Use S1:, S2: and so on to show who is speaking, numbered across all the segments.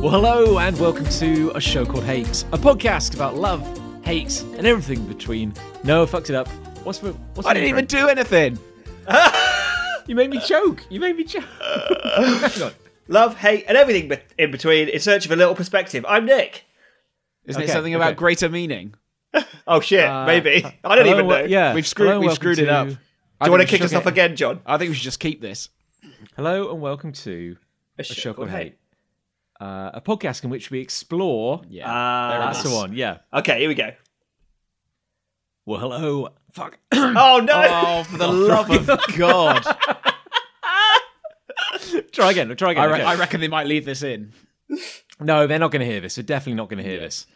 S1: Well, hello, and welcome to a show called Hate, a podcast about love, hate, and everything between. No, I fucked it up. What's for? What's
S2: I didn't even do anything.
S1: You made me choke. You made me choke. Hang on.
S3: love, hate, and everything be- in between in search of a little perspective. I'm Nick.
S2: Isn't
S1: Okay,
S2: it something about
S1: okay.
S2: greater meaning?
S3: Oh shit,
S1: Uh,
S3: maybe. I don't
S1: Hello,
S3: even know.
S1: wel- oh, Yeah,
S2: We've screwed-
S1: hello,
S2: we've
S1: welcome
S2: screwed it
S1: to-
S2: up.
S1: I
S2: Do you
S1: think
S3: Do you
S1: we
S3: want to
S1: should
S3: kick us
S1: get-
S3: off again, John?
S2: I think we should just keep this.
S1: Hello, and welcome to a show, called Hate, Uh, a podcast in which we explore. uh,
S2: Yeah,
S3: Ah,
S2: there it
S1: That's
S2: is. Uh,
S1: the one. Yeah.
S3: Okay, here we go.
S2: Well, hello. Fuck.
S3: Oh no!
S2: oh, for the love of God!
S1: Try again. Try again.
S2: I, re-
S1: okay.
S2: I reckon they might leave this in.
S1: no, they're not going to hear this. They're definitely not going to hear this.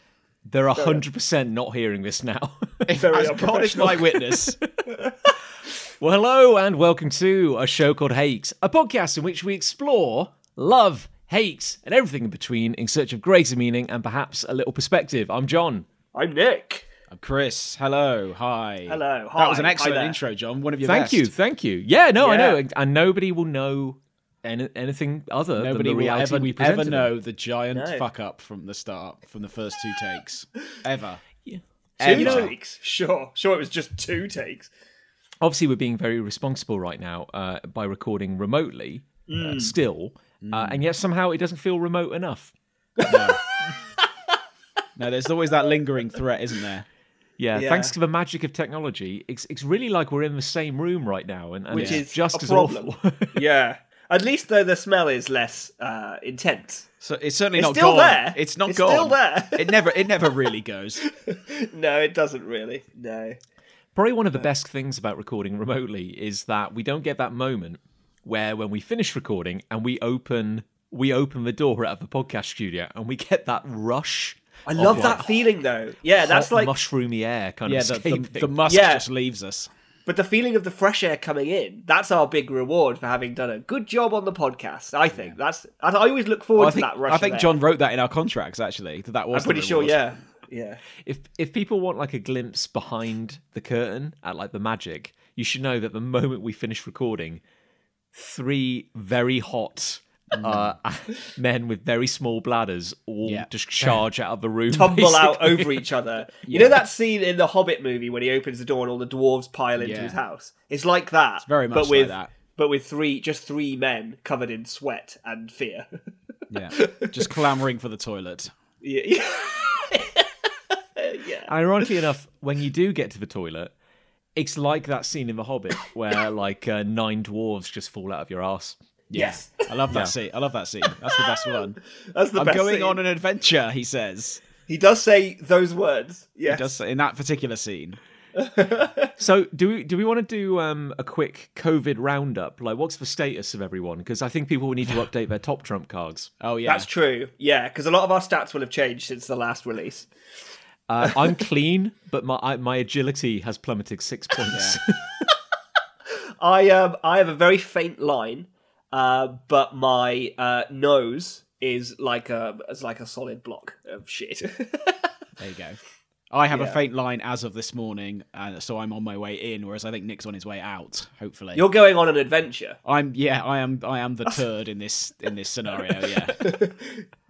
S1: They're hundred percent not hearing this now.
S2: If
S3: Very
S2: as God is
S3: unprofessional.
S2: my witness,
S1: Well, hello, and welcome to a show called Hate, a podcast in which we explore love, hate, and everything in between in search of greater meaning and perhaps a little perspective. I'm John.
S3: I'm Nick.
S2: I'm Chris. Hello. Hi.
S3: Hello,
S2: That was
S3: hi,
S2: an
S3: hi
S2: excellent
S3: there.
S2: intro, John. One of your
S1: Thank
S2: best.
S1: you, thank you. Yeah, no, I
S3: Yeah.
S1: know, and- and nobody will know any, anything other
S2: Nobody
S1: than the
S2: will
S1: reality
S2: ever,
S1: we present
S2: ever
S1: to them.
S2: know the giant
S3: No.
S2: fuck up from the start, from the first two takes, ever.
S3: Two
S2: You know-
S3: takes. Sure, sure. It was just two takes.
S1: Obviously, we're being very responsible right now uh, by recording remotely,
S2: Mm.
S1: uh, still, uh, and yet somehow it doesn't feel remote enough.
S2: No, there's always that lingering threat, isn't there?
S1: Yeah,
S3: Yeah.
S1: thanks to the magic of technology, it's it's really like we're in the same room right now, and, and
S3: Which
S1: it's
S3: is
S1: just
S3: a
S1: as
S3: problem.
S1: awful.
S3: Yeah. At least though the smell is less uh, intense.
S2: So it's certainly
S3: It's
S2: not
S3: still
S2: gone.
S3: there.
S2: It's not
S3: It's
S2: gone.
S3: still there.
S2: it never. It never really goes.
S3: No, it doesn't really. No.
S1: Oh, Probably one of the best things about recording remotely is that we don't get that moment where when we finish recording and we open we open the door out of the podcast studio and we get that rush.
S3: I love that feeling though. Yeah, that's like
S1: mushroomy air kind
S2: Yeah,
S1: of
S2: the,
S1: escaping.
S2: the, the musk
S3: Yeah.
S2: just leaves us.
S3: But the feeling of the fresh air coming in, that's our big reward for having done a good job on the podcast. I think that's. I I always look forward
S2: I think,
S3: to that rush.
S2: I
S3: of
S2: think
S3: air.
S2: John wrote that in our contracts. Actually, that, that was.
S3: I'm
S2: the
S3: pretty sure.
S2: reward.
S3: Yeah. Yeah.
S1: if if people want like a glimpse behind the curtain at like the magic, you should know that the moment we finish recording, three very hot uh, men with very small bladders all
S2: Yeah.
S1: just charge out of the room,
S3: Tumble out
S1: basically.
S3: over each other. You know that scene in the Hobbit movie when he opens the door and all the dwarves pile into
S2: Yeah.
S3: his house. It's like that. It's
S2: very much
S3: but
S2: like
S3: with,
S2: that.
S3: But with three, just three men covered in sweat and fear.
S2: yeah. Just clamoring for the toilet.
S3: yeah.
S1: Ironically enough, when you do get to the toilet, it's like that scene in The Hobbit where like uh, nine dwarves just fall out of your ass.
S3: Yes.
S2: I love that scene. I love that scene. That's the best one.
S3: That's the
S2: I'm
S3: best.
S2: going
S3: scene.
S2: on an adventure. He says.
S3: He does say those words. Yes.
S2: He does say- in that particular scene.
S1: So do we do we want to do um, a quick COVID roundup? Like, what's the status of everyone? Because I think people will need to update their top trump cards.
S2: Oh yeah.
S3: That's true. Yeah, because a lot of our stats will have changed since the last release.
S1: Uh, I'm clean, but my I, my agility has plummeted six points.
S3: I um I have a very faint line, uh, but my uh, nose is like a is like a solid block of shit.
S2: There you go. I have a faint line as of this morning, uh, so I'm on my way in. Whereas I think Nick's on his way out. Hopefully.
S3: You're going on an adventure.
S2: I'm yeah, I am I am the turd in this in this scenario, yeah.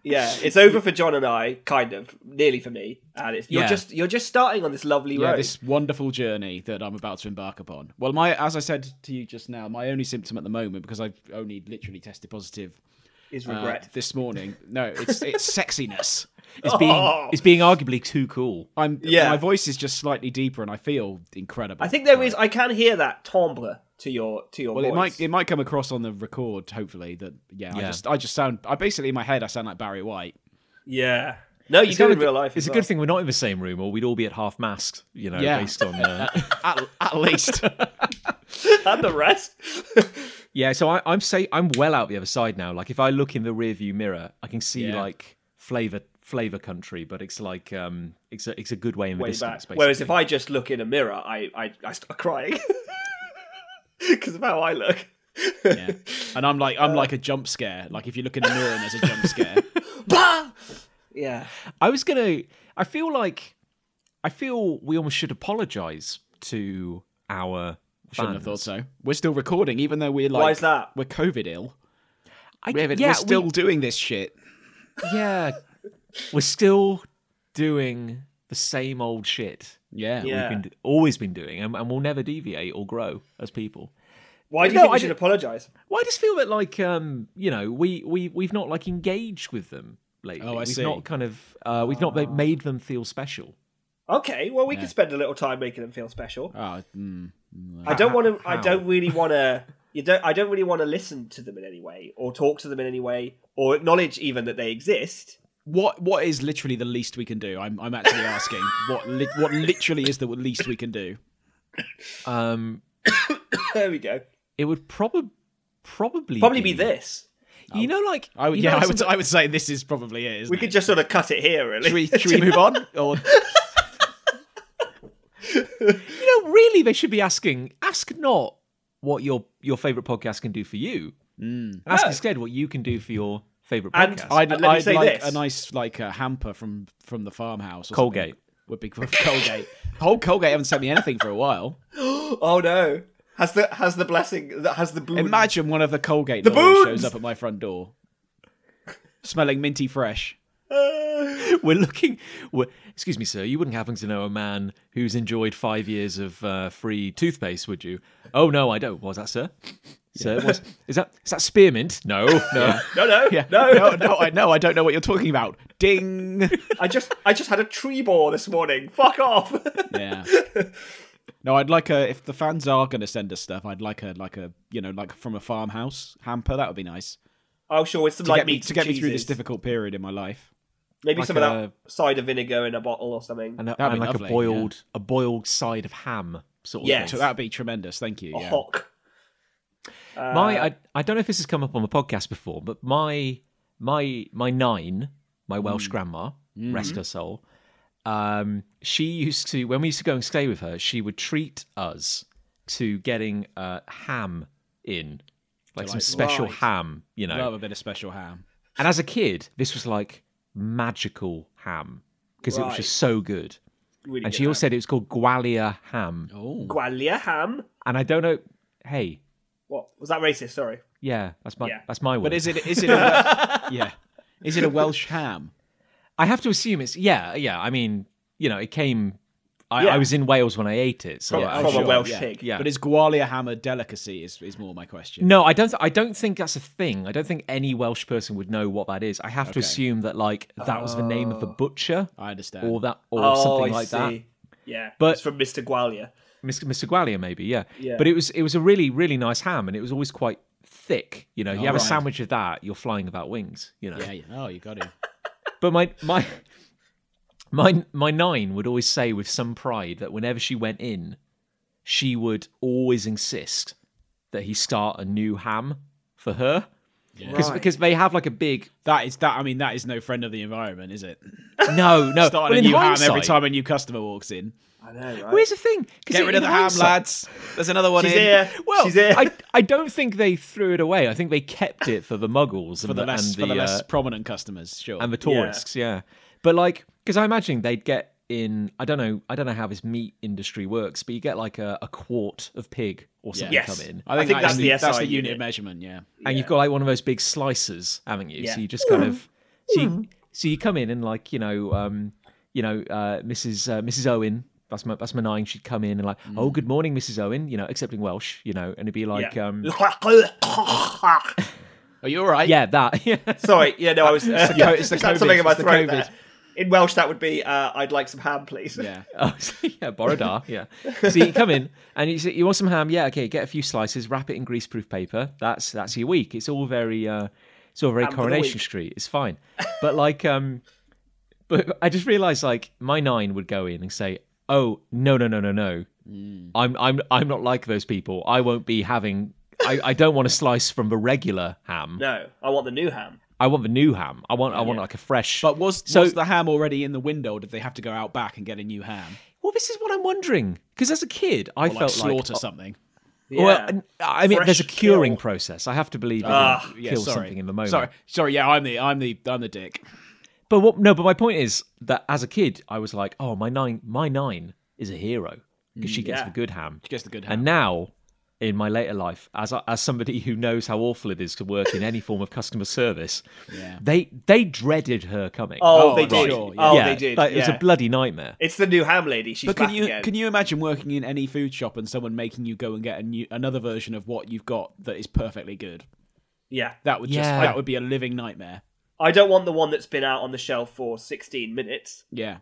S3: Yeah, it's over for John and I, kind of, nearly for me. And it's, you're
S1: Yeah.
S3: just you're just starting on this lovely
S2: Yeah,
S3: road.
S2: this wonderful journey that I'm about to embark upon. Well, my as I said to you just now, my only symptom at the moment because I've only literally tested positive
S3: is
S2: uh,
S3: regret.
S2: this morning. No, it's it's sexiness.
S1: It's being
S3: Oh.
S1: it's being arguably too cool.
S2: I'm
S3: Yeah.
S2: my voice is just slightly deeper and I feel incredible.
S3: I think there is. I can hear that timbre to your to your
S2: well,
S3: voice.
S2: it might it might come across on the record hopefully that yeah, I
S1: Yeah.
S2: just I just sound I basically in my head I sound like Barry White.
S3: yeah. No, you do in real life.
S1: It's
S3: as
S1: a
S3: well.
S1: good thing we're not in the same room, or we'd all be at half masked. You know,
S2: Yeah.
S1: based on uh,
S2: At, at least
S3: and the rest.
S1: Yeah, so I, I'm say I'm well out the other side now. Like if I look in the rearview mirror, I can see
S2: Yeah.
S1: like flavor flavor country, but it's like um, it's a it's a good way in the
S3: Way back.
S1: distance. Basically.
S3: Whereas if I just look in a mirror, I I, I start crying because of how I look.
S2: Yeah. And I'm like, I'm like a jump scare. Like if you look in the mirror and there's a jump scare.
S3: Bah! Yeah.
S1: I was gonna. I feel like I feel we almost should apologise to our.
S2: Shouldn't have
S1: fans.
S2: thought so. We're still recording, even though we're like,
S3: Why is that?
S2: We're COVID ill.
S1: I,
S2: We haven't-
S1: yeah,
S2: we're still
S1: we-
S2: doing this shit.
S1: yeah, we're still doing the same old shit.
S2: Yeah.
S3: Yeah.
S1: We've been, always been doing, and, and we'll never deviate or grow as people.
S3: Why do you
S1: No,
S3: think
S1: I
S3: we should
S1: didn't-
S3: apologise?
S1: Well, I just feel that like um, you know, we we we've not like engaged with them lately.
S2: Oh, I
S1: we've
S2: see.
S1: not kind of uh, we've not ma- made them feel special.
S3: Okay, well we
S2: Yeah.
S3: could spend a little time making them feel special.
S2: Oh, mm, mm.
S3: I don't want to. I
S1: How?
S3: don't really want to. You don't. I don't really want to listen to them in any way, or talk to them in any way, or acknowledge even that they exist.
S2: What what is literally the least we can do? I'm I'm actually asking what li- what literally is the least we can do?
S1: Um,
S3: there we go.
S1: it would probably probably
S3: Probably be this.
S1: You know, like
S2: I would
S1: you
S2: yeah,
S1: know,
S2: I would
S1: sometimes-
S2: I would say this is probably it. Isn't
S3: We
S2: it?
S3: could just sort of cut it here, really.
S2: should we, should we move on or
S1: You know, really, they should be asking. Ask not what your your favorite podcast can do for you. Ask
S2: Mm.
S3: No.
S1: instead what you can do for your favorite
S3: And
S1: podcast.
S2: I'd,
S3: And let me
S2: I'd
S3: say
S2: like
S3: this.
S2: a nice like a hamper from from the farmhouse. Or
S1: Colgate.
S2: something. would be Colgate. Whole Colgate haven't sent me anything for a while.
S3: Oh no! Has the has the blessing that has the boon?
S2: Imagine one of the Colgate the
S3: boons!
S2: shows up at my front door, smelling minty fresh.
S1: we're looking. We're, excuse me, sir. You wouldn't happen to know a man who's enjoyed five years of uh, free toothpaste, would you? Oh no, I don't. Was that sir? Sir, was, is that is that spearmint? No, no.
S3: no, no,
S2: Yeah,
S3: no,
S2: no, no, I know, I don't know what you're talking about. Ding.
S3: I just I just had a tree bore this morning. Fuck off.
S2: Yeah. No, I'd like a. If the fans are going to send us stuff, I'd like a like a you know like from a farmhouse hamper. That would be nice
S3: oh sure, it's some
S2: to
S3: like
S2: get me
S3: meats
S2: to
S3: and
S2: get me through this uh,
S3: cheeses.
S2: difficult period in my life.
S3: Maybe
S1: like
S3: some of
S1: a-
S3: that cider vinegar in a bottle or something.
S1: And, a-
S2: That'd
S1: and
S2: be
S1: like
S2: lovely,
S1: a boiled a boiled side of ham sort of
S3: Yes.
S1: thing.
S2: So that would be tremendous. Thank you.
S3: A
S2: yeah.
S3: hock. Uh,
S1: my I, I don't know if this has come up on the podcast before, but my my my nine, my
S2: Mm.
S1: Welsh grandma,
S2: Mm-hmm.
S1: rest her soul. Um, she used to when we used to go and stay with her, she would treat us to getting uh, ham in, like some special
S3: Right.
S1: ham, you know.
S2: Love a bit of special ham.
S1: And as a kid, this was like magical ham because it was
S3: Right.
S1: just so good.
S3: really
S1: And
S3: good
S1: she also said it was called Gwalia ham,
S2: Oh.
S3: Gwalia ham.
S1: and I don't know. Hey,
S3: What was that racist? Sorry.
S1: yeah, that's my
S3: Yeah.
S1: that's my word.
S2: But is it is it a Wel- yeah? Is it a Welsh ham?
S1: I have to assume it's yeah, yeah. I mean, you know, it came. I,
S3: Yeah.
S1: I was in Wales when I ate it, so
S3: From,
S1: I'm
S3: from
S1: sure.
S3: a Welsh
S2: Oh, yeah,
S3: pig.
S1: Yeah.
S2: But is Gwalia ham a delicacy? Is is more my question.
S1: No, I don't. I don't think that's a thing. I don't think any Welsh person would know what that is. I have to assume that like that was the name of the butcher
S2: I understand.
S1: or that or
S3: Oh,
S1: something
S3: I
S1: like that.
S3: see. Yeah,
S1: But-
S3: it's from Mr. Gwalia.
S1: Mr. Mr. Gwalia, maybe, yeah.
S3: Yeah.
S1: But it was it was a really really nice ham, and it was always quite thick. You know, you have a
S2: right.
S1: sandwich of that, you're flying about wings. You know.
S2: yeah, yeah. Oh, you got it.
S1: But my my my my nine would always say with some pride that whenever she went in, she would always insist that he start a new ham for her because
S3: Right.
S1: because they have like a big
S2: That is that. I mean, that is no friend of the environment, is it?
S1: no no
S2: Starting
S1: Well,
S2: a
S1: in
S2: new ham every
S1: hindsight-
S2: time a new customer walks in.
S3: I know, right?
S1: Well, here's the thing. 'cause
S2: Get
S1: in-
S2: rid
S1: in
S2: of the ham,
S1: hindsight-
S2: lads. There's another one
S3: She's
S2: in.
S3: here.
S1: Well,
S3: She's here.
S1: I I don't think they threw it away. I think they kept it for the Muggles
S2: For
S1: and
S2: the less
S1: and the,
S2: for the less
S1: uh,
S2: prominent customers, sure.
S1: and the tourists. Yeah, but like, because I imagine they'd get in. I don't know. I don't know how this meat industry works, but you get like a, a quart of pig or something
S3: Yes.
S1: come in,
S2: I think,
S3: I think
S2: that's
S3: that's
S2: the
S3: the
S2: that's
S3: SI
S2: the unit of
S3: unit.
S2: measurement. Yeah.
S1: and you've got like one of those big slicers, haven't you?
S3: Yeah.
S1: So you just kind of so you, so you come in and like you know um you know uh, Mrs uh, Mrs Owen. That's my that's my nine. She'd come in and like, oh, good morning, Mrs Owen. You know, accepting Welsh. You know, and it'd be like, yeah, um,
S2: Are you all right?
S1: yeah that. Yeah.
S3: Sorry, yeah, no, I was. Uh, yeah,
S2: it's the
S3: just had
S2: COVID,
S3: something in my
S2: it's the
S3: throat.
S2: COVID.
S3: there. In Welsh, that would be uh, "I'd like some ham, please."
S2: Yeah.
S1: Oh, so- yeah, Borodar. Yeah. So you come in and you say, you want some ham? Yeah, okay. Get a few slices, wrap it in greaseproof paper. That's that's your week. It's all very, uh, it's all very
S3: Ham for the
S1: Coronation
S3: week.
S1: Street. It's fine. But like, um, but I just realised like my nine would go in and say, oh no no no no no,
S3: Mm.
S1: I'm I'm I'm not like those people. I won't be having. I, I don't want a slice from the regular ham.
S3: No, I want the new ham.
S1: I want the new ham. I want I want like a fresh.
S2: But was,
S1: So-
S2: was the ham already in the window, or did they have to go out back and get a new ham?
S1: well, this is what I'm wondering because as a kid, I
S2: Or like
S1: felt
S2: slaughter something?
S3: Yeah.
S1: Well, n- I mean, there's a
S3: Fresh
S1: curing
S3: kill.
S1: process. I have to believe you
S3: Ah,
S1: can
S2: Yeah,
S1: kill
S2: sorry.
S1: something in the moment.
S2: Sorry, sorry. Yeah, I'm the, I'm the, I'm the dick.
S1: But what? No, but my point is that as a kid, I was like, oh, my nine, my nine is a hero because she gets
S3: yeah.
S1: the good ham.
S2: She gets the good ham.
S1: And now, in my later life, as I, as somebody who knows how awful it is to work in any form of customer service,
S2: Yeah.
S1: they they dreaded her coming.
S3: oh,
S2: Oh,
S3: they
S2: right.
S3: did.
S2: Sure, yeah.
S3: Oh,
S1: yeah,
S3: they did.
S1: Like,
S3: yeah.
S1: It was a bloody nightmare.
S3: It's the new ham lady. She's
S2: But can
S3: back
S2: you
S3: again.
S2: can you imagine working in any food shop and someone making you go and get a new another version of what you've got that is perfectly good?
S3: yeah.
S2: That would just
S1: Yeah.
S2: that would be a living nightmare.
S3: I don't want the one that's been out on the shelf for 16 minutes.
S2: Yeah.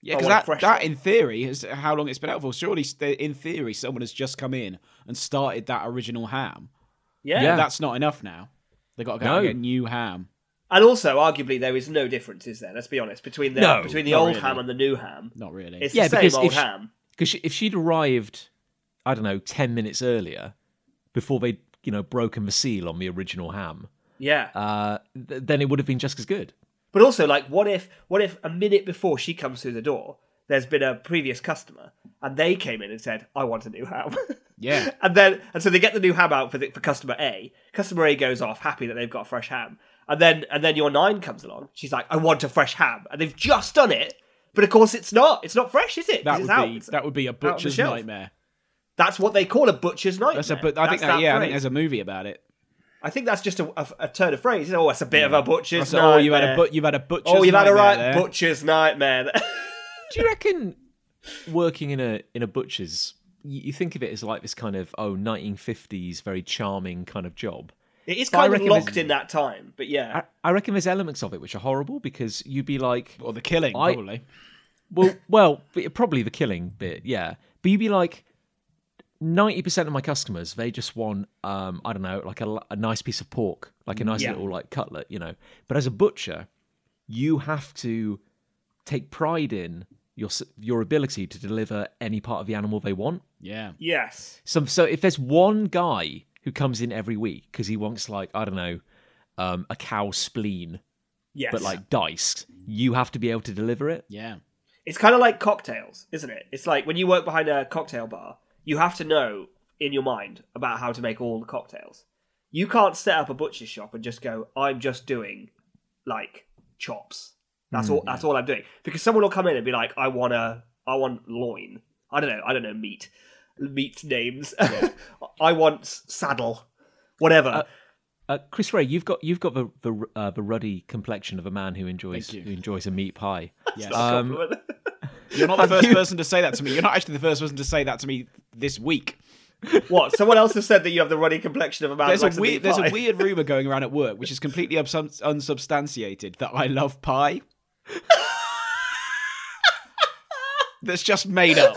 S2: Yeah,
S3: I want
S2: because
S3: a
S2: that,
S3: Oh, fresh one.
S2: that in theory is how long it's been out for. Surely, s- in theory, someone has just come in and started that original ham.
S3: Yeah.
S1: Yeah.
S2: But that's not enough now. They got to go out and
S1: No.
S2: get new ham.
S3: And also, arguably, there is no difference, is there? Let's be honest between the
S1: No,
S3: between the
S2: not
S3: old
S2: really.
S3: ham and the new ham.
S2: Not really.
S3: It's
S1: Yeah,
S3: the same
S1: because
S3: old
S1: if she-
S3: ham.
S1: Because if she'd arrived, I don't know, ten minutes earlier, before they would you know broken the seal on the original ham,
S3: Yeah.
S1: uh, th- then it would have been just as good.
S3: But also, like, what if what if a minute before she comes through the door, there's been a previous customer, and they came in and said, "I want a new ham."
S2: Yeah.
S3: and then and so they get the new ham out for the, for customer A. Customer A goes off happy that they've got a fresh ham, and then and then your nine comes along. She's like, "I want a fresh ham," and they've just done it. But of course, it's not. It's not fresh, is it? 'Cause
S2: that would
S3: it's out.
S2: be
S3: It's-
S2: that would be a butcher's
S3: shelf.
S2: nightmare.
S3: That's what they call a butcher's nightmare.
S2: That's a but I think that,
S3: that
S2: yeah, I
S3: phrase.
S2: think there's a movie about it.
S3: I think that's just a, a, a turn of phrase. Oh, it's a bit of a butcher's
S2: That's a- oh,
S3: nightmare.
S2: you had a but you've had a butcher's.
S3: Oh, you've had a
S2: nightmare
S3: right
S2: there.
S3: butcher's nightmare.
S1: Do you reckon working in a in a butcher's you you think of it as like this kind of oh 1950s very charming kind of job.
S3: it is
S1: I
S3: kind of
S1: reckon it's-
S3: locked in that time, but yeah.
S1: I, I reckon there's elements of it which are horrible because you'd be like,
S2: or the killing
S1: I-
S2: probably.
S1: well, well, but probably the killing bit, yeah. But you'd be like, ninety percent of my customers they just want, um, I don't know, like a, l- a nice piece of pork, like a nice
S3: Yeah.
S1: little like cutlet, you know. But as a butcher, you have to take pride in your s- your ability to deliver any part of the animal they want.
S2: Yeah.
S3: Yes.
S1: Some so if there's one guy who comes in every week because he wants like I don't know, um, a cow spleen,
S3: Yes.
S1: but like diced, you have to be able to deliver it.
S2: Yeah.
S3: it's kind of like cocktails, isn't it? It's like when you work behind a cocktail bar, you have to know in your mind about how to make all the cocktails. You can't set up a butcher's shop and just go, "I'm just doing like chops."
S2: Hmm,
S3: That's all. That's all I'm doing because someone will come in and be like, "I want a, I want loin. I don't know. I don't know meat, meat names. I want s- saddle, whatever."
S1: Uh, Chris Ray, you've got you've got the the, uh, the ruddy complexion of a man who enjoys
S2: Thank you.
S1: who enjoys a meat pie.
S2: Yes. Uh,
S1: Um,
S2: You're not the first person to say that to me. You're not actually the first person to say that to me this week.
S3: what? Someone else has said that you have the ruddy complexion of a man.
S2: There's
S3: who
S2: a
S3: likes
S2: weird,
S3: meat
S2: there's
S3: pie.
S2: a weird rumor going around at work, which is completely unsub- unsubstantiated, that I love pie. That's just made up.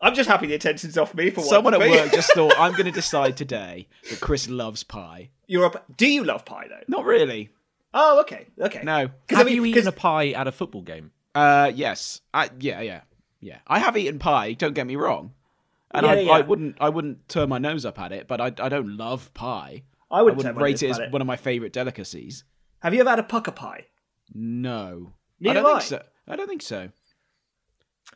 S3: I'm just happy the attention's off me for once.
S2: Someone at
S3: mate.
S2: work just thought, I'm going to decide today that Chris loves pie.
S3: You're up. Do you love pie though?
S2: Not really.
S3: Oh, okay, okay.
S2: No.
S3: because I
S1: have
S3: mean,
S1: you eaten
S3: 'cause-
S1: a pie at a football game?
S2: Uh, yes. I, yeah, yeah, yeah. I have eaten pie. Don't get me wrong. And
S3: Yeah,
S2: I,
S3: yeah.
S2: I wouldn't, I wouldn't turn my nose up at it, but I, I don't love pie.
S3: I would
S2: I wouldn't rate it as one of my favorite delicacies.
S3: Have you ever had a pucker pie?
S2: No,
S3: Neither
S2: I don't
S3: have
S2: think
S3: I.
S2: so. I don't think so.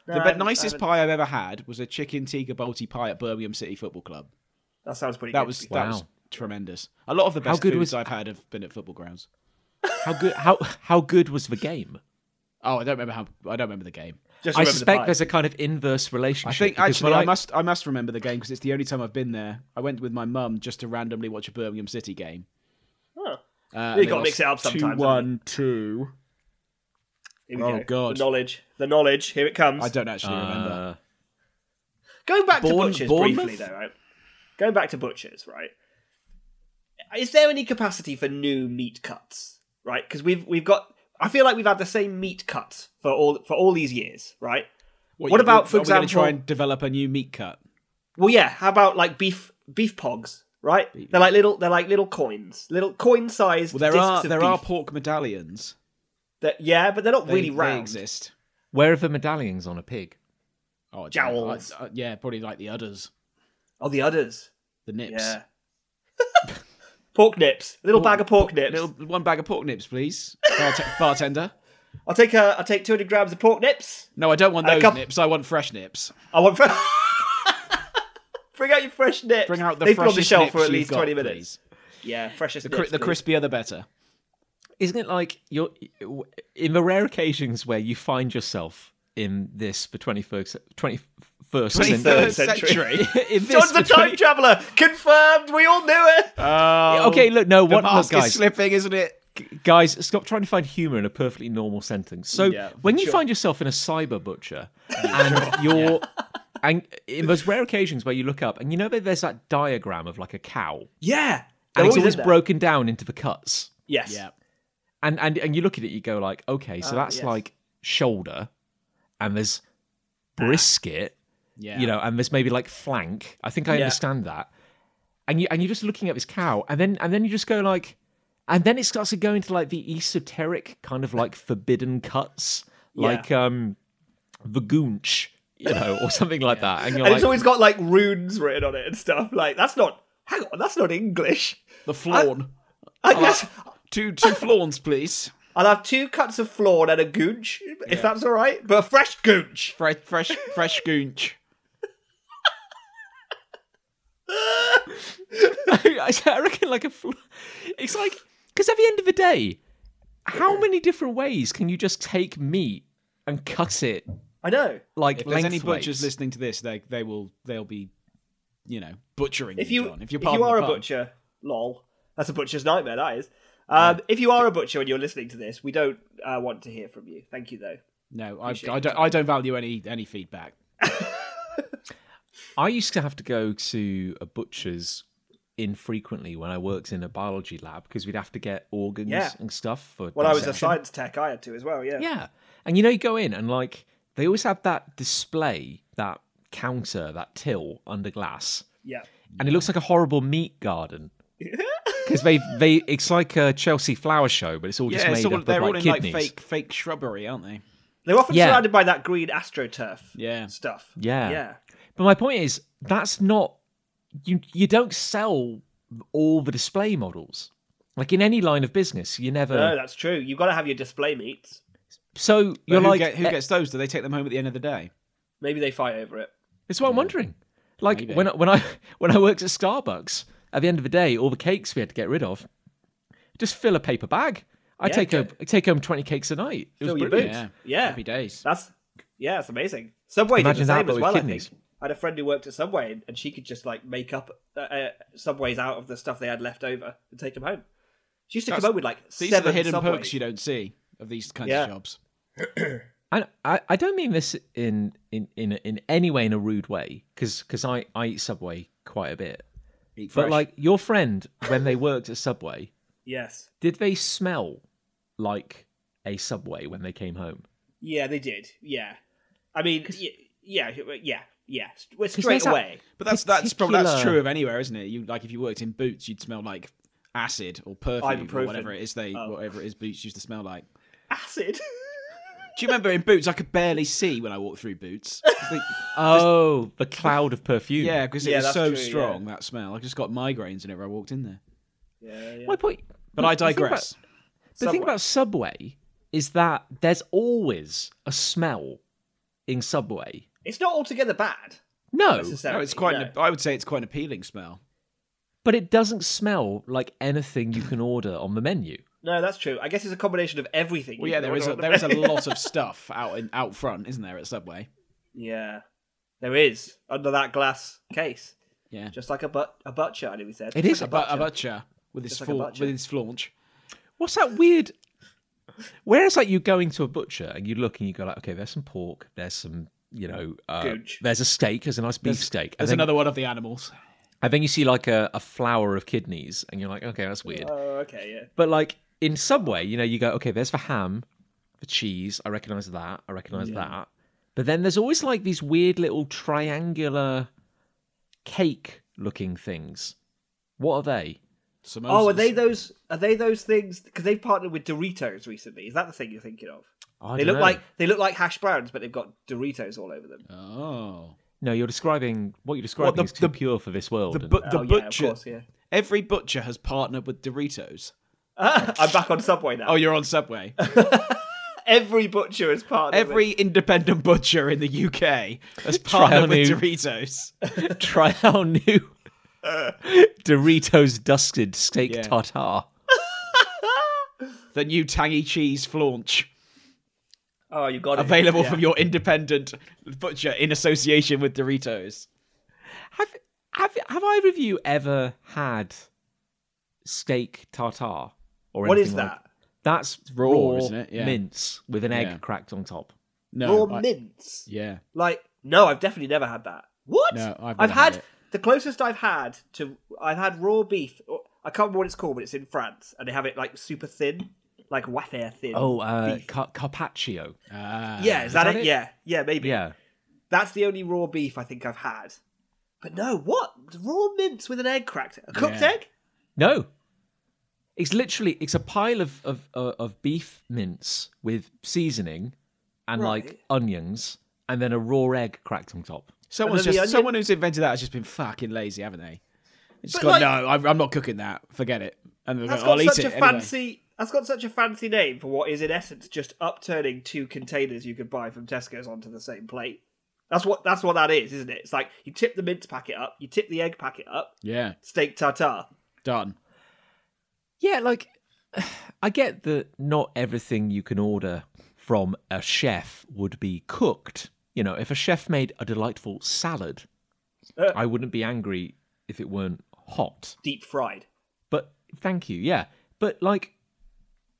S3: No,
S2: the
S3: I
S2: be-
S3: haven't- I
S2: nicest
S3: haven't.
S2: pie I've ever had was a chicken tikka bolty pie at Birmingham City Football Club.
S3: That sounds pretty.
S2: That
S3: good.
S2: was
S3: to be
S2: that was
S1: Wow.
S2: tremendous. A lot of the
S1: How
S2: best
S1: good
S2: foods
S1: was-
S2: I've had have been at football grounds.
S1: How good how how good was the game?
S2: Oh, I don't remember how. I don't remember the game.
S3: fair. Just
S1: I
S3: remember the
S1: suspect
S3: pie.
S1: there's a kind of inverse
S2: I
S1: relationship.
S2: think
S1: because
S2: actually
S1: when
S2: I must I must remember the game because it's the only time I've been there. I went with my mum just to randomly watch a Birmingham City game.
S3: Huh.
S2: Uh,
S3: You gotta mix it up sometimes, haven't
S2: Two
S3: you?
S2: one two.
S3: Here we
S2: oh,
S3: go.
S2: God.
S3: The knowledge, the knowledge. Here it comes.
S2: I don't actually remember.
S1: Uh,
S3: Going back
S1: Bourne-
S3: to butchers briefly
S1: Bournemouth?
S3: though, right? Going back to butchers, right? Is there any capacity for new meat cuts, right? Because we've we've got. I feel like we've had the same meat cuts for all for all these years, right? What
S2: you-
S3: about, for
S2: are we gonna try
S3: example-
S2: and develop a new meat cut?
S3: Well, yeah. How about like beef beef pogs, right? They're like little they're like little coins, little coin sized.
S2: Well, there are there are
S3: beef.
S2: pork medallions.
S3: That- yeah, but they're not
S2: They-
S3: really
S2: they
S3: round.
S2: exist.
S1: where are the medallions on a pig?
S2: Oh, I don't know.
S3: Jowls.
S2: I- I- yeah, probably like the udders,
S3: Oh, the udders.
S2: the nips.
S3: Yeah. pork nips. A little
S2: Pork-
S3: bag of pork nips.
S2: Little one bag of pork nips, please, Bart- bartender.
S3: I'll take uh, I'll take 200 grams of pork nips.
S2: No, I don't want
S3: A
S2: those
S3: cup-
S2: nips. I want fresh nips.
S3: I want. Fr- Bring out your fresh nips.
S2: Bring out the
S3: They've been on
S2: freshest
S3: the shelf
S2: nips
S3: for at
S2: you've
S3: least
S2: got,
S3: 20 minutes.
S2: please.
S3: Yeah, freshest
S2: The, cri-
S3: nips,
S2: the
S3: please.
S2: crispier, the better.
S1: Isn't it like you're in the rare occasions where you find yourself in this for 21st, 21st century?
S3: 23rd century.
S1: in this
S3: John's
S1: for
S3: the time
S1: 20
S3: traveller! Confirmed! We all knew it!
S2: Oh,
S1: Okay, look, no,
S2: the
S1: what look,
S2: mask is
S1: guys,
S2: slipping, isn't it?
S1: guys, stop trying to find humour in a perfectly normal sentence. So
S2: Yeah,
S1: when you find yourself in a cyber butcher and you're and in those rare occasions where you look up and you know that there's that diagram of like a cow
S3: Yeah!
S1: and it's
S3: in
S1: always
S3: there.
S1: broken down into the cuts.
S3: Yes.
S2: Yeah.
S1: and and and you look at it, you go like, okay, so
S3: Ah,
S1: that's
S3: yes.
S1: like shoulder, and there's brisket,
S2: Yeah.
S1: you know, and there's maybe like flank. I think I
S3: Yeah.
S1: understand that. And you and you're just looking at this cow, and then and then you just go like, and then it starts to go into like the esoteric kind of like forbidden cuts, like um, the goonch, you know, or something like that. And you're
S3: And
S1: like,
S3: it's always got like runes written on it and stuff. Like, that's not. Hang on, that's not English.
S2: The flawn.
S3: I guess.
S2: two two flawns, please.
S3: I'll have two cuts of flawn and a goonch, if that's alright. But a fresh goonch!
S2: Fresh fresh fresh goonch.
S1: I I reckon like a. Fl- it's like because at the end of the day, how many different ways can you just take meat and cut it
S3: I know.
S1: like
S2: If there's any
S1: lengthways?
S2: butchers listening to this, they they will they'll be, you know, butchering
S3: If you,
S2: John,
S3: if
S2: you're
S3: you
S2: pardon
S3: are
S2: the
S3: a
S2: pun.
S3: butcher, lol. That's a butcher's nightmare, that is. Um, If you are a butcher and you're listening to this, we don't uh, want to hear from you. Thank you, though.
S2: No, I, I don't. I don't value any any feedback.
S1: I used to have to go to a butcher's infrequently when I worked in a biology lab because we'd have to get organs
S3: Yeah.
S1: and stuff for.
S3: When I was a
S1: dissection.
S3: science tech, I had to as well, yeah.
S1: Yeah, and you know you go in and like they always have that display, that counter, that till under glass.
S3: Yeah.
S1: and it looks like a horrible meat garden. Because they they it's like a Chelsea flower show, but it's all just
S2: Yeah,
S1: made
S2: it's all,
S1: up
S2: they're
S1: of
S2: all
S1: like
S2: in
S1: kidneys.
S2: like fake fake shrubbery, aren't they?
S3: They're often
S1: Yeah.
S3: surrounded by that green astroturf
S2: Yeah.
S3: stuff.
S1: Yeah.
S3: Yeah.
S1: But my point is that's not you you don't sell all the display models. Like in any line of business, you never
S3: No, that's true. You've got to have your display meets.
S1: so you're
S2: who
S1: like
S2: get- who
S1: eh,
S2: gets those? Do they take them home at the end of the day?
S3: Maybe they fight over it.
S1: That's what I'm wondering. Like
S2: Maybe.
S1: when I, when I when I worked at Starbucks, at the end of the day, all the cakes we had to get rid of, just fill a paper bag. I
S3: Yeah,
S1: take
S3: go-
S1: home I take home twenty cakes a night. It was
S3: Fill your
S1: brilliant.
S3: boots.
S2: Yeah.
S3: Yeah.
S2: Happy days.
S3: That's yeah, it's amazing. Subway
S1: Imagine
S3: did the
S1: that,
S3: same
S1: but
S3: as
S1: with
S3: well.
S1: kidneys.
S3: I think I had a friend who worked at Subway, and she could just like make up uh, uh, Subways out of the stuff they had left over and take them home. She used to come
S2: That's-
S3: home with like
S2: These
S3: seven
S2: are the hidden
S3: Subways.
S2: perks you don't see of these kinds
S3: Yeah.
S2: of jobs.
S1: And I, I don't mean this in in in in any way in a rude way because I I eat Subway quite a bit.
S2: Eat
S1: But
S2: fresh.
S1: like your friend when they worked at Subway,
S3: Yes,
S1: did they smell like a Subway when they came home?
S3: yeah, they did. Yeah, I mean, y- yeah, yeah, yeah. Well,
S1: there's
S3: straight
S1: that-
S3: away.
S2: but that's that's probably that's
S1: particular-
S2: true of anywhere, isn't it? You like if you worked in boots, you'd smell like acid or perfume or
S3: Ibuprofen.
S2: whatever it is
S3: oh.
S2: they whatever it is boots used to smell like.
S3: Acid.
S2: Do you remember in Boots? I could barely see when I walked through Boots. 'Cause they-
S1: Oh, the cloud of perfume.
S2: yeah, because it
S3: Yeah, that's
S2: was so
S3: true, yeah.
S2: strong that smell. I just got migraines whenever I walked in there.
S3: yeah, yeah.
S1: My point.
S2: But I
S1: the thing about-
S2: digress.
S1: The thing
S3: Subway.
S1: about Subway is that there's always a smell in Subway.
S3: It's not altogether bad.
S1: No,
S3: Necessarily.
S2: No, it's quite.
S3: no.
S2: An, I would say it's quite an appealing smell.
S1: but it doesn't smell like anything you can order on the menu.
S3: No, that's true. I guess it's a combination of everything.
S2: Well,
S3: you
S2: yeah,
S3: can
S2: there is a,
S3: order
S2: there is a
S3: on the menu.
S2: lot of stuff out in out front, isn't there, at Subway?
S3: yeah, there is under that glass case.
S2: Yeah.
S3: just like a but a butcher. I nearly said
S1: It
S3: Just
S1: is
S3: like
S2: A, bu- a butcher with his
S3: Just like a
S2: fla-
S3: butcher.
S2: with his flaunch.
S1: What's that weird? Whereas, like, you go into a butcher and you look and you go, like, okay, there's some pork, there's some, you know, uh,
S3: Gooch.
S1: there's a steak, there's a nice beef steak. And
S2: There's
S1: then,
S2: another one of the animals.
S1: and then you see, like, a, a flower of kidneys and you're like, okay, that's weird.
S3: Oh, okay, yeah.
S1: But, like, in Subway, you know, you go, okay, there's the ham, the cheese, I recognize that, I recognize that. But then there's always, like, these weird little triangular cake looking things. What are they?
S2: Samosas.
S3: Oh, are they those? Are they those things? Because they've partnered with Doritos recently. Is that the thing you're thinking of?
S1: I
S3: They
S1: don't
S3: look
S1: know.
S3: like they look like hash browns, but they've got Doritos all over them.
S2: Oh.
S1: no. You're describing what you're describing
S2: the-
S1: is too
S2: the-
S1: pure for this world.
S2: The,
S1: and-
S2: bu- the
S3: oh yeah, of
S2: butcher.
S3: course, yeah.
S2: Every butcher has partnered with Doritos.
S3: I'm back on Subway now.
S2: Oh, you're on Subway.
S3: Every butcher is part of
S2: Every independent butcher in the UK has
S1: Try
S2: partnered
S1: our
S2: with
S1: new-
S2: Doritos.
S1: try our new Doritos dusted steak
S2: Uh. Yeah.
S1: tartare.
S2: the new tangy cheese flaunch
S3: Oh, you got it.
S2: available
S3: Yeah.
S2: from your independent butcher in association with Doritos.
S1: Have have have either of you ever had steak tartare or
S3: What is
S1: anything like-
S3: that?
S1: That's raw,
S2: isn't it? Yeah.
S1: mince with an egg
S2: Yeah.
S1: cracked on top.
S2: No,
S3: Raw
S2: I-
S3: mince.
S2: yeah,
S3: Like, no, I've definitely never had that. What?
S2: No, I've never
S3: had,
S2: had it.
S3: the closest I've had to I've had raw beef. or- I can't remember what it's called, but it's in France, and they have it like super thin, like wafer thin.
S1: Oh, uh,
S3: beef.
S1: car- carpaccio.
S2: Ah.
S3: yeah, is, that,
S1: that
S3: it?
S1: it?
S3: Yeah, yeah, maybe.
S1: Yeah,
S3: That's the only raw beef I think I've had. But no, what raw mince with an egg cracked? A cooked
S2: Yeah.
S3: egg?
S1: no, it's literally it's a pile of of uh, of beef mince with seasoning and like
S3: Right.
S1: onions, and then a raw egg cracked on top.
S3: And then
S2: someone's just
S3: the onion-
S2: someone who's invented that has just been fucking lazy, haven't they? It's just
S3: But
S2: gone.
S3: like-
S2: no, I'm, I'm not cooking that. Forget it. And they're
S3: That's
S2: like, I'll
S3: got
S2: eat
S3: such
S2: it
S3: a
S2: anyway.
S3: fancy. That's got such a fancy name for what is in essence just upturning two containers you could buy from Tesco's onto the same plate. That's what that's what that is, isn't it? It's like you tip the mince packet up, you tip the egg packet up,
S2: Yeah,
S3: steak tartare.
S2: done.
S1: Yeah, like I get that not everything you can order from a chef would be cooked. You know, if a chef made a delightful salad,
S3: Uh.
S1: I wouldn't be angry if it weren't hot.
S3: deep fried.
S1: But thank you, yeah. But like,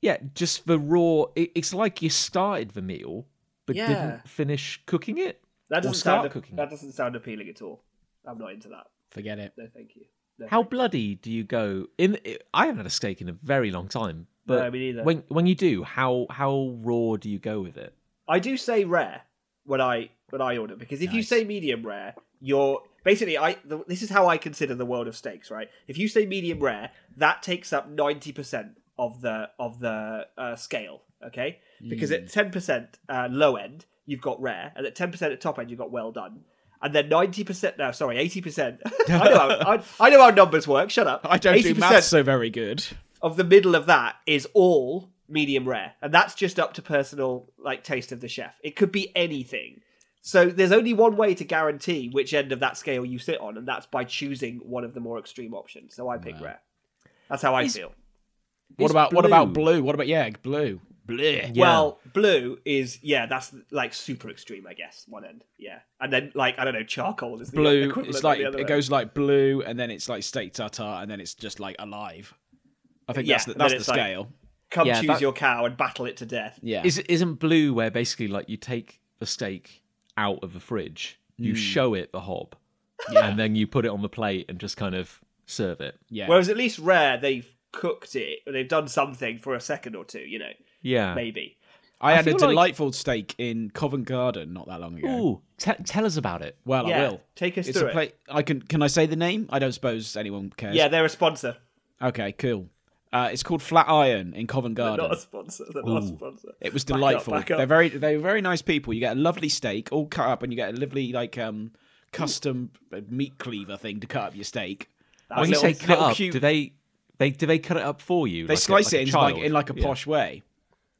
S1: yeah, just the raw. It, it's like you started the meal but
S3: Yeah.
S1: didn't finish cooking it.
S3: That
S1: Or
S3: doesn't
S1: start
S3: sound
S1: cooking.
S3: that doesn't sound appealing at all. I'm not into that.
S2: Forget it.
S3: No, thank you. No,
S1: How
S3: thank
S1: bloody do you go in? I haven't had a steak in a very long time, but
S3: me neither.
S1: when when you do, how how raw do you go with it?
S3: you. I do say rare when I when I order because if you
S2: Nice.
S3: say medium rare, you're basically I. The, this is how I consider the world of steaks, right? If you say medium rare, that takes up ninety percent of the of the uh, scale, okay? Because at
S2: Mm.
S3: ten percent uh, low end, you've got rare, and at ten percent at top end, you've got well done. And then ninety percent, no, sorry, eighty percent. I know how I, I know how numbers work. Shut up.
S2: I don't do
S3: 80%
S2: maths so very good.
S3: of the middle of that is all medium rare and that's just up to personal like taste of the chef it could be anything so there's only one way to guarantee which end of that scale you sit on and that's by choosing one of the more extreme options so i pick rare that's how i
S1: Is-
S3: feel
S2: What
S1: It's
S2: about what about
S1: blue.
S2: blue? What about yeah, blue? Blue.
S3: well blue is yeah that's like super extreme i guess one end yeah and then like i don't know charcoal is the
S2: blue.
S3: equivalent
S2: It's
S3: of
S2: like
S3: the other
S2: it
S3: end.
S2: goes like blue, and then it's like steak tartare, and then it's just like alive. I think
S3: Yeah,
S2: that's the,
S3: and
S2: that's
S3: then
S2: the
S3: it's like-
S2: scale.
S3: come
S1: yeah,
S3: choose
S1: that-
S3: your cow and battle it to death
S2: yeah,
S1: Is isn't blue where basically like you take the steak out of the fridge, you show it the hob, and then you put it on the plate and just kind of serve it.
S2: yeah.
S3: whereas at least rare they've cooked it or they've done something for a second or two you know
S1: Yeah.
S3: maybe
S2: I,
S1: I
S2: had a
S1: feel like-
S2: delightful steak in Covent Garden not that long ago.
S1: Ooh, te- tell us about it.
S2: Well,
S3: Yeah,
S2: I will
S3: take us
S2: it's
S3: through
S2: a
S3: it.
S2: pla- I can can I say the name? I don't suppose anyone cares.
S3: Yeah, they're a sponsor.
S2: Okay. Cool. Uh, it's called Flatiron in Covent Garden.
S3: Not a sponsor. They're not a sponsor.
S2: It was
S3: Back up,
S2: delightful.
S3: back up.
S2: They're very they're very nice people. You get a lovely steak all cut up, and you get a lovely like um custom meat cleaver thing to cut up your steak.
S3: That's
S1: when you
S3: little-
S1: say cut
S2: little
S1: up,
S2: cute-
S1: do they they do they cut it up for you?
S2: They slice it in like in like a posh way. Uh,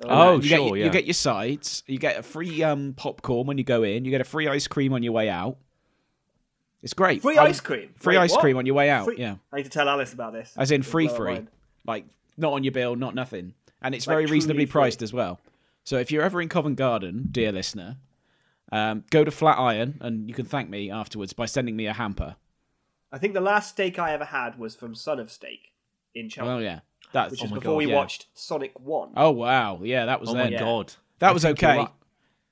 S1: Oh,
S2: you
S1: sure,
S2: get, your-
S1: yeah.
S2: You get your sides. You get a free um, popcorn when you go in. You get a free ice cream on your way out. It's great.
S3: free
S2: I
S3: ice
S2: would-
S3: cream.
S2: um, Free
S3: Wait,
S2: ice
S3: what?
S2: cream on your way out.
S3: Free-
S2: Yeah,
S3: I need to tell Alice about this.
S2: as in free
S3: blow her
S2: free,
S3: mind.
S2: like not on your bill, not nothing, and it's
S3: Like,
S2: very
S3: truly
S2: reasonably
S3: free.
S2: priced as well. So if you're ever in Covent Garden, dear listener, um, go to Flatiron and you can thank me afterwards by sending me a hamper.
S3: I think the last steak I ever had was from Son of Steak in Cheltenham,
S2: Oh yeah, that's
S3: which
S2: oh
S3: is
S2: my
S3: before
S2: God,
S3: we
S2: yeah.
S3: watched Sonic One.
S2: Oh wow, yeah, that was
S1: Oh
S2: then.
S1: my
S3: Yeah.
S1: god,
S2: That
S1: I
S2: was
S1: think you're
S2: okay.
S1: right.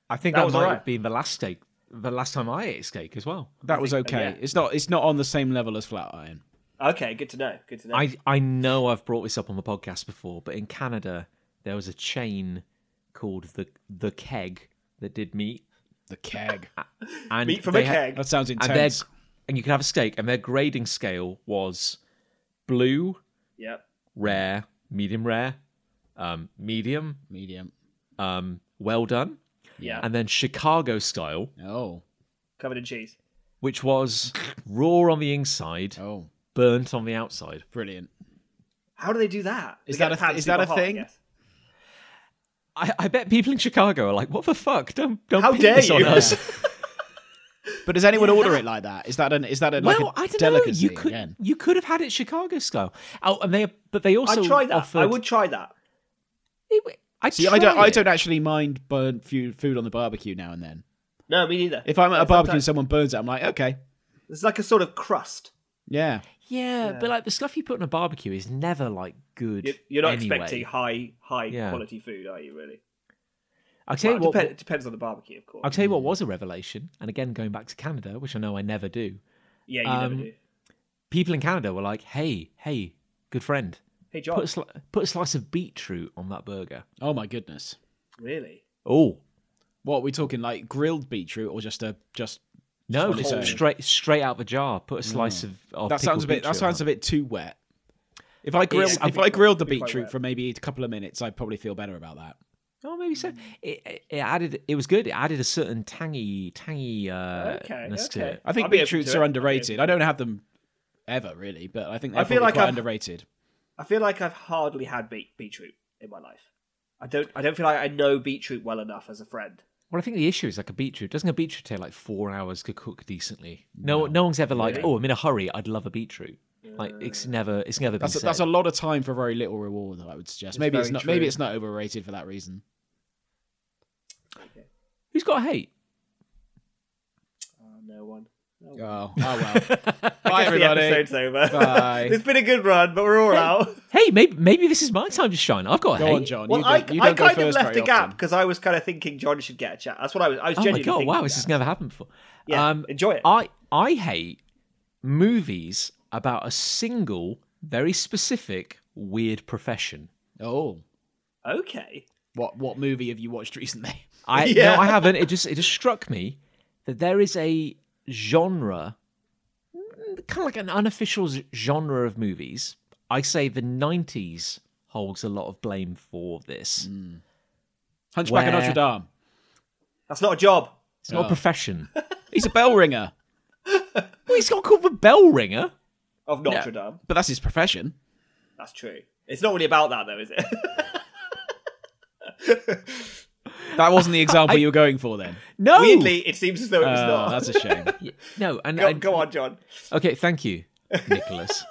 S1: I think
S3: That
S1: that,
S3: was
S1: might
S3: alright.
S1: have been the last steak, the last time I ate steak as well.
S2: That was okay.
S3: uh, yeah.
S2: It's not. It's not on the same level as Flatiron.
S3: Okay, good to know. Good to know.
S1: I, I know I've brought this up on the podcast before, but in Canada there was a chain called the the Keg that did meat
S2: The keg.
S1: and
S3: Meat from
S1: they
S3: a
S1: had-
S3: keg.
S2: That sounds
S1: and their,
S2: intense.
S1: and you could have a steak, and their grading scale was blue,
S3: Yep.
S1: rare, medium rare, um, medium,
S2: Medium.
S1: um, well done.
S3: Yeah.
S1: And then Chicago style,
S2: Oh,
S3: Covered in cheese.
S1: which was raw on the inside,
S2: oh,
S1: burnt on the outside.
S2: brilliant.
S3: How do they do that?
S2: Is
S3: They get
S2: that a
S3: pan
S2: th- is that
S3: super
S2: a
S3: hot, I
S2: thing?
S3: guess.
S1: I, I bet people in Chicago are like, "What the fuck? Don't don't
S3: How
S1: pin
S3: dare
S1: this on
S3: you?"
S1: us."
S2: But does anyone order it like that? Is that an is that a
S1: well,
S2: like a
S1: I don't know.
S2: delicacy
S1: You could
S2: again?
S1: you could have had it Chicago style. Oh, and they but they also
S3: I'd try that.
S1: Offered,
S3: I would try that.
S1: i
S2: See, I don't I don't actually mind burnt fu- food on the barbecue now and then.
S3: No, me neither.
S2: If I'm at a
S3: Sometimes-
S2: barbecue and someone burns it, I'm like, okay,
S3: It's like a sort of crust.
S2: yeah,
S1: Yeah,
S3: Yeah.
S1: but like the stuff you put on a barbecue is never like good.
S3: You're, you're not
S1: anyway.
S3: expecting high, high
S1: Yeah.
S3: quality food, are you? Really?
S1: I'll tell you
S3: Well, mm.
S1: what.
S3: depend- depends on the barbecue, of course.
S1: I'll tell you what was a revelation, and again going back to Canada, which I know I never do.
S3: yeah, you
S1: um,
S3: never do.
S1: People in Canada were like, "Hey, hey, good friend,
S3: Hey,
S1: put
S3: John.
S1: a, sli- put a slice of beetroot on that burger."
S2: Oh my goodness.
S3: Really?
S1: Oh
S2: What are we talking like grilled beetroot or just a just
S1: no,
S2: on its own?
S1: just straight straight out the jar. Put a
S3: Mm.
S1: slice of, of
S2: that sounds
S1: pickled
S2: a bit that
S1: beetroot
S2: sounds
S1: on
S2: a bit too wet. If I grilled
S1: I
S2: if
S1: think
S2: I grilled the
S3: it'd be quite
S2: beetroot
S3: wet.
S2: for maybe a couple of minutes, I'd probably feel better about that.
S1: it. Oh, maybe
S2: Mm.
S1: so. It, it- it added. It was good. It added a certain tangy, tangy. Uh,
S3: Okay,
S1: ness to
S3: okay.
S1: it.
S2: I think
S3: I'll be open
S2: beetroots
S3: to
S2: are
S3: it.
S2: underrated. I don't have them ever really, but I think they're
S3: I feel
S2: probably
S3: like
S2: quite
S3: I've-
S2: underrated.
S3: I feel like I've hardly had beet- beetroot in my life. I don't. I don't feel like I know beetroot well enough as a friend.
S1: Well, I think the issue is like a beetroot. Doesn't a beetroot take like four hours to cook decently? No, no one's ever like, oh, I'm in a hurry. I'd love a beetroot. Like it's never, it's never been
S2: That's a,
S1: said.
S2: that's a lot of time for very little reward. I would suggest. maybe it's
S3: very
S2: not. Maybe
S3: true.
S2: it's not overrated for that reason.
S1: Who's got hate?
S3: Oh, no one. No one.
S2: Oh, oh well. Bye
S3: The
S2: everybody.
S3: episode's over.
S2: Bye.
S3: it's been a good run, but we're all out.
S1: Hey, maybe maybe this is my time to shine. I've got hate.
S2: Go on, John.
S3: Well,
S2: you
S3: I,
S2: don't, you
S3: I
S2: don't go
S3: kind of
S2: first
S3: left a
S2: very
S3: gap
S2: often.
S3: because I was kind of thinking John should get a chat. That's what I was. I was
S1: Oh my
S3: genuinely
S1: god!
S3: thinking
S1: Wow, this
S3: that.
S1: has never happened before.
S3: Yeah, enjoy it.
S1: I I hate movies about a single, very specific, weird profession.
S2: Oh,
S3: Okay.
S2: what what movie have you watched recently?
S1: I
S3: Yeah.
S1: no, I haven't. It just it just struck me that there is a genre, kind of like an unofficial z- genre of movies. I say the '90s holds a lot of blame for this.
S2: Hunchback
S1: Where-
S2: of Notre Dame.
S3: That's not a job.
S1: It's
S3: Mm.
S1: not
S2: Oh.
S1: a profession. well,
S2: He's a bell ringer,
S1: it's not called the bell ringer.
S3: Of Notre Dame.
S2: but that's his profession.
S3: That's true. It's not really about that though, is it?
S2: That wasn't the example you were going for then.
S1: No,
S3: Weirdly, it seems as though it was
S2: Oh,
S3: not.
S2: that's a shame.
S1: no. And,
S3: Go,
S1: and-
S3: go on, John.
S1: okay, thank you, Nicholas.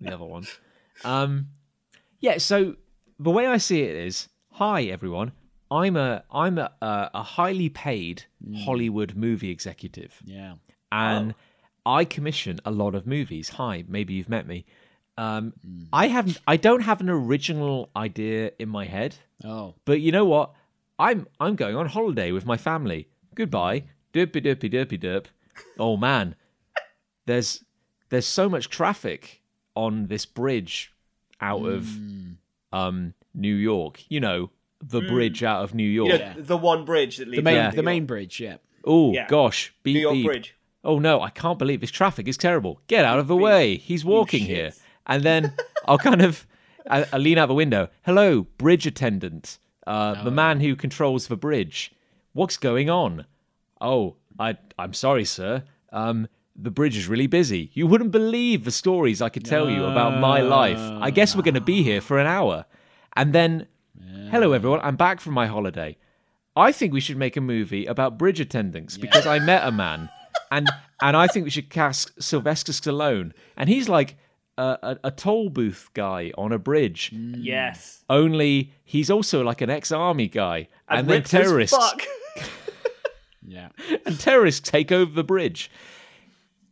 S1: the other one. Um, yeah. So the way I see it is, hi everyone. I'm a I'm a a, a highly paid Hollywood movie executive,
S2: yeah.
S1: and I commission a lot of movies. Hi, maybe you've met me. Um, I haven't. I don't have an original idea in my head,
S2: Oh,
S1: but you know what? I'm I'm going on holiday with my family. Goodbye. Derpy derpy derpy derp. Oh man. There's there's so much traffic on this bridge out
S3: Hmm.
S1: of um New York. You know, the bridge out of New York.
S3: You know, the one bridge that leads
S2: the main
S3: to New
S2: the main
S3: York.
S2: bridge. Yeah.
S1: Oh
S3: Yeah.
S1: gosh. Beep,
S3: New York
S1: beep.
S3: Bridge.
S1: Oh no, I can't believe this traffic is terrible. Get out of the way. He's walking
S3: shit.
S1: here. And then I'll kind of I, I lean out the window. Hello, bridge attendant. Uh, The man who controls the bridge. What's going on? Oh, I I'm sorry, sir. Um, the bridge is really busy. You wouldn't believe the stories I could tell you about my life. I guess we're going to be here for an hour. And then, hello everyone, I'm back from my holiday. I think we should make a movie about bridge attendants because I met a man, and and I think we should cast Sylvester Stallone, and he's like a, a, a toll booth guy on a bridge.
S3: Mm. Yes.
S1: Only he's also like an ex-army guy, and, then
S3: Ripped as
S1: terrorists
S3: Fuck.
S2: Yeah.
S1: and terrorists take over the bridge.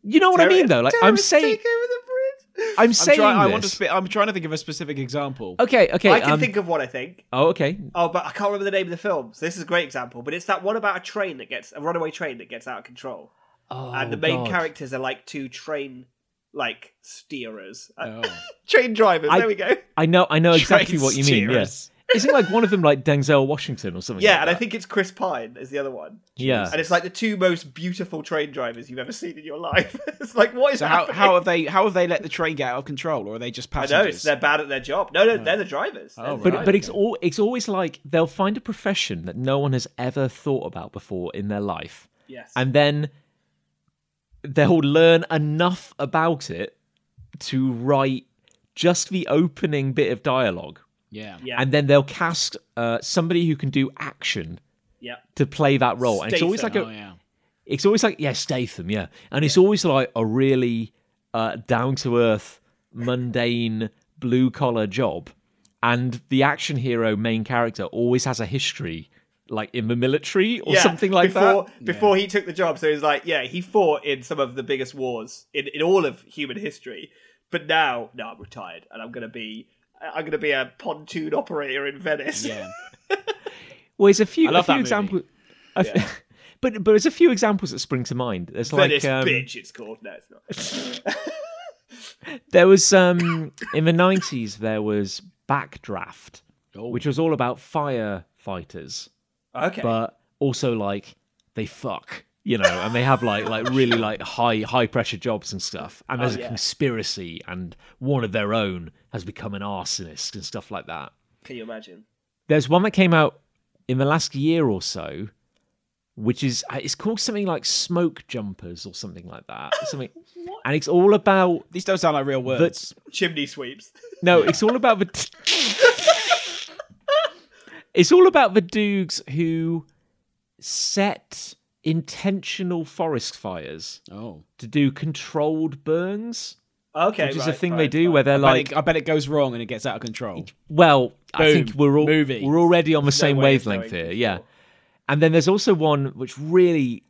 S1: You know what I mean, though. Like I'm
S3: Terrorists
S1: saying,
S3: take over the bridge.
S1: I'm saying
S2: I'm trying. I
S1: this.
S2: want to. Spe- I'm trying to think of a specific example.
S3: Uh,
S1: okay, okay.
S3: I can
S1: um,
S3: think of one. I think.
S1: oh, okay.
S3: Oh, but I can't remember the name of the film. So this is a great example. But it's that one about a train that gets a runaway train that gets out of control,
S1: Oh,
S3: and the main
S1: God.
S3: characters are like two train like steerers, Uh,
S2: Oh.
S3: train drivers.
S1: I-
S3: there we go.
S1: I know, I know exactly
S2: Train
S1: what you mean. Yes,
S2: steerers.
S1: Isn't like one of them like Denzel Washington or something?
S3: Yeah,
S1: like
S3: and I
S1: that?
S3: think it's Chris Pine is the other one.
S1: yeah.
S3: And it's like the two most beautiful train drivers you've ever seen in your life. it's like what is
S2: So how,
S3: happening?
S2: how have they how have they let the train get out of control, or are they just
S3: I
S2: passengers?
S3: know it's, they're bad at their job. No, no, they're the drivers.
S2: Oh,
S3: They're the
S1: But
S2: Right,
S1: but it's
S2: okay.
S1: all it's always like they'll find a profession that no one has ever thought about before in their life,
S3: Yes.
S1: and then they'll learn enough about it to write just the opening bit of dialogue,
S2: yeah.
S3: yeah.
S1: and then they'll cast uh, somebody who can do action
S3: yeah.
S1: to play that role. And it's always like
S3: Statham.
S1: a,
S2: Oh yeah.
S1: it's always like yeah Statham yeah, and it's always like a really uh, down to earth, mundane blue collar job, and the action hero main character always has a history like in the military or
S3: Yeah,
S1: something like
S3: before,
S1: that.
S3: Before he took the job, so he's like, yeah, he fought in some of the biggest wars in, in all of human history. But now, no, I'm retired, and I'm gonna be, I'm gonna be a pontoon operator in Venice.
S2: Yeah.
S1: Well, there's a few,
S2: I love
S1: a few
S2: that
S1: examples.
S2: movie.
S1: a f- But, but there's a few examples that spring to mind. There's
S3: Venice
S1: like um,
S3: bitch, it's called. No, it's not.
S1: there was um in the 90s there was Backdraft, which was all about firefighters.
S3: Oh. Okay.
S1: but also like they fuck you know and they have like like really like high high pressure jobs and stuff and there's
S3: Oh, yeah.
S1: a conspiracy and one of their own has become an arsonist and stuff like that
S3: Can you imagine?
S1: there's one that came out in the last year or so which is uh, it's called something like smoke jumpers or something like that something and it's all about
S2: These don't sound like real words.
S3: Chimney sweeps.
S1: no, it's all about the. it's all about the dudes who set intentional forest fires
S2: Oh.
S1: to do controlled burns,
S3: Okay,
S1: which is a
S3: right,
S1: thing they
S3: fine,
S1: do
S3: fine.
S1: where they're
S2: Like,
S1: like,
S2: I bet it goes wrong and it gets out of control.
S1: well, I think
S2: Boom,
S1: we're all
S2: movie.
S1: we're already on the
S3: no
S1: same
S3: way of
S1: wavelength
S3: knowing
S1: here,
S3: for
S1: yeah.
S3: sure.
S1: And then there's also one which really.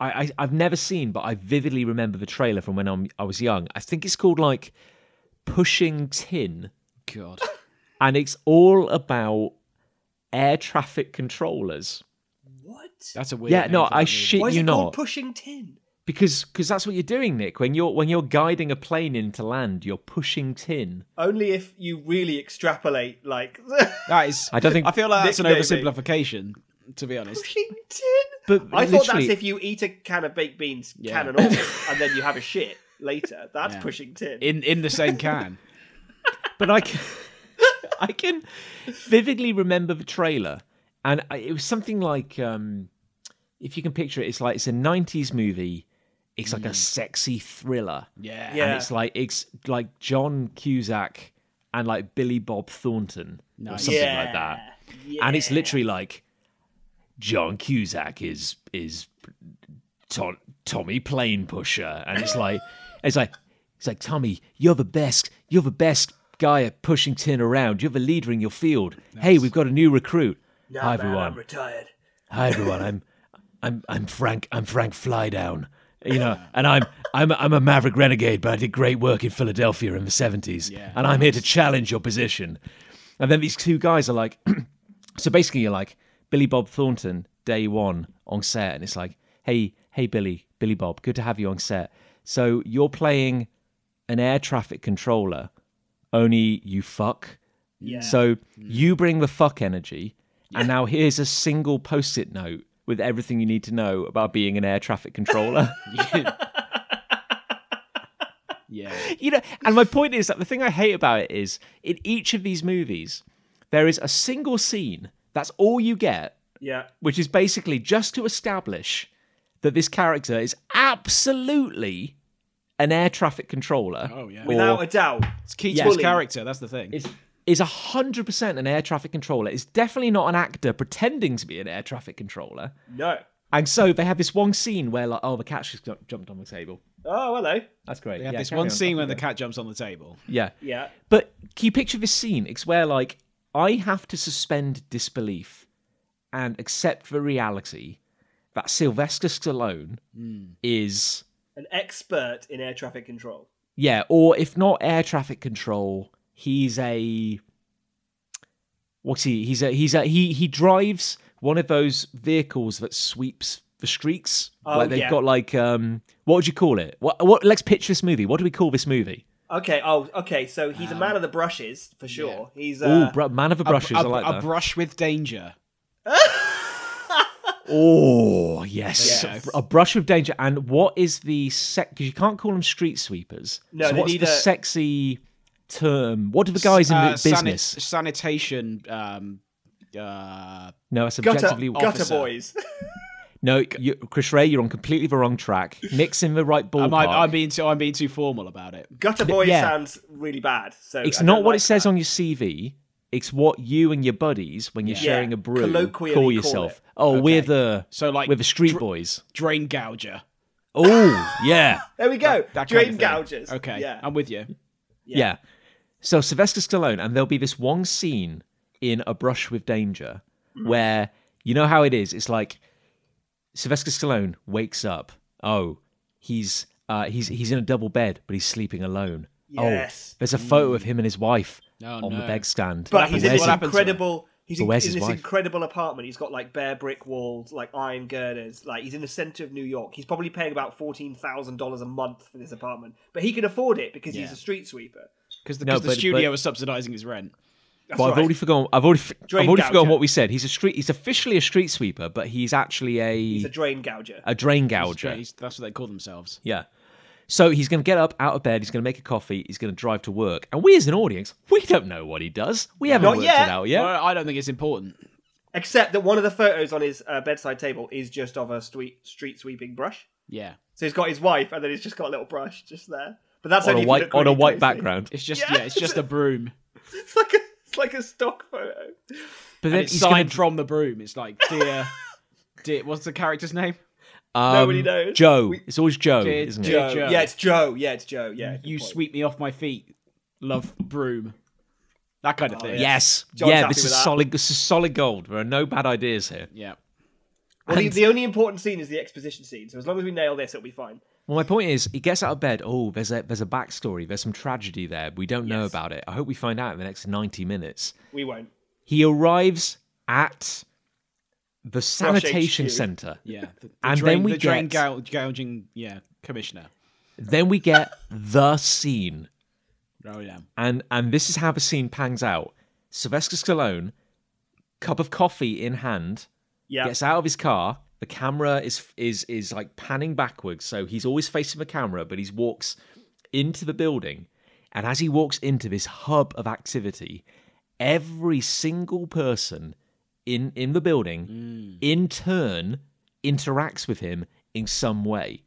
S1: I, I I've never seen, but I vividly remember the trailer from when I'm, I was young. I think it's called like pushing tin,
S2: God.
S1: and it's all about air traffic controllers.
S3: What?
S2: That's a weird.
S1: yeah,
S2: name
S1: no,
S2: for that
S1: I
S2: movie.
S3: Why
S1: shit
S3: is
S1: you
S3: it called
S1: not,
S3: pushing tin?
S1: because because that's what you're doing, Nick. When you're when you're guiding a plane into land, you're pushing tin.
S3: Only if you really extrapolate, like
S2: That is.
S1: I don't think-
S2: I feel like that's an
S3: Nicknaming.
S2: oversimplification. To be honest.
S3: pushing tin.
S1: But
S3: I thought that's
S1: literally-
S3: if you eat a can of baked beans,
S2: Yeah.
S3: can and all, and then you have a shit later. That's
S2: Yeah.
S3: pushing tin.
S2: In in the same can.
S1: But I can I can vividly remember the trailer, and I, it was something like um, if you can picture it, it's like it's a '90s movie. It's like a sexy thriller.
S2: Yeah.
S3: Hmm. Yeah.
S1: and it's like it's like John Cusack and like Billy Bob Thornton or
S2: Nice.
S1: something like that.
S3: Yeah.
S1: and it's literally like John Cusack is is to- Tommy Plane Pusher, and it's like it's like it's like Tommy, you're the best, you're the best guy at pushing tin around. You're the leader in your field. Hey, we've got a new recruit.
S3: Nah,
S1: Hi
S3: man,
S1: everyone.
S3: I'm retired.
S1: Hi everyone. I'm I'm I'm Frank. I'm Frank Flydown. You know, and I'm I'm I'm a maverick renegade, but I did great work in Philadelphia in the seventies,
S2: Yeah.
S1: and I'm here to challenge your position. And then these two guys are like, so basically you're like Billy Bob Thornton, day one on set, and it's like, hey hey Billy Billy Bob, good to have you on set. So you're playing an air traffic controller, only you fuck.
S3: Yeah.
S1: So you bring the fuck energy, and now here's a single post it note with everything you need to know about being an air traffic controller.
S2: Yeah.
S1: you know, and my point is that the thing I hate about it is in each of these movies, there is a single scene that's all you get,
S3: Yeah.
S1: which is basically just to establish that this character is absolutely an air traffic controller.
S2: Oh yeah.
S3: Without a doubt.
S2: It's key
S1: Yeah.
S2: to his
S1: Fully.
S2: character. That's the thing.
S1: is is hundred percent an air traffic controller. It's definitely not an actor pretending to be an air traffic controller.
S3: No.
S1: And so they have this one scene where like, oh, the cat just got- jumped on the table.
S3: Oh, hello.
S1: That's great.
S2: They have
S1: yeah,
S2: this
S1: carry
S2: one
S1: on.
S2: scene when the cat jumps on the table.
S1: Yeah.
S3: Yeah.
S1: But can you picture this scene? It's where like I have to suspend disbelief and accept the reality that Sylvester Stallone
S2: Hmm.
S1: is
S3: An expert in air traffic control.
S1: yeah, or if not air traffic control, he's a what's he? He's a he's a he he drives one of those vehicles that sweeps the streets.
S3: Oh,
S1: like they've
S3: yeah.
S1: got like um what would you call it? What what let's pitch this movie. What do we call this movie?
S3: Okay. Oh, okay. So he's a man of the brushes for sure. He's
S1: Um, Ooh,
S3: uh,
S1: br- man of the brushes.
S2: a,
S1: I like
S2: a
S1: that.
S2: brush with danger.
S1: oh yes,
S2: Yes.
S1: a brush of danger. And what is the sec? Because you can't call them street sweepers.
S3: No,
S1: so
S3: they
S1: what's
S3: need
S1: the
S3: a-
S1: sexy term? What do the guys in
S2: Uh,
S1: the
S2: sani-
S1: business?
S2: sanitation. Um, uh,
S1: no, it's
S3: gutter,
S1: objectively.
S3: gutter
S2: officer.
S3: boys.
S1: no, you, Chris Ray, you're on completely the wrong track. Nick's in the right ballpark.
S2: am I, I'm being too. I'm being too formal about it.
S3: gutter boy
S1: yeah.
S3: sounds really bad. So
S1: it's
S3: I
S1: not
S3: don't
S1: what
S3: like
S1: it says
S3: that.
S1: on your CV. It's what you and your buddies, when you're
S3: Yeah.
S1: sharing a brew,
S3: Colloquially
S1: call
S3: call
S1: yourself.
S3: it.
S1: oh,
S2: Okay.
S1: we're the
S2: So, like,
S1: we're the street
S2: dr-
S1: boys.
S2: Drain gouger.
S1: Oh yeah.
S3: There we go.
S2: That kind
S3: Drain
S2: of thing.
S3: gougers.
S2: Okay,
S3: Yeah.
S2: I'm with you.
S1: Yeah. So Sylvester Stallone, and there'll be this one scene in A Brush with Danger where you know how it is. It's like Sylvester Stallone wakes up. Oh, he's uh, he's he's in a double bed, but he's sleeping alone.
S3: Yes.
S1: Oh, there's a photo of him and his wife
S2: Oh,
S1: on the
S2: no.
S1: bed stand.
S3: but he's in
S1: Where's
S3: this
S2: what
S1: he?
S2: happened to him?
S3: incredible. He's
S1: But
S3: in,
S1: where's
S3: in
S1: his
S3: this
S1: wife?
S3: incredible apartment. He's got like bare brick walls, like iron girders. Like he's in the center of New York. He's probably paying about fourteen thousand dollars a month for this apartment, but he can afford it because he's
S2: Yeah.
S3: a street sweeper.
S2: Because the,
S1: No,
S2: 'cause the
S1: but-
S2: studio
S1: but-
S2: was subsidising his rent.
S3: That's
S1: But I've
S3: right.
S1: already forgotten. I've already, f- I've
S3: Drain
S1: already forgotten
S3: gouger.
S1: what we said. He's a street. He's officially a street sweeper, but he's actually a
S3: He's a drain gouger.
S1: a drain
S2: That's
S1: gouger.
S2: what- That's what they call themselves.
S1: Yeah. So he's going to get up out of bed. He's going to make a coffee. He's going to drive to work. And we, as an audience, we don't know what he does. We haven't
S3: Not
S1: worked
S3: yet.
S1: it out yet.
S2: Well, I don't think it's important.
S3: Except that one of the photos on his uh, bedside table is just of a street street sweeping brush.
S2: Yeah,
S3: So he's got his wife, and then he's just got a little brush just there. But that's
S1: on
S3: only
S1: a
S3: if you
S1: white
S3: look
S1: on a
S3: really
S1: white
S3: closely.
S1: background.
S2: it's just
S3: Yeah.
S2: yeah, it's just a broom.
S3: It's like a it's like a stock photo.
S1: But
S2: And
S1: then
S2: it's
S1: he's going
S2: signed from the broom. It's like dear, dear. What's the character's name?
S1: um,
S3: Nobody knows.
S1: Joe.
S3: We-
S1: it's always Joe,
S2: Dear
S1: isn't
S2: Joe.
S1: it?
S3: Joe. Yeah, it's Joe. Yeah, it's Joe. Yeah. good
S2: You
S3: point.
S2: sweep me off my feet. Love broom. That kind of thing.
S1: Yes.
S3: John's
S1: Oh, yeah.
S3: happy
S1: This
S3: with
S1: is
S3: that.
S1: solid. This is solid gold. There are no bad ideas here.
S2: Yeah.
S3: Well, the,
S1: And-
S3: the only important scene is the exposition scene. So as long as we nail this, it'll be fine.
S1: Well, my point is, he gets out of bed. Oh, there's a there's a backstory. There's some tragedy there. We don't know
S3: Yes.
S1: about it. I hope we find out in the next ninety minutes.
S3: We won't.
S1: He arrives at the sanitation
S3: HQ.
S1: center.
S2: Yeah. The, the
S1: And
S2: drain,
S1: then we
S2: the drain
S1: get-
S2: gou- gouging. Yeah, commissioner.
S1: Then we get the scene.
S2: Oh yeah.
S1: and and this is how the scene pans out. Sylvester Stallone, cup of coffee in hand,
S3: Yeah.
S1: gets out of his car. The camera is is is like panning backwards, so he's always facing the camera, but he walks into the building. And as he walks into this hub of activity, every single person in in the building, in turn, interacts with him in some way.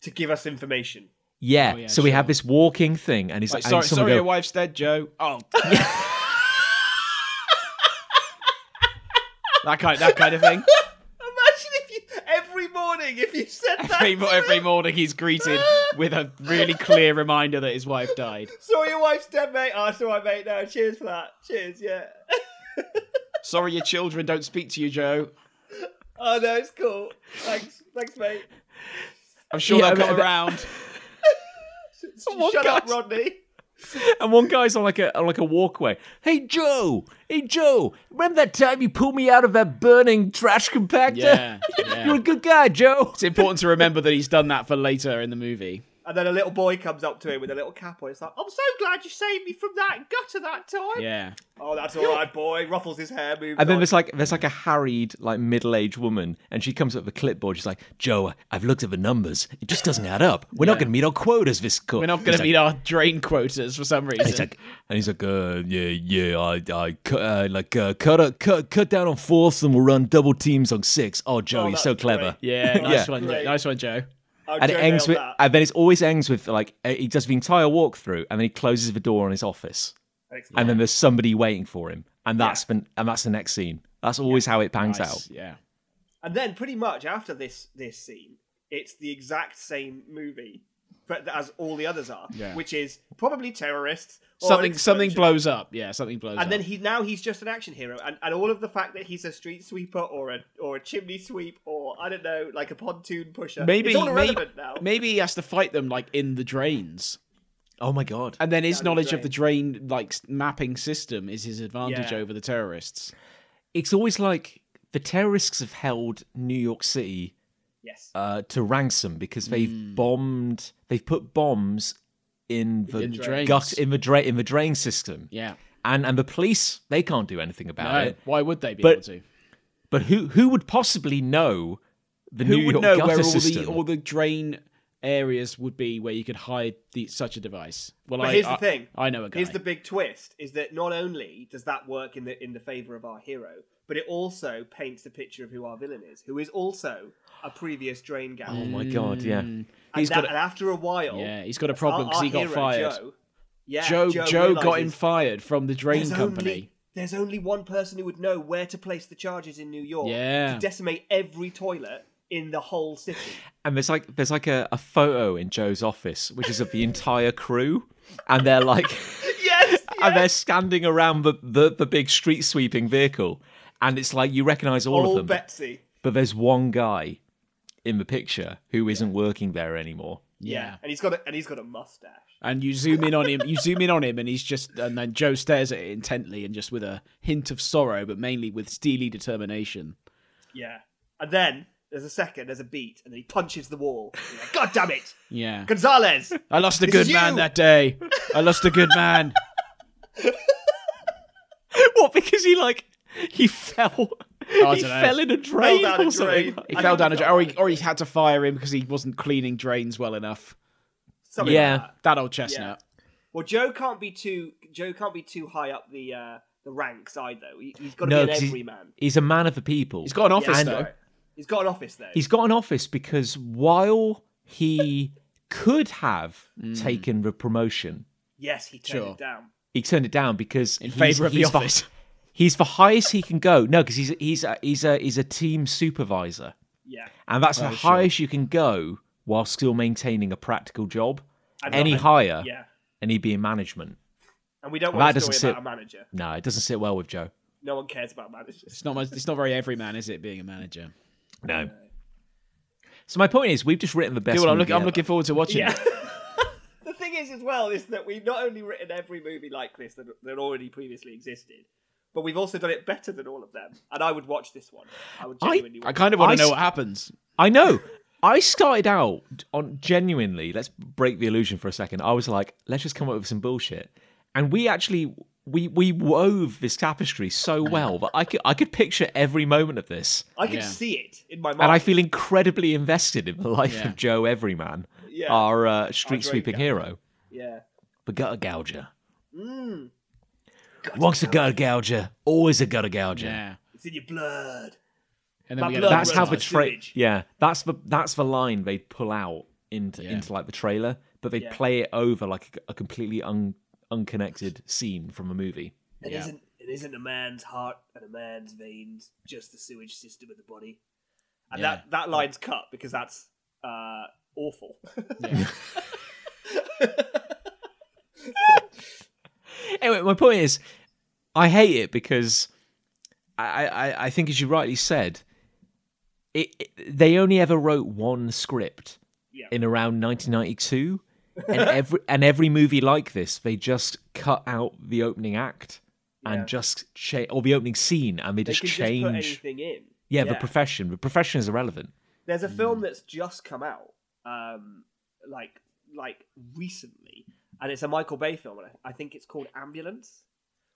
S3: To give us information.
S1: Yeah.
S2: Oh, yeah,
S1: so we have
S2: sure.
S1: this walking thing, and he's
S2: Like,
S1: and
S2: sorry,
S1: someone
S2: sorry,
S1: go-
S2: your wife's dead, Joe. Oh. that kind, that kind of thing.
S3: Imagine if you every morning if you said that.
S2: Every, mo- every morning he's greeted with a really clear reminder that his wife died.
S3: Sorry, your wife's dead, mate. Oh, it's all right, mate. No, cheers for that. Cheers. Yeah.
S2: Sorry, your children don't speak to you, Joe.
S3: Oh no, it's cool. Thanks, thanks, mate.
S2: I'm sure
S1: Yeah,
S2: they'll
S1: but-
S2: come around.
S1: What
S3: Shut up,
S1: guys?
S3: Rodney.
S1: And one guy's on like a on like a walkway. Hey Joe, hey Joe, remember that time you pulled me out of that burning trash compactor?
S2: Yeah, yeah.
S1: You're a good guy, Joe.
S2: It's important to remember that he's done that for later in the movie.
S3: And then a little boy comes up to him with a little cap on. It's like, I'm so glad you saved me from that gutter that time.
S2: Yeah.
S3: Oh, that's all right, boy. Ruffles his hair, moves
S1: And then
S3: on.
S1: there's like there's like a harried like middle aged woman, and she comes up with a clipboard. She's like, Joe, I've looked at the numbers. It just doesn't add up. We're not
S2: Yeah.
S1: going to meet our quotas this co-
S2: We're not going to meet our drain quotas for some reason.
S1: He's like, and he's like, uh, yeah, yeah, I, I, cut, uh, like, uh, cut, uh, cut, cut down on fourths, and we'll run double teams on six. Oh, Joe, you're
S3: that's
S1: so clever.
S3: great.
S2: yeah, nice
S1: Yeah.
S2: one, Joe.
S3: Great.
S2: nice one, Joe.
S3: Oh,
S1: and
S3: Joe
S1: it ends
S3: nailed
S1: with,
S3: that.
S1: and then it always ends with like uh, he does the entire walkthrough, and then he closes the door on his office,
S3: Excellent.
S1: and then there's somebody waiting for him, and that's the, and that's the next scene. That's always how it pans
S2: Nice,
S1: out.
S2: Yeah.
S3: And then pretty much after this this scene, it's the exact same movie, but as all the others are,
S2: Yeah.
S3: which is probably terrorists. or an
S2: Something something
S3: explosion.
S2: blows up. Yeah, something blows up.
S3: And then he now he's just an action hero, and, and all of the fact that he's a street sweeper or a or a chimney sweep or I don't know like a pontoon pusher.
S2: maybe
S3: it's all
S2: maybe,
S3: irrelevant now.
S2: maybe he has to fight them like in the drains
S1: Oh my god!
S2: and then his
S3: Down the
S2: knowledge of the drain like s- mapping system is his advantage
S3: Yeah.
S2: over the terrorists
S1: It's always like the terrorists have held New York City
S3: yes,
S1: uh, to ransom because they've bombed, they've put bombs in the,
S2: Hmm. In the drains.
S1: gut in the dra- in the drain system.
S2: Yeah.
S1: And and the police they can't do anything about
S2: No,
S1: it.
S2: why would they be
S1: But-
S2: able to?
S1: But who who would possibly know the
S2: Who
S1: New
S2: would
S1: York
S2: know
S1: gutter
S2: where all
S1: system?
S2: the all the drain areas would be where you could hide the, such a device? Well,
S3: But
S2: I,
S3: here's the
S2: I-
S3: thing.
S2: I know a guy.
S3: Here's the big twist: is that not only does that work in the in the favor of our hero, but it also paints the picture of who our villain is, who is also a previous drain gang.
S1: oh my god, yeah.
S2: Hmm.
S3: and,
S2: he's
S3: that,
S2: got a-
S3: and after a while,
S2: yeah, he's got a
S3: our-
S2: problem because
S3: our
S2: he got
S3: hero,
S2: fired.
S3: Joe, yeah,
S2: Joe Joe, got
S3: realises
S2: him fired from the drain
S3: there's
S2: company.
S3: Only, there's only one person who would know where to place the charges in New York
S2: Yeah.
S3: to decimate every toilet in the whole city.
S1: And there's like there's like a, a photo in Joe's office, which is of the entire crew, and they're like
S3: yes.
S1: and they're standing around the, the, the big street sweeping vehicle. And it's like you recognise all of
S3: Old
S1: them.
S3: Betsy.
S1: but there's one guy in the picture who isn't working there anymore.
S3: Yeah.
S2: yeah.
S3: and he's got a, and he's got a mustache.
S2: And you zoom in on him. You zoom in on him, and he's just. And then Joe stares at it intently, and just with a hint of sorrow, but mainly with steely determination.
S3: Yeah, and then there's a second, there's a beat, and then he punches the wall. He's like, God damn it,
S2: Yeah,
S3: Gonzalez!
S2: I lost a
S3: This
S2: good
S3: is
S2: man
S3: you!
S2: that day. I lost a good man.
S1: what? Because he like he fell.
S2: I
S1: he
S2: dunno.
S1: fell in a drain
S3: down a
S1: or something.
S3: drain.
S2: He
S3: I
S2: fell
S3: think
S2: down a
S3: he
S2: drain, or he, or he had to fire him because he wasn't cleaning drains well enough.
S3: Something
S1: Yeah.
S3: Like that.
S2: That old chestnut.
S3: Well, Joe can't be too Joe can't be too high up the uh, the ranks either. He, he's got to
S1: No,
S3: be
S1: 'cause
S3: an
S1: he-
S3: everyman.
S1: He's a man of the people.
S2: He's got an office
S3: Yeah,
S2: though.
S3: sorry. He's got an office though.
S1: He's got an office because while he could have
S2: Hmm.
S1: taken the promotion,
S3: yes, he turned
S2: Sure.
S3: it down.
S1: he turned it down because in
S2: favour of the office.
S1: he's the highest he can go. No, because he's he's a, he's a he's a team supervisor,
S3: Yeah,
S1: and that's the
S2: Oh, sure.
S1: highest you can go while still maintaining a practical job.
S3: And
S1: Any
S3: not-
S1: higher,
S3: yeah,
S1: and he'd be in management.
S3: and we don't
S1: That
S3: want a
S1: doesn't
S3: story
S1: sit-
S3: about a manager.
S1: No, it doesn't sit well with Joe.
S3: No one cares about managers.
S2: It's not. much- It's not very everyman, is it? Being a manager.
S1: No. So my point is, we've just written the best.
S2: Cool. I'm
S1: movie
S2: looking. I'm
S1: ever.
S2: looking forward to watching.
S3: Yeah.
S2: it.
S3: the thing is, as well, is that we've not only written every movie like this that, that already previously existed, but we've also done it better than all of them. And I would watch this one. I would genuinely.
S2: I
S3: watch
S2: kind of want
S1: I
S2: to know
S1: s-
S2: what happens.
S1: I know. I started out on genuinely. Let's break the illusion for a second. I was like, let's just come up with some bullshit, and we actually we we wove this tapestry so well that I could I could picture every moment of this,
S3: I can
S2: Yeah.
S3: see it in my mind.
S1: and I feel incredibly invested in the life
S2: Yeah.
S1: of Joe Everyman,
S3: Yeah.
S1: our uh, street
S3: Our great
S1: sweeping
S3: guy.
S1: hero,
S3: yeah. Mm.
S1: the gutter gouger. Once a gutter gouger, always a gutter gouger.
S2: Yeah.
S3: It's in your blood.
S2: And then we
S3: That
S2: get
S3: blood
S1: that's
S3: Runs
S1: how
S3: like
S1: the tra-
S3: sewage.
S1: yeah that's the that's the line they pull out into into like the trailer but they
S3: Yeah.
S1: play it over like a, a completely un- unconnected scene from a movie
S3: It
S2: Yeah.
S3: not It isn't a man's heart and a man's veins, just the sewage system of the body. And
S2: Yeah.
S3: that that line's cut because that's uh, awful.
S1: anyway my point is i hate it because i i, I think as you rightly said it, it- they only ever wrote one script
S3: Yeah.
S1: in around 1992 and every and every movie like this they just cut out the opening act and
S3: Yeah.
S1: just cha- or the opening scene and they,
S3: they
S1: just
S3: can
S1: change
S3: just put anything in.
S1: Yeah, the profession. The profession is irrelevant.
S3: There's
S2: Mm.
S3: a film that's just come out, um, like like recently, and it's a Michael Bay film. and I I think it's called Ambulance,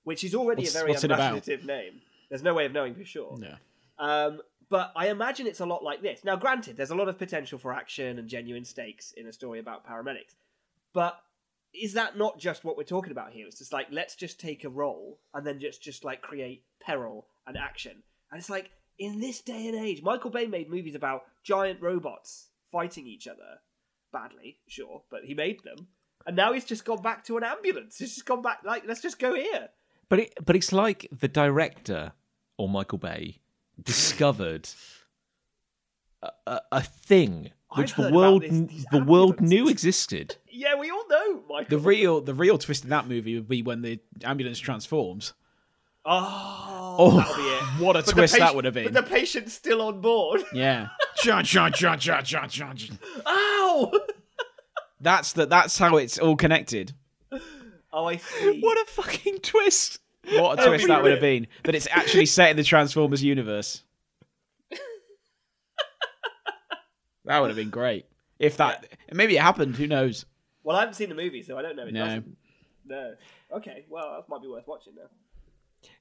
S3: which is already
S2: What's-
S3: a very
S2: what's it about?
S3: imaginative name. There's no way of knowing for sure.
S2: Yeah.
S3: Um, but I imagine it's a lot like this. Now, granted, there's a lot of potential for action and genuine stakes in a story about paramedics, but is that not just what we're talking about here? It's just like let's just take a role and then just just like create peril and action. And it's like in this day and age, Michael Bay made movies about giant robots fighting each other badly, sure, but he made them. And now he's just gone back to an ambulance. He's just gone back like let's just go here.
S1: But it, but it's like the director or Michael Bay discovered a, a, a thing
S3: I've
S1: which
S3: heard
S1: the
S3: about
S1: world
S3: this-
S1: kn-
S3: these
S1: the world
S3: ambulances.
S1: knew existed.
S3: Yeah, we all know Michael.
S2: The real the real twist in that movie would be when the ambulance transforms.
S3: oh,
S1: Oh.
S3: that'll be it.
S2: What a
S3: But the
S2: twist that
S3: patient-
S2: would have
S3: But
S2: been.
S3: the patient's still on board.
S2: Yeah. Chun, chun, chun, chun, chun, chun, chun.
S3: Ow!
S2: That's the that's how it's all connected.
S3: Oh, I see.
S1: What a fucking twist!
S2: What a twist that would have been. That it's actually set in the Transformers universe. That would have been great. If that maybe it happened, who knows?
S3: Well, I haven't seen the movie, so I don't know. It
S2: No.
S3: doesn't. No. Okay. Well, that might be worth watching now.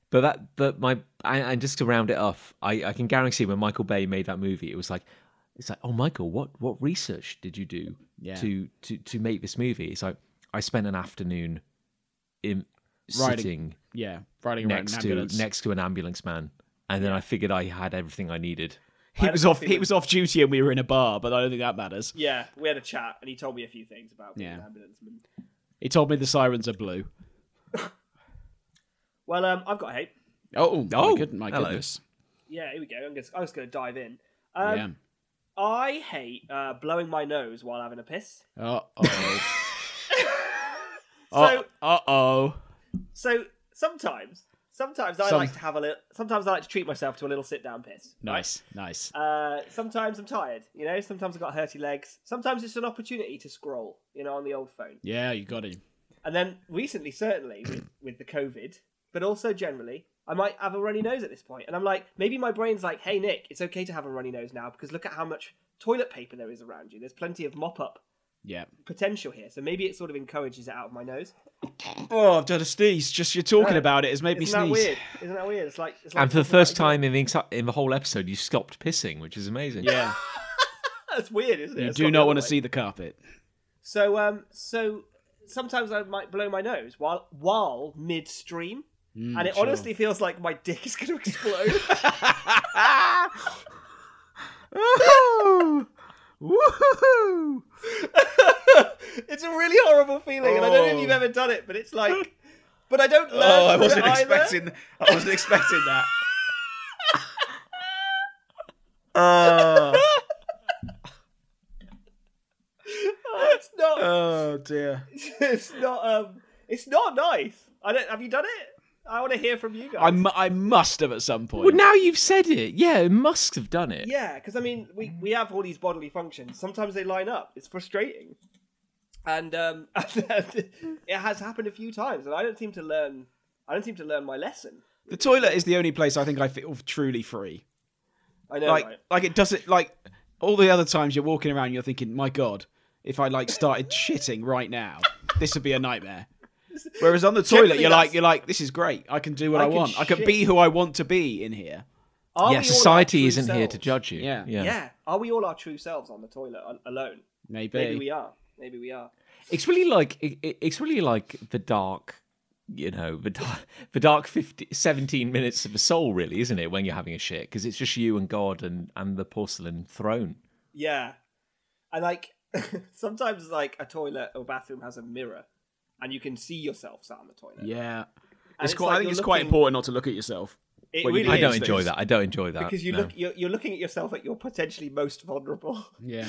S1: But that, but my, and, and just to round it off, I, I can guarantee when Michael Bay made that movie, it was like, it's like, oh Michael, what what research did you do
S2: Yeah.
S1: to to to make this movie? It's like I spent an afternoon in
S2: Riding-
S1: sitting
S2: Yeah, riding around in an
S1: next to
S2: ambulance.
S1: next to an ambulance man, and then I figured I had everything I needed.
S2: he
S3: had
S2: was
S3: a
S2: off.
S3: coffee
S2: He
S3: with-
S2: was off duty, and we were in a bar. But I don't think that matters.
S3: Yeah, we had a chat, and he told me a few things about being
S2: Yeah.
S3: an ambulance man.
S2: He told me the sirens are blue.
S3: Well, um, I've got hate.
S2: Oh,
S1: Oh,
S2: my, good, my
S1: hello.
S2: goodness.
S3: Yeah, here we go. I'm just, I'm just going to dive in. Um,
S2: yeah.
S3: I hate uh, blowing my nose while having a piss.
S2: Uh oh.
S3: So,
S2: uh oh.
S3: so sometimes, sometimes I
S2: Some-
S3: like to have a little. Sometimes I like to treat myself to a little sit down piss.
S2: Nice, nice.
S3: Uh, sometimes I'm tired, you know. Sometimes I've got hurty legs. Sometimes it's an opportunity to scroll, you know, on the old phone.
S2: Yeah, you got him.
S3: And then recently, certainly with, with the COVID, but also generally, I might have a runny nose at this point. And I'm like, maybe my brain's like, hey, Nick, it's okay to have a runny nose now because look at how much toilet paper there is around you. There's plenty of mop up
S2: Yeah.
S3: potential here. So maybe it sort of encourages it out of my nose.
S2: Oh, I've done a sneeze. Just you talking
S3: No.
S2: about it has made me
S3: Isn't that
S2: sneeze.
S3: weird? Isn't that weird? It's like, it's like
S1: and for the
S3: isn't that
S1: first time in the entire, in the whole episode, you stopped pissing, which is amazing.
S2: Yeah,
S3: That's weird, isn't it?
S2: you
S3: It's
S2: do
S3: gone the
S2: not
S3: other
S2: want to
S3: way.
S2: see the carpet.
S3: So, um, so sometimes I might blow my nose while while midstream, and it
S2: Mm, sure.
S3: honestly feels like my dick is going to explode.
S1: Woohoo!
S3: it's a really horrible feeling, and I don't know if you've
S2: Oh.
S3: ever done it, but it's like, but I don't learn.
S2: Oh, I
S3: from
S2: wasn't
S3: it either.
S2: expecting. I wasn't expecting that. Uh,
S3: Oh, it's not.
S2: Oh dear.
S3: It's not. Um, it's not nice. I don't. Have you done it? I want to hear from you guys.
S2: I, mu- I must have at some point.
S1: Well, now you've said it. Yeah, it must have done it.
S3: Yeah, because I mean, we, we have all these bodily functions. Sometimes they line up. It's frustrating, and um, it has happened a few times, and I don't seem to learn. I don't seem to learn my lesson.
S2: The toilet is the only place I think I feel truly free.
S3: I know.
S2: Like,
S3: right?
S2: like it doesn't. Like all the other times you're walking around, you're thinking, "My God, if I like started shitting right now, this would be a nightmare." Whereas on the
S3: Generally,
S2: toilet, you're
S3: that's-
S2: like, "You're like, this is great. I can do what
S3: I
S2: I,
S3: can
S2: want. I can
S3: shit."
S2: be who I want to be in here."
S3: Are we all
S1: yeah,
S3: our
S1: society
S3: true
S1: isn't here to
S3: selves?
S1: judge you.
S2: Yeah.
S1: yeah.
S3: Yeah, are we all our true selves on the toilet al- alone?
S2: Maybe.
S3: Maybe we are. Maybe we are.
S1: It's really like it, it- it's really like the dark, you know, the dark, the dark 50, 17 minutes of a soul, really, isn't it? When you're having a shit, because it's just you and God and and the porcelain throne.
S3: Yeah, and like sometimes like a toilet or bathroom has a mirror, and you can see yourself sat on the toilet.
S2: Yeah.
S3: And
S2: It's quite,
S3: like
S2: I think
S3: you're
S2: it's quite
S3: looking-
S2: important not to look at yourself.
S3: It
S2: when you
S3: really
S2: do
S1: I
S3: is.
S1: don't
S2: these
S1: enjoy
S2: things.
S1: that. I don't enjoy that
S3: because you
S1: no.
S3: look you're, you're looking at yourself at your potentially most vulnerable
S2: Yeah.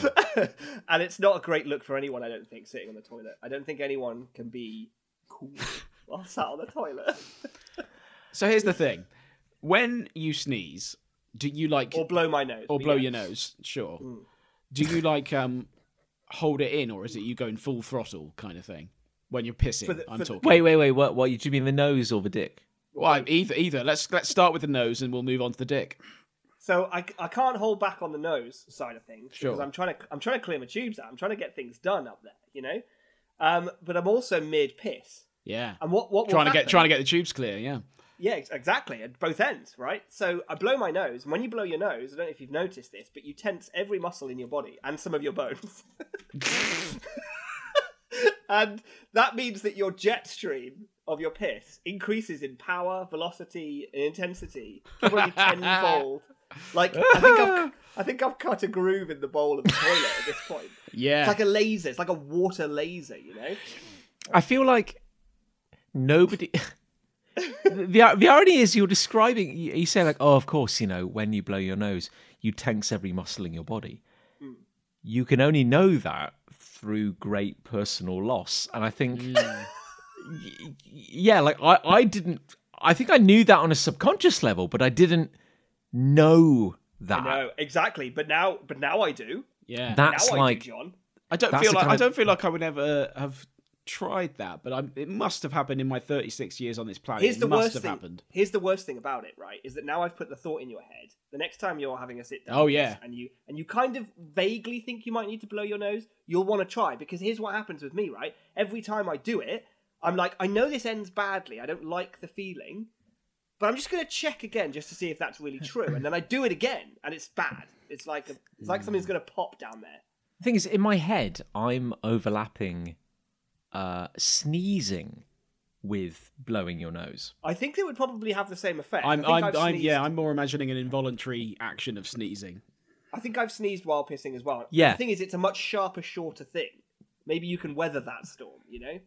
S3: and it's not a great look for anyone i don't think sitting on the toilet i don't think anyone can be cool while sat on the toilet
S2: So here's the thing: when you sneeze, do you like
S3: or blow my nose
S2: or
S3: but
S2: blow
S3: yeah. Mm.
S2: your nose? Sure. Do you like um hold it in, or is it you going full throttle kind of thing when you're pissing?
S3: the-
S2: I'm
S3: for the-
S2: talking.
S1: Wait, wait, wait. What? What? You do you mean the nose or the dick?
S2: Well, I'm either either. Let's let's start with the nose, and we'll move on to the dick.
S3: so I, I can't hold back on the nose side of things
S2: Sure.
S3: because i'm trying to i'm trying to clear my tubes out i'm trying to get things done up there you know um but i'm also mid piss
S2: Yeah.
S3: and what what will
S2: trying to get
S3: happen-
S2: trying to get the tubes clear. Yeah.
S3: Yeah, ex- exactly. At both ends, right? So I blow my nose. And when you blow your nose, I don't know if you've noticed this, but you tense every muscle in your body and some of your bones. and that means that your jet stream of your piss increases in power, velocity, and intensity probably tenfold. Like I think I've, I think I've cut a groove in the bowl of the toilet at this point.
S2: Yeah.
S3: It's like a laser. It's like a water laser, you know.
S1: I feel like nobody. the the irony is you're describing. You you say like, oh, of course, you know, when you blow your nose, you tense every muscle in your body.
S3: Hmm.
S1: You can only know that through great personal loss, and I think,
S3: Hmm.
S2: Mm,
S1: Y- y- yeah, like I I didn't. I think I knew that on a subconscious level, but I didn't know that.
S3: No, exactly. But now, but now I do.
S2: yeah.
S3: Now
S1: That's
S3: I
S1: like
S3: do, John.
S2: I don't
S1: That's
S2: feel
S1: the
S2: like
S1: kind
S2: I
S1: of-
S2: don't feel like I would ever have tried that, but I'm, it must have happened in my 36 years on this planet.
S3: Here's
S2: it
S3: the
S2: must
S3: worst
S2: have
S3: thing.
S2: happened.
S3: Here's the worst thing about it, right? Is that now I've put the thought in your head. The next time you're having a sit down,
S2: Oh,
S3: with
S2: yeah.
S3: us and you and you kind of vaguely think you might need to blow your nose. You'll want to try because here's what happens with me, right? Every time I do it, I'm like, I know this ends badly. I don't like the feeling, but I'm just gonna check again just to see if that's really true. And then I do it again, and it's bad. It's like a, it's like something's gonna pop down there.
S1: The thing is, in my head, I'm overlapping uh, sneezing with blowing your nose.
S3: I think it would probably have the same effect. I
S2: I'm,
S3: think
S2: I'm,
S3: I've
S2: I'm, yeah,
S3: sneezed-
S2: I'm more imagining an involuntary action of sneezing.
S3: I think I've sneezed while pissing as well.
S1: Yeah.
S3: The thing is, it's a much sharper, shorter thing. Maybe you can weather that storm, you know?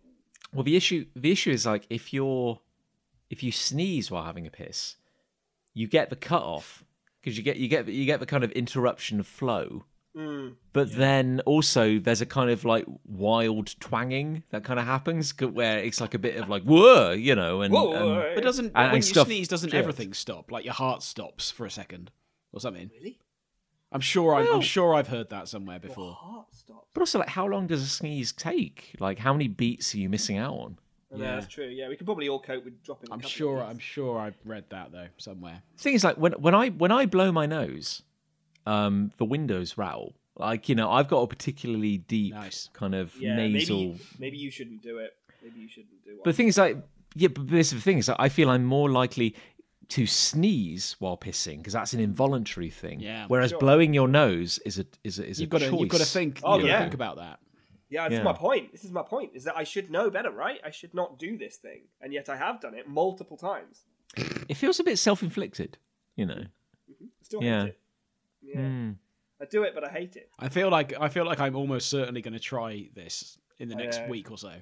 S1: Well, the issue the issue is like if you're if you sneeze while having a piss, you get the cut off because you get you get you get the kind of interruption of flow.
S3: Mm.
S1: But then also there's a kind of like wild twanging that kind of happens c- where it's like a bit of like whoa, you know, and,
S3: Whoa,
S1: and-
S3: whoa,
S2: But doesn't
S1: And-
S2: when
S1: and
S2: you
S1: stuff
S2: sneeze, doesn't
S1: jerks.
S2: everything stop? Like your heart stops for a second or something.
S3: Really?
S2: I'm sure. I'm,
S1: Well-
S2: I'm sure I've heard that somewhere
S3: Your
S2: before.
S3: heart stops.
S1: but also like how long does a sneeze take? Like how many beats are you missing out on?
S3: Yeah. Oh, that's true. Yeah, we could probably all cope with dropping. a
S2: I'm
S3: couple of
S2: sure.
S3: things.
S2: I'm sure I've read that though somewhere.
S1: The thing is like when when I when I blow my nose, um, the windows rattle. Like you know, I've got a particularly deep
S2: Nice.
S1: kind of
S3: Yeah,
S1: nasal.
S3: maybe, maybe you shouldn't do it. Maybe you shouldn't do it.
S1: But the thing is, like, yeah, but this is the thing is, like, I feel I'm more likely to sneeze while pissing because that's an involuntary thing.
S2: Yeah.
S1: Whereas blowing your nose is a is a, is
S2: You've
S1: a
S2: got to.
S1: choice.
S2: You've got to think.
S3: Oh,
S2: you've got
S3: yeah.
S2: to think about that.
S3: yeah, this
S1: yeah.
S3: is my point. This is my point. Is that I should know better, right? I should not do this thing, and yet I have done it multiple times.
S1: It feels a bit self inflicted, you know.
S3: Still hate
S1: Yeah. Hmm.
S3: it. Yeah. I do it, but I hate it.
S2: I feel like. I feel like I'm almost certainly going to try this in the next
S3: Yeah.
S2: week or so.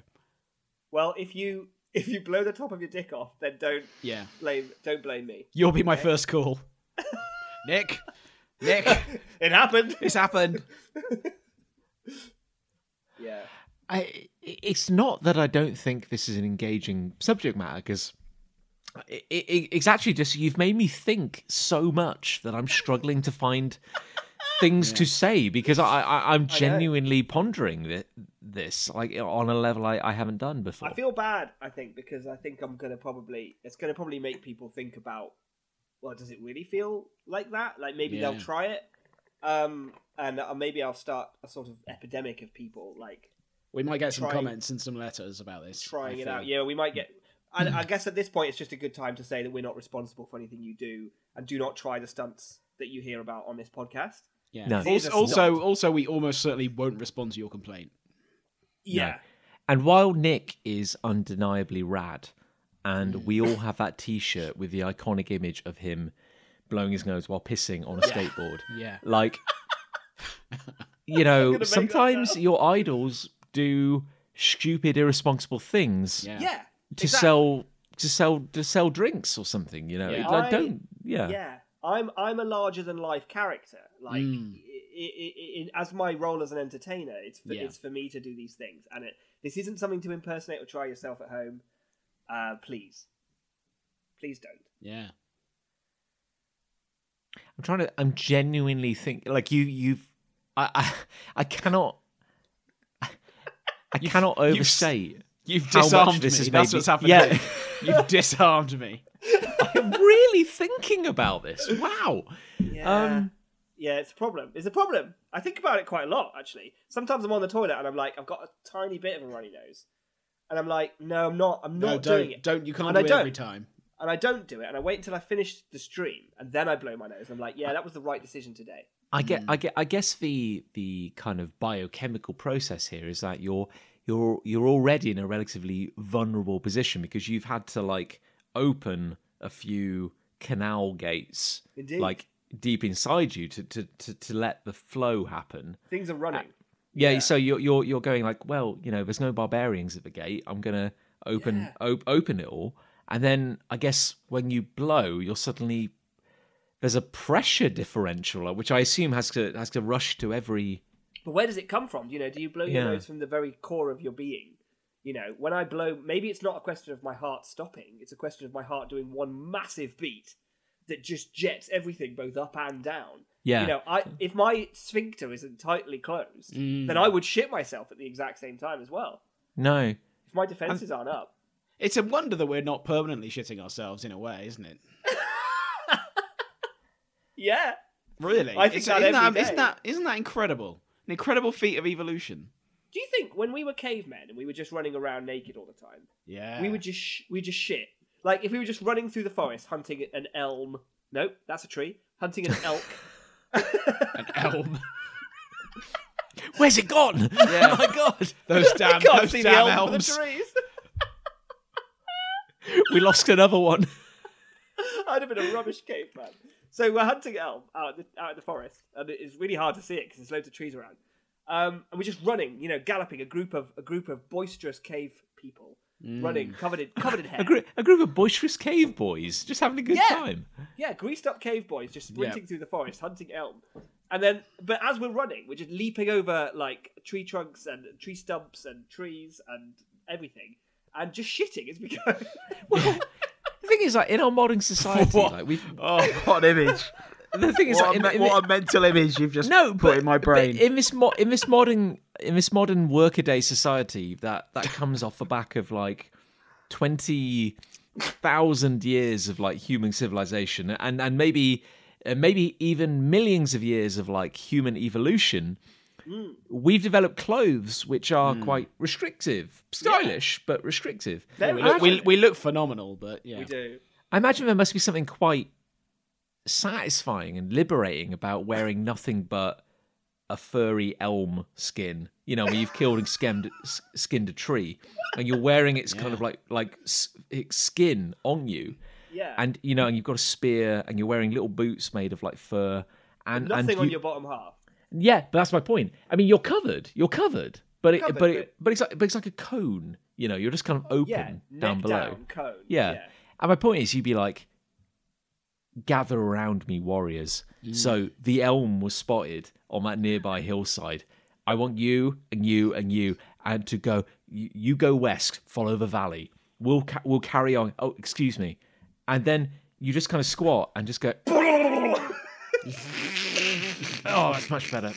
S3: Well, if you if you blow the top of your dick off, then don't
S2: Yeah.
S3: blame don't blame me.
S2: You'll be my first call, Nick. Nick,
S3: It happened.
S2: it's happened.
S3: Yeah.
S1: I, it's not that I don't think this is an engaging subject matter because it, it, it's actually e, just you've made me think so much that I'm struggling to find things to say because I, I I'm genuinely pondering thi- this like on a level I, I haven't done before.
S3: I feel bad, I think, because I think I'm gonna probably it's gonna probably make people think about well, does it really feel like that? Like maybe they'll
S2: Yeah.
S3: try it. Um and uh, maybe I'll start a sort of epidemic of people like
S2: We might get some
S3: Trying-
S2: comments and some letters about this. I
S3: trying it
S2: feel.
S3: out. Yeah, we might get and I guess at this point it's just a good time to say that we're not responsible for anything you do and do not try the stunts that you hear about on this podcast.
S2: Yeah.
S1: No.
S3: These
S2: Also,
S3: are
S2: also, also, we almost certainly won't respond to your complaint.
S3: Yeah.
S1: And while Nick is undeniably rad, and we all have that T-shirt with the iconic image of him blowing his nose while pissing on a skateboard,
S2: Yeah.
S1: like you know, sometimes your idols do stupid, irresponsible things
S2: Yeah.
S3: Yeah.
S1: to
S3: exactly.
S1: sell to sell to sell drinks or something. You know,
S2: Yeah.
S1: like
S3: I-
S1: don't yeah.
S3: yeah i'm i'm a larger than life character like
S2: Mm.
S3: i i i i as my role as an entertainer it's for,
S2: Yeah.
S3: it's for me to do these things and it this isn't something to impersonate or try yourself at home uh please please don't
S2: Yeah.
S1: I'm trying to. I'm genuinely think like you. You've. I. I, I cannot. I cannot
S2: you've-
S1: overstate.
S2: You've
S1: how
S2: disarmed
S1: much this has
S2: me. That's
S1: made me-
S2: what's happened.
S1: Yeah.
S2: here. You've disarmed me.
S1: I'm really thinking about this. Wow.
S3: yeah
S1: Um,
S3: yeah it's a problem it's a problem i think about it quite a lot actually sometimes i'm on the toilet and i'm like i've got a tiny bit of a runny nose and i'm like no i'm not i'm not
S2: No,
S3: doing
S2: don't,
S3: it
S2: don't. You can't
S3: And
S2: do
S3: I
S2: it
S3: don't.
S2: every time.
S3: and i don't do it and i wait until i finish the stream and then i blow my nose i'm like yeah that was the right decision today
S1: I get. I get. I guess the the kind of biochemical process here is that you're you're you're already in a relatively vulnerable position because you've had to like open a few canal gates,
S3: Indeed.
S1: like deep inside you to to to, to let the flow happen.
S3: things are running
S1: Yeah, so you're you're you're going like, well, you know, there's no barbarians at the gate. I'm gonna open op- open it all, and then I guess when you blow, you're suddenly there's a pressure differential, uh, which I assume has to has to rush to every.
S3: But where does it come from? You know, do you blow your
S1: Yeah.
S3: nose from the very core of your being? You know, when I blow, maybe it's not a question of my heart stopping. It's a question of my heart doing one massive beat that just jets everything both up and down.
S1: Yeah.
S3: You know, I if
S1: Mm.
S3: my sphincter isn't tightly closed, then I would shit myself at the exact same time as well.
S1: No.
S3: If my defenses aren't up,
S2: It's a wonder that we're not permanently shitting ourselves in a way, isn't it?
S3: yeah.
S2: Really?
S3: I think
S2: It's-
S3: that
S2: isn't,
S3: every
S2: isn't
S3: day.
S2: that isn't that incredible? An incredible feat of evolution.
S3: Do you think when we were cavemen and we were just running around naked all the time,
S2: Yeah.
S3: we would just sh- we just shit? Like if we were just running through the forest hunting an elm. Nope, that's a tree. Hunting an elk.
S2: an elm.
S1: Where's it gone?
S2: Yeah.
S1: oh my god.
S2: Those damn,
S3: Can't
S2: those
S3: see
S2: damn
S3: the elm for the
S2: elms.
S3: trees.
S1: We lost another one.
S3: I'd have been a rubbish caveman. So we're hunting elm out in the, out in the forest, and it's really hard to see it because there's loads of trees around. Um, and we're just running, you know, galloping a group of a group of boisterous cave people
S2: Mm.
S3: running, covered in covered in hair.
S1: A, gr- a group of boisterous cave boys just having a good
S3: Yeah.
S1: time.
S3: yeah, greased up cave boys just sprinting through the forest hunting elm, and then but as we're running, we're just leaping over like tree trunks and tree stumps and trees and everything, and just shitting as we go.
S1: The thing is, like in our modern society,
S4: What?
S1: like we've
S4: Oh, what an image!
S1: the thing is,
S4: What,
S1: like,
S4: a,
S1: in,
S4: me-
S1: in,
S4: what a mental image you've just
S1: no,
S4: put
S1: but
S4: in my
S1: but
S4: brain.
S1: in this mo- in this modern in this modern workaday society, that that comes off the back of like twenty thousand years of like human civilization, and and maybe and maybe even millions of years of like human evolution. We've developed clothes which are
S4: Hmm.
S1: quite restrictive, stylish but restrictive.
S3: Very
S2: We
S3: much.
S2: look, we, we look phenomenal, but yeah.
S3: we do.
S1: I imagine there must be something quite satisfying and liberating about wearing nothing but a furry elm skin. You know, where you've killed and skimmed, s- skinned a tree, and you're wearing its kind of like like s- its skin on you,
S3: Yeah,
S1: and you know, and you've got a spear, and you're wearing little boots made of like fur, and
S3: nothing
S1: and
S3: on
S1: you-
S3: your bottom half.
S1: yeah, but that's my point. I mean, you're covered. You're covered, but it,
S3: Covered,
S1: but it, but it's like but it's like a cone. You know, you're just kind of open
S3: Yeah,
S1: down
S3: neck
S1: below.
S3: down, cone.
S1: Yeah.
S3: yeah.
S1: And my point is, you'd be like, gather around me, warriors. So the elm was spotted on that nearby hillside. I want you and you and you and to go. You, you go west, follow the valley. We'll ca- we'll carry on. Oh, excuse me. And then you just kind of squat and just go. oh, that's much better.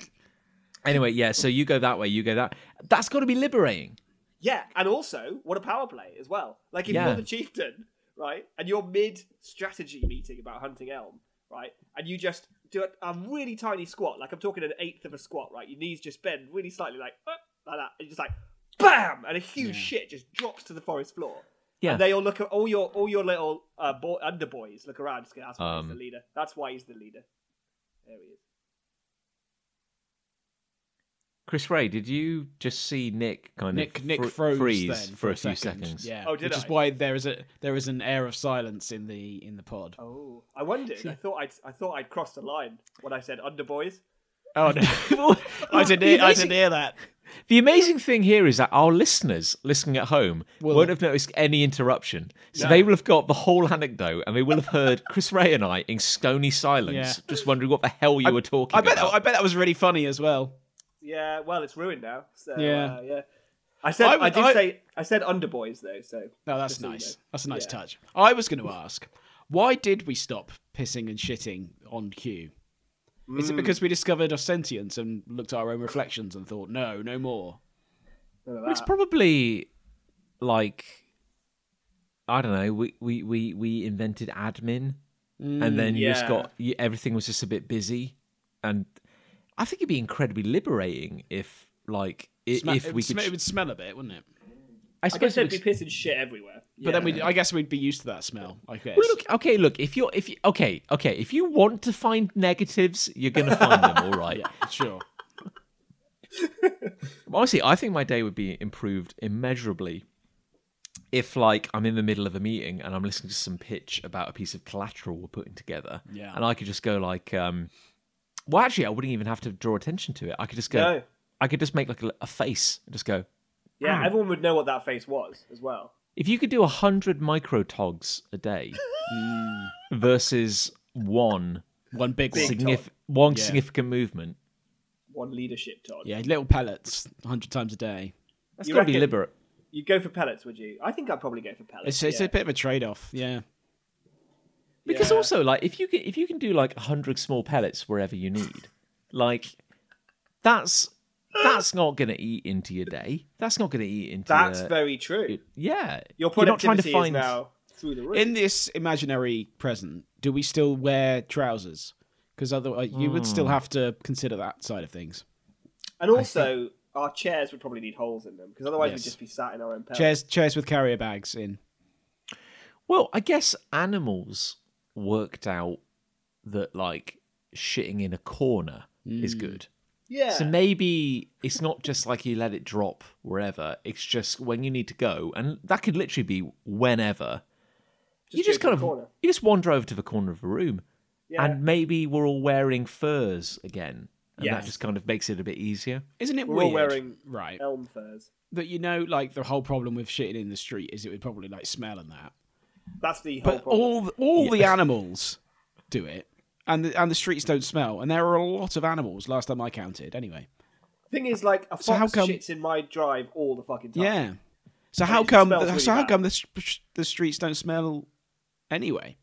S1: Anyway, yeah. So you go that way. You go that. That's got to be liberating.
S3: Yeah, and also what a power play as well. Like if
S1: Yeah.
S3: you're the chieftain, right, and you're mid strategy meeting about hunting elm, right, and you just do a, a really tiny squat, like I'm talking an eighth of a squat, right? Your knees just bend really slightly, like uh, like that, and just like bam, and a huge shit just drops to the forest floor.
S1: Yeah.
S3: and they all look at all your all your little uh, boy, underboys look around. Just go, that's why
S1: Um,
S3: he's the leader. That's why he's the leader. There he is.
S1: Chris Ray, did you just see Nick kind
S2: Nick
S1: of
S2: Nick
S1: fr-
S2: froze
S1: freeze
S2: then
S1: for a few seconds?
S2: Yeah.
S3: Oh, did
S2: which is
S3: I?
S2: why there is a there is an air of silence in the in the pod.
S3: Oh, I wondered. I thought I'd I thought I'd crossed the line when I said underboys.
S2: Oh no. I didn't
S1: The
S2: hear, I
S1: amazing-
S2: didn't hear that.
S1: The amazing thing here is that our listeners listening at home
S2: Will-
S1: won't have noticed any interruption. So they will have got the whole anecdote and they will have heard Chris Ray and I in stony silence,
S2: Yeah.
S1: just wondering what the hell you were talking
S2: I bet that,
S1: about.
S2: I bet that was really funny as well.
S3: Yeah, well, it's ruined now. So yeah,
S2: Yeah.
S3: uh, yeah. I said
S2: I
S3: I,
S2: would-
S3: did
S2: I-
S3: say I said underboys though. So
S2: No, that's
S3: Just so you
S2: nice.
S3: know.
S2: That's a nice
S3: Yeah.
S2: touch. I was going to ask, why did we stop pissing and shitting on cue?
S3: Mm.
S2: Is it because we discovered our sentience and looked at our own reflections and thought, no, no more?
S3: none of
S1: Well, it's
S3: that.
S1: probably like I don't know. We we we we invented admin, and then you
S2: Mm,
S1: just
S3: Yeah.
S1: got you, everything was just a bit busy, and I think it'd be incredibly liberating if like i-
S2: Sma-
S1: if
S2: it,
S1: we
S2: would
S1: could.
S2: sm- it would smell a bit, wouldn't it?
S1: I
S3: I guess
S1: suppose it
S3: they'd be
S1: would-
S3: pissing shit everywhere.
S2: But then we, I guess we'd be used to that smell. I guess.
S1: Well, look, okay, look. If you're, if you, okay, okay, if you want to find negatives, you're gonna find them, all right.
S2: sure.
S1: Honestly, I think my day would be improved immeasurably if, like, I'm in the middle of a meeting and I'm listening to some pitch about a piece of collateral we're putting together,
S2: Yeah.
S1: and I could just go like, um, well, actually, I wouldn't even have to draw attention to it. I could just go,
S3: No.
S1: I could just make like a, a face and just go.
S2: Hmm.
S3: yeah, everyone would know what that face was as well.
S1: If you could do hundred micro togs a day versus one
S2: One Mm. big one.
S1: signif- one
S2: Yeah.
S1: significant movement.
S3: One leadership, Todd.
S2: Yeah, little pellets, hundred times a day.
S1: That's
S3: You
S1: gotta be
S3: reckon?
S1: liberate.
S3: You'd go for pellets, would you? I think I'd probably go for pellets.
S2: It's it's
S3: yeah.
S2: a bit of a trade off. Yeah.
S1: Because
S3: Yeah.
S1: also, like, if you can if you can do like hundred small pellets wherever you need, like, that's that's not going to eat into your day. That's not going to eat into
S2: uh,
S3: That's
S1: your,
S3: very true.
S1: yeah.
S3: Your
S1: You're not trying
S3: productivity
S1: to find
S3: is now through the roof.
S2: In this imaginary present, do we still wear trousers? Because otherwise, you would still have to consider that side of things.
S3: and also, our chairs would probably need holes in them because otherwise
S2: Yes.
S3: we'd just be sat in our own pelt.
S2: Chairs, chairs with carrier bags in.
S1: Well, I guess animals worked out that like shitting in a corner is good.
S3: Yeah.
S1: So maybe it's not just like you let it drop wherever. It's just when you need to go, and that could literally be whenever. you
S3: do it
S1: just
S3: in
S1: kind
S3: the
S1: of
S3: corner.
S1: you just wander over to the corner of a room,
S3: Yeah.
S1: and maybe we're all wearing furs again, and
S3: Yes.
S1: that just kind of makes it a bit easier.
S2: Isn't it
S3: We're all
S2: weird?
S3: wearing
S2: right
S3: elm furs.
S2: that you know, like the whole problem with shitting in the street is it would probably like smell and that.
S3: That's the whole
S2: But
S3: problem.
S2: all the, all the animals do it, and the, and the streets don't smell. And there are a lot of animals. Last time I counted, anyway.
S3: Thing is, like a fox
S2: So how come-
S3: shits in my drive all the fucking time.
S2: Yeah. So how
S3: it
S2: come?
S3: smells
S2: The,
S3: really
S2: so how
S3: bad.
S2: come the s- the streets don't smell anyway?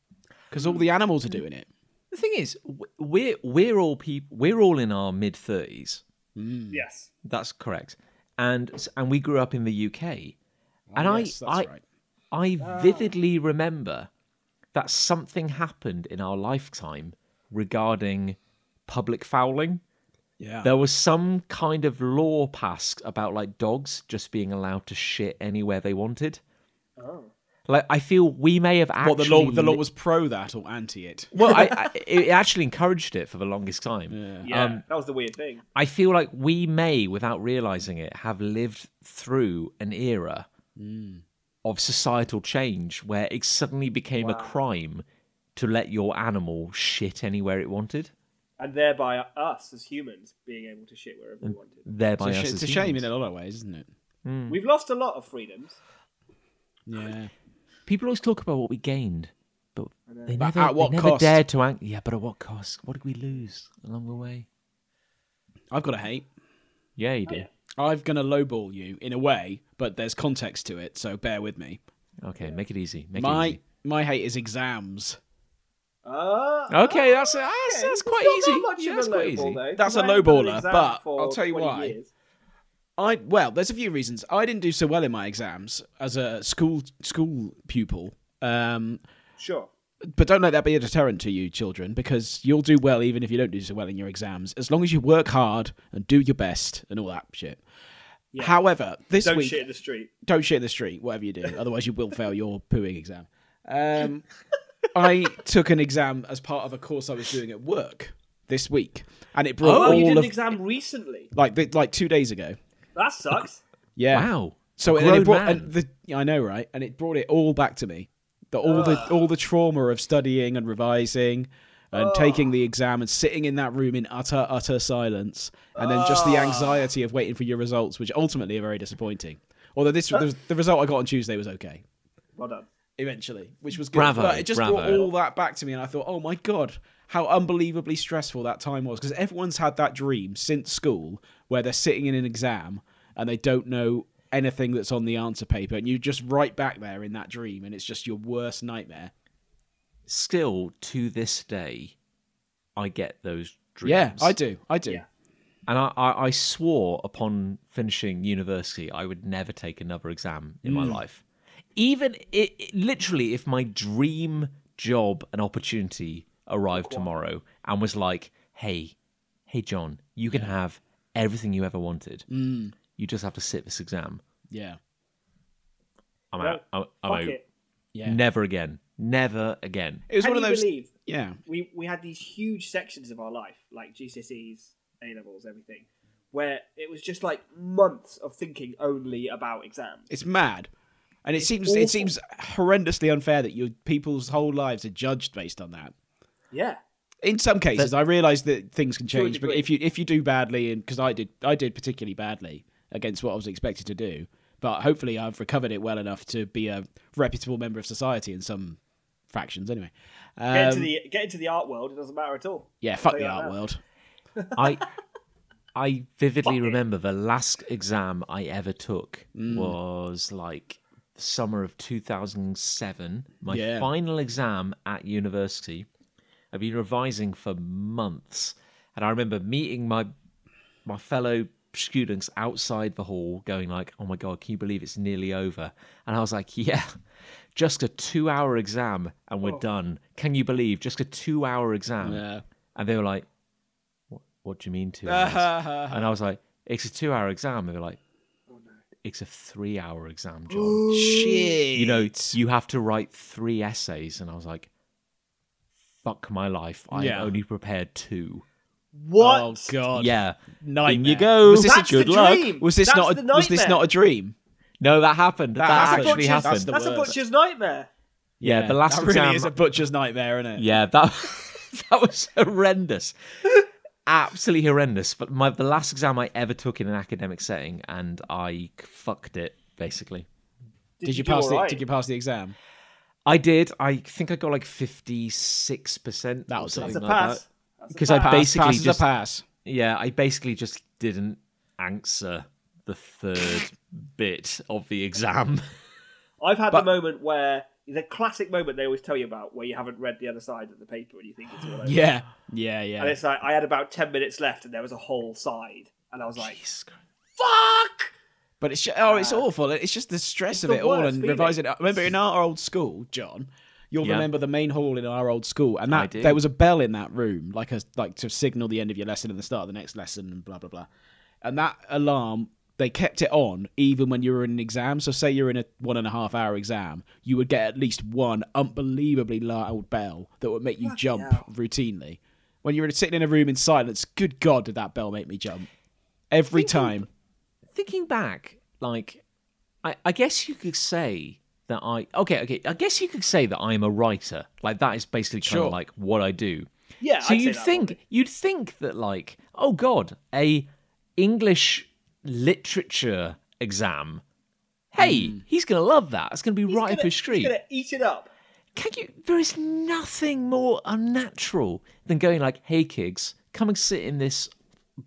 S2: Because all the animals are doing it.
S1: The thing is, w- we're we're all people. We're all in our mid thirties.
S3: Yes.
S1: That's correct. And and we grew up in the UK. And
S3: Oh,
S2: Yes,
S1: I I
S2: right. Oh.
S1: I vividly remember that something happened in our lifetime regarding public fouling.
S2: Yeah.
S1: There was some kind of law passed about like dogs just being allowed to shit anywhere they wanted. Oh. Like I feel we may have actually
S2: What the law? The law was pro that or anti it.
S1: well, I, I, it actually encouraged it for the longest time.
S3: Yeah. that was the weird thing.
S1: I feel like we may, without realizing it, have lived through an era
S2: Mm.
S1: of societal change where it suddenly became a crime to let your animal shit anywhere it wanted,
S3: And thereby us as humans being able to shit wherever we wanted.
S1: thereby
S2: It's a,
S1: us
S2: sh-
S1: as
S2: it's a shame
S1: humans.
S2: in a lot of ways, isn't it?
S3: We've lost a lot of freedoms.
S2: Yeah.
S1: People always talk about what we gained, but they
S2: But
S1: never,
S2: at what
S1: they never
S2: cost?
S1: dared to. Ang- yeah, but at what cost? What did we lose along the way?
S2: I've got a hate.
S1: Yeah,
S3: Oh,
S1: you did.
S2: I'm gonna lowball you in a way, but there's context to it, so bear with me.
S1: Okay, make it easy. Make it
S2: My
S1: easy.
S2: my hate is exams.
S3: Uh,
S1: Okay, that's that's, that's
S3: it's
S1: quite
S3: not
S1: easy.
S3: That much
S1: Yeah,
S3: of
S1: that's
S3: a
S1: quite
S3: low ball,
S1: easy.
S3: though, 'cause
S2: That's a
S3: I
S2: low
S3: haven't done an
S2: baller,
S3: exam
S2: but
S3: for
S2: I'll tell you
S3: 20
S2: why.
S3: years.
S2: I well, there's a few reasons. I didn't do so well in my exams as a school school pupil. Um,
S3: Sure.
S2: but don't let that be a deterrent to you, children, because you'll do well even if you don't do so well in your exams, as long as you work hard and do your best and all that shit. However, this
S3: Don't
S2: week
S3: shit in the street.
S2: don't shit in the street, whatever you do. Otherwise, you will fail your pooing exam. Um, I took an exam as part of a course I was doing at work this week, and it brought
S3: Oh,
S2: all
S3: you did
S2: of
S3: an exam recently.
S2: like th- like two days ago.
S3: That sucks.
S2: Yeah.
S1: Wow.
S2: So
S1: A
S2: and then
S1: grown
S2: it brought
S1: man.
S2: and the, yeah, I know, right? And it brought it all back to me. The, all the all the trauma of studying and revising and taking the exam and sitting in that room in utter utter silence and then just the anxiety of waiting for your results which ultimately are very disappointing. Although this the, the result I got on Tuesday was okay
S3: Well done.
S2: eventually, which was good.
S1: Bravo,
S2: but it just brought
S1: bravo.
S2: all that back to me, and I thought, oh my god, how unbelievably stressful that time was. Because everyone's had that dream since school where they're sitting in an exam and they don't know anything that's on the answer paper, and you're just right back there in that dream, and it's just your worst nightmare.
S1: still to this day, I get those dreams.
S2: Yeah, I do, I do.
S1: And I, I, I swore upon finishing university, I would never take another exam in
S2: Mm.
S1: my life. Even it, it- literally, if my dream job and opportunity arrived tomorrow and was like, hey, hey, John, you can have everything you ever wanted. You just have to sit this exam.
S2: Mm, Yeah,
S1: I'm
S3: No,
S1: out. I'm, I'm
S3: Fuck
S1: out.
S3: it.
S2: yeah.
S1: Never again. Never again.
S2: It was
S3: Can
S2: one of
S3: you
S2: those.
S3: believe
S2: Yeah,
S3: we, we had these huge sections of our life, like GCSEs, A levels, everything, where it was just like months of thinking only about exams.
S2: it's mad. And it seems
S3: awful.
S2: it seems horrendously unfair that your people's whole lives are judged based on that.
S3: Yeah.
S2: in some cases i realize that things can
S3: a
S2: change but
S3: degree.
S2: if you if you do badly and because i did i did particularly badly against what i was expected to do but hopefully i've recovered it well enough to be a reputable member of society in some fractions anyway
S3: Get,
S2: um,
S3: into the, get into the art world, it doesn't matter at all.
S2: yeah fuck
S3: Tell
S2: the
S3: you
S2: art
S3: that.
S2: world
S1: I I vividly remember the last exam I ever took was like the summer of 2007, my
S2: Yeah.
S1: final exam at university. I've been revising for months, and I remember meeting my my fellow students outside the hall going like, "Oh my god, can you believe it's nearly over?" And I was like, "Yeah, just a two-hour exam and we're done. Can you believe just a two-hour exam?"
S2: Yeah.
S1: And they were like, "What, what do you mean two hours?" and I was like, "It's a two-hour exam." And they were like, "It's a three-hour exam, John.
S2: Shit.
S1: you know, you have to write three essays." And I was like, "Fuck my life! I
S2: Yeah.
S1: have only prepared two.
S3: What?
S2: Oh god.
S1: Yeah, in
S2: Nightmare.
S1: you go.
S2: Was this
S3: That's
S2: a good
S3: the
S2: luck?
S3: dream.
S2: Was this
S3: That's
S2: not?
S3: the
S2: A, was this
S3: nightmare.
S2: not a dream?
S1: No, that happened. That,
S2: happened.
S1: actually
S3: That's
S1: happened.
S2: the
S3: That's a
S2: worst.
S3: butcher's nightmare.
S1: yeah, the last
S2: that really
S1: exam.
S2: is a butcher's nightmare, isn't it?
S1: yeah, that that was horrendous, absolutely horrendous. But my the last exam I ever took in an academic setting, and I fucked it basically.
S2: Did, you pass the
S3: alright?
S2: Did you pass the exam?
S1: I did. I think I got like fifty six percent.
S2: That was it.
S3: It's a pass.
S1: Because I basically
S2: pass is
S1: just
S2: a pass.
S1: yeah, I basically just didn't answer the third bit of the exam.
S3: I've had the moment where the classic moment they always tell you about, where you haven't read the other side of the paper and you think it's all over.
S2: Yeah. Yeah.
S3: And
S2: Yeah.
S3: it's like I had about ten minutes left, and there was a whole side, and I was like,
S1: Jesus Christ.
S3: "Fuck!"
S2: But it's just, oh, it's awful. It's just the stress of
S3: the
S2: it all
S3: worst
S2: and
S3: feeling.
S2: revising. it. Remember in our old school, John, you'll
S1: Yeah.
S2: remember the main hall in our old school, and
S1: I
S2: that
S1: do.
S2: there was a bell in that room, like a like to signal the end of your lesson and the start of the next lesson, and blah blah blah. And that alarm, they kept it on even when you were in an exam. So say you're in a one and a half hour exam, you would get at least one unbelievably loud bell that would make you jump routinely. When you were sitting in a room in silence, good God, did that bell make me jump every time?
S1: thinking back, like, I, I guess you could say that I okay, okay. I guess you could say that I am a writer. Like that is basically kind
S2: Sure.
S1: of like what I do.
S3: Yeah.
S1: So
S3: I'd say
S1: you'd
S3: that
S1: think you'd think that like, oh god, a English literature exam. Hey, he's gonna love that. It's gonna be
S3: one.
S1: right up
S3: Hmm. He's gonna-
S1: his street.
S3: He's gonna eat it up.
S1: Can you? There is nothing more unnatural than going like, "Hey kids, come and sit in this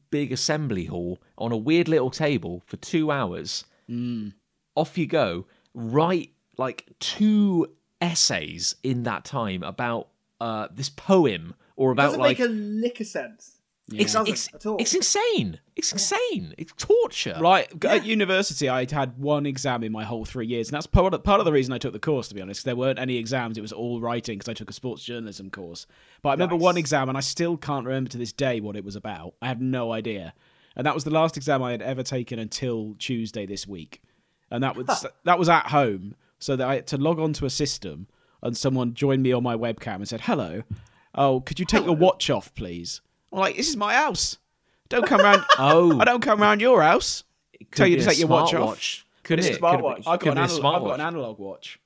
S1: big assembly hall on a weird little table for two hours.
S3: Hmm.
S1: Off you go. Write like two essays in that time about uh, this poem or about
S3: Doesn't
S1: like
S3: make a lick of sense.
S1: it's,
S3: doesn't
S1: it's,
S3: at all.
S1: it's insane. It's insane. It's torture.
S2: Right g- at university, I had one exam in my whole three years, and that's part of, part of the reason I took the course. To be honest, there weren't any exams; it was all writing because I took a sports journalism course. But I remember one exam, and I still can't remember to this day what it was about. I have no idea, and that was the last exam I had ever taken until Tuesday this week, and that was that was at home, so that I had to log onto a system, and someone joined me on my webcam and said, "Hello, oh, could you take your watch off, please?" I'm like, "This is my house. Don't come round.
S1: Oh.
S2: I don't come round your house."
S1: It could
S2: tell you
S1: be
S2: to
S1: a
S2: take your watch
S1: smartwatch.
S2: off.
S1: Couldn't
S3: It's a
S1: it? Could
S3: smartwatch.
S1: be-
S2: I've
S1: could
S2: got, an
S1: be a
S2: analog, I've got
S1: smartwatch.
S2: an analog watch.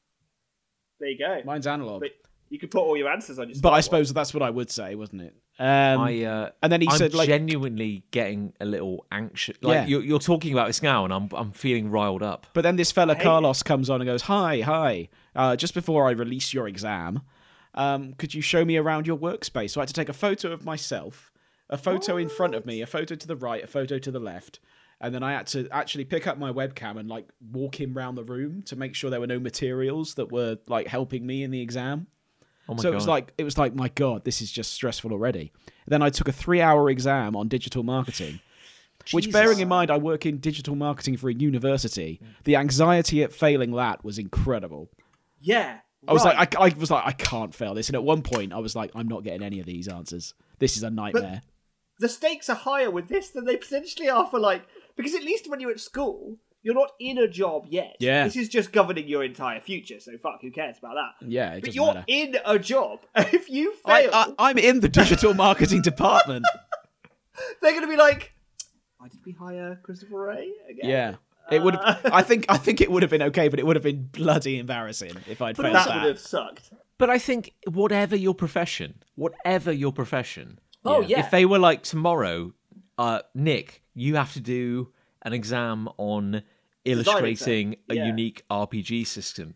S3: There you go.
S2: Mine's analog.
S3: But you could put all your answers on your.
S2: But I
S3: smartwatch.
S2: suppose that's what I would say, wasn't it? Um,
S1: I, uh,
S2: and then he
S1: I'm
S2: said, like-
S1: genuinely getting a little anxious. Like
S2: Yeah.
S1: you're, you're talking about this now, and I'm I'm feeling riled up.
S2: but then this fella Carlos comes on and goes, "Hi, hi. Uh, just before I release your exam, um, could you show me around your workspace?" So I had to take a photo of myself, a photo in front of me, a photo to the right, a photo to the left, and then I had to actually pick up my webcam and like walk him round the room to make sure there were no materials that were like helping me in the exam.
S1: Oh my
S2: so
S1: god!
S2: it was like it was like my god this is just stressful already then i took a three hour exam on digital marketing which bearing in mind i work in digital marketing for a university the anxiety at failing that was incredible
S3: Yeah.
S2: i was
S3: right.
S2: like I, I was like i can't fail this and at one point i was like i'm not getting any of these answers this is a nightmare
S3: the stakes are higher with this than they potentially are for like because at least when you're at school you're not in a job yet
S2: Yeah.
S3: this is just governing your entire future so fuck who cares about that
S2: yeah it
S3: but
S2: doesn't
S3: you're
S2: matter
S3: in a job if you
S2: I, uh,
S3: fail
S2: I, i'm in the digital marketing department
S3: they're going to be like why did we hire christopher ray again
S2: yeah it would i think i think it would have been okay but it would have been bloody embarrassing if i'd
S3: but
S2: failed
S3: that,
S2: that,
S3: would have sucked
S1: but I think whatever your profession, whatever your profession,
S3: oh yeah,
S1: if they were like tomorrow, uh, Nick, you have to do an exam on illustrating a
S3: Yeah.
S1: unique RPG system.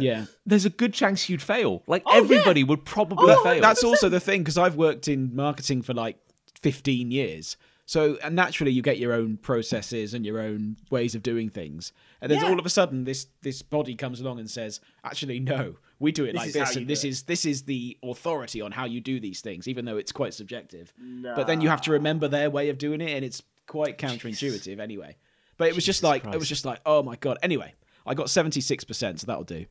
S2: yeah
S1: There's a good chance you'd fail. Like everybody would probably
S2: But
S1: fail.
S2: That's also the thing because I've worked in marketing for like 15 years. So and naturally, you get your own processes and your own ways of doing things. And then
S3: Yeah.
S2: all of a sudden, this this body comes along and says, "Actually, no, we do it like
S3: is how
S2: this,
S3: you
S2: and
S3: do
S2: this
S3: it."
S2: is this is the authority on how you do these things, even though it's quite subjective." But then you have to remember their way of doing it, and it's quite counterintuitive anyway. But it was just like it was just like oh my god. Anyway, I got seventy six percent, so that'll do.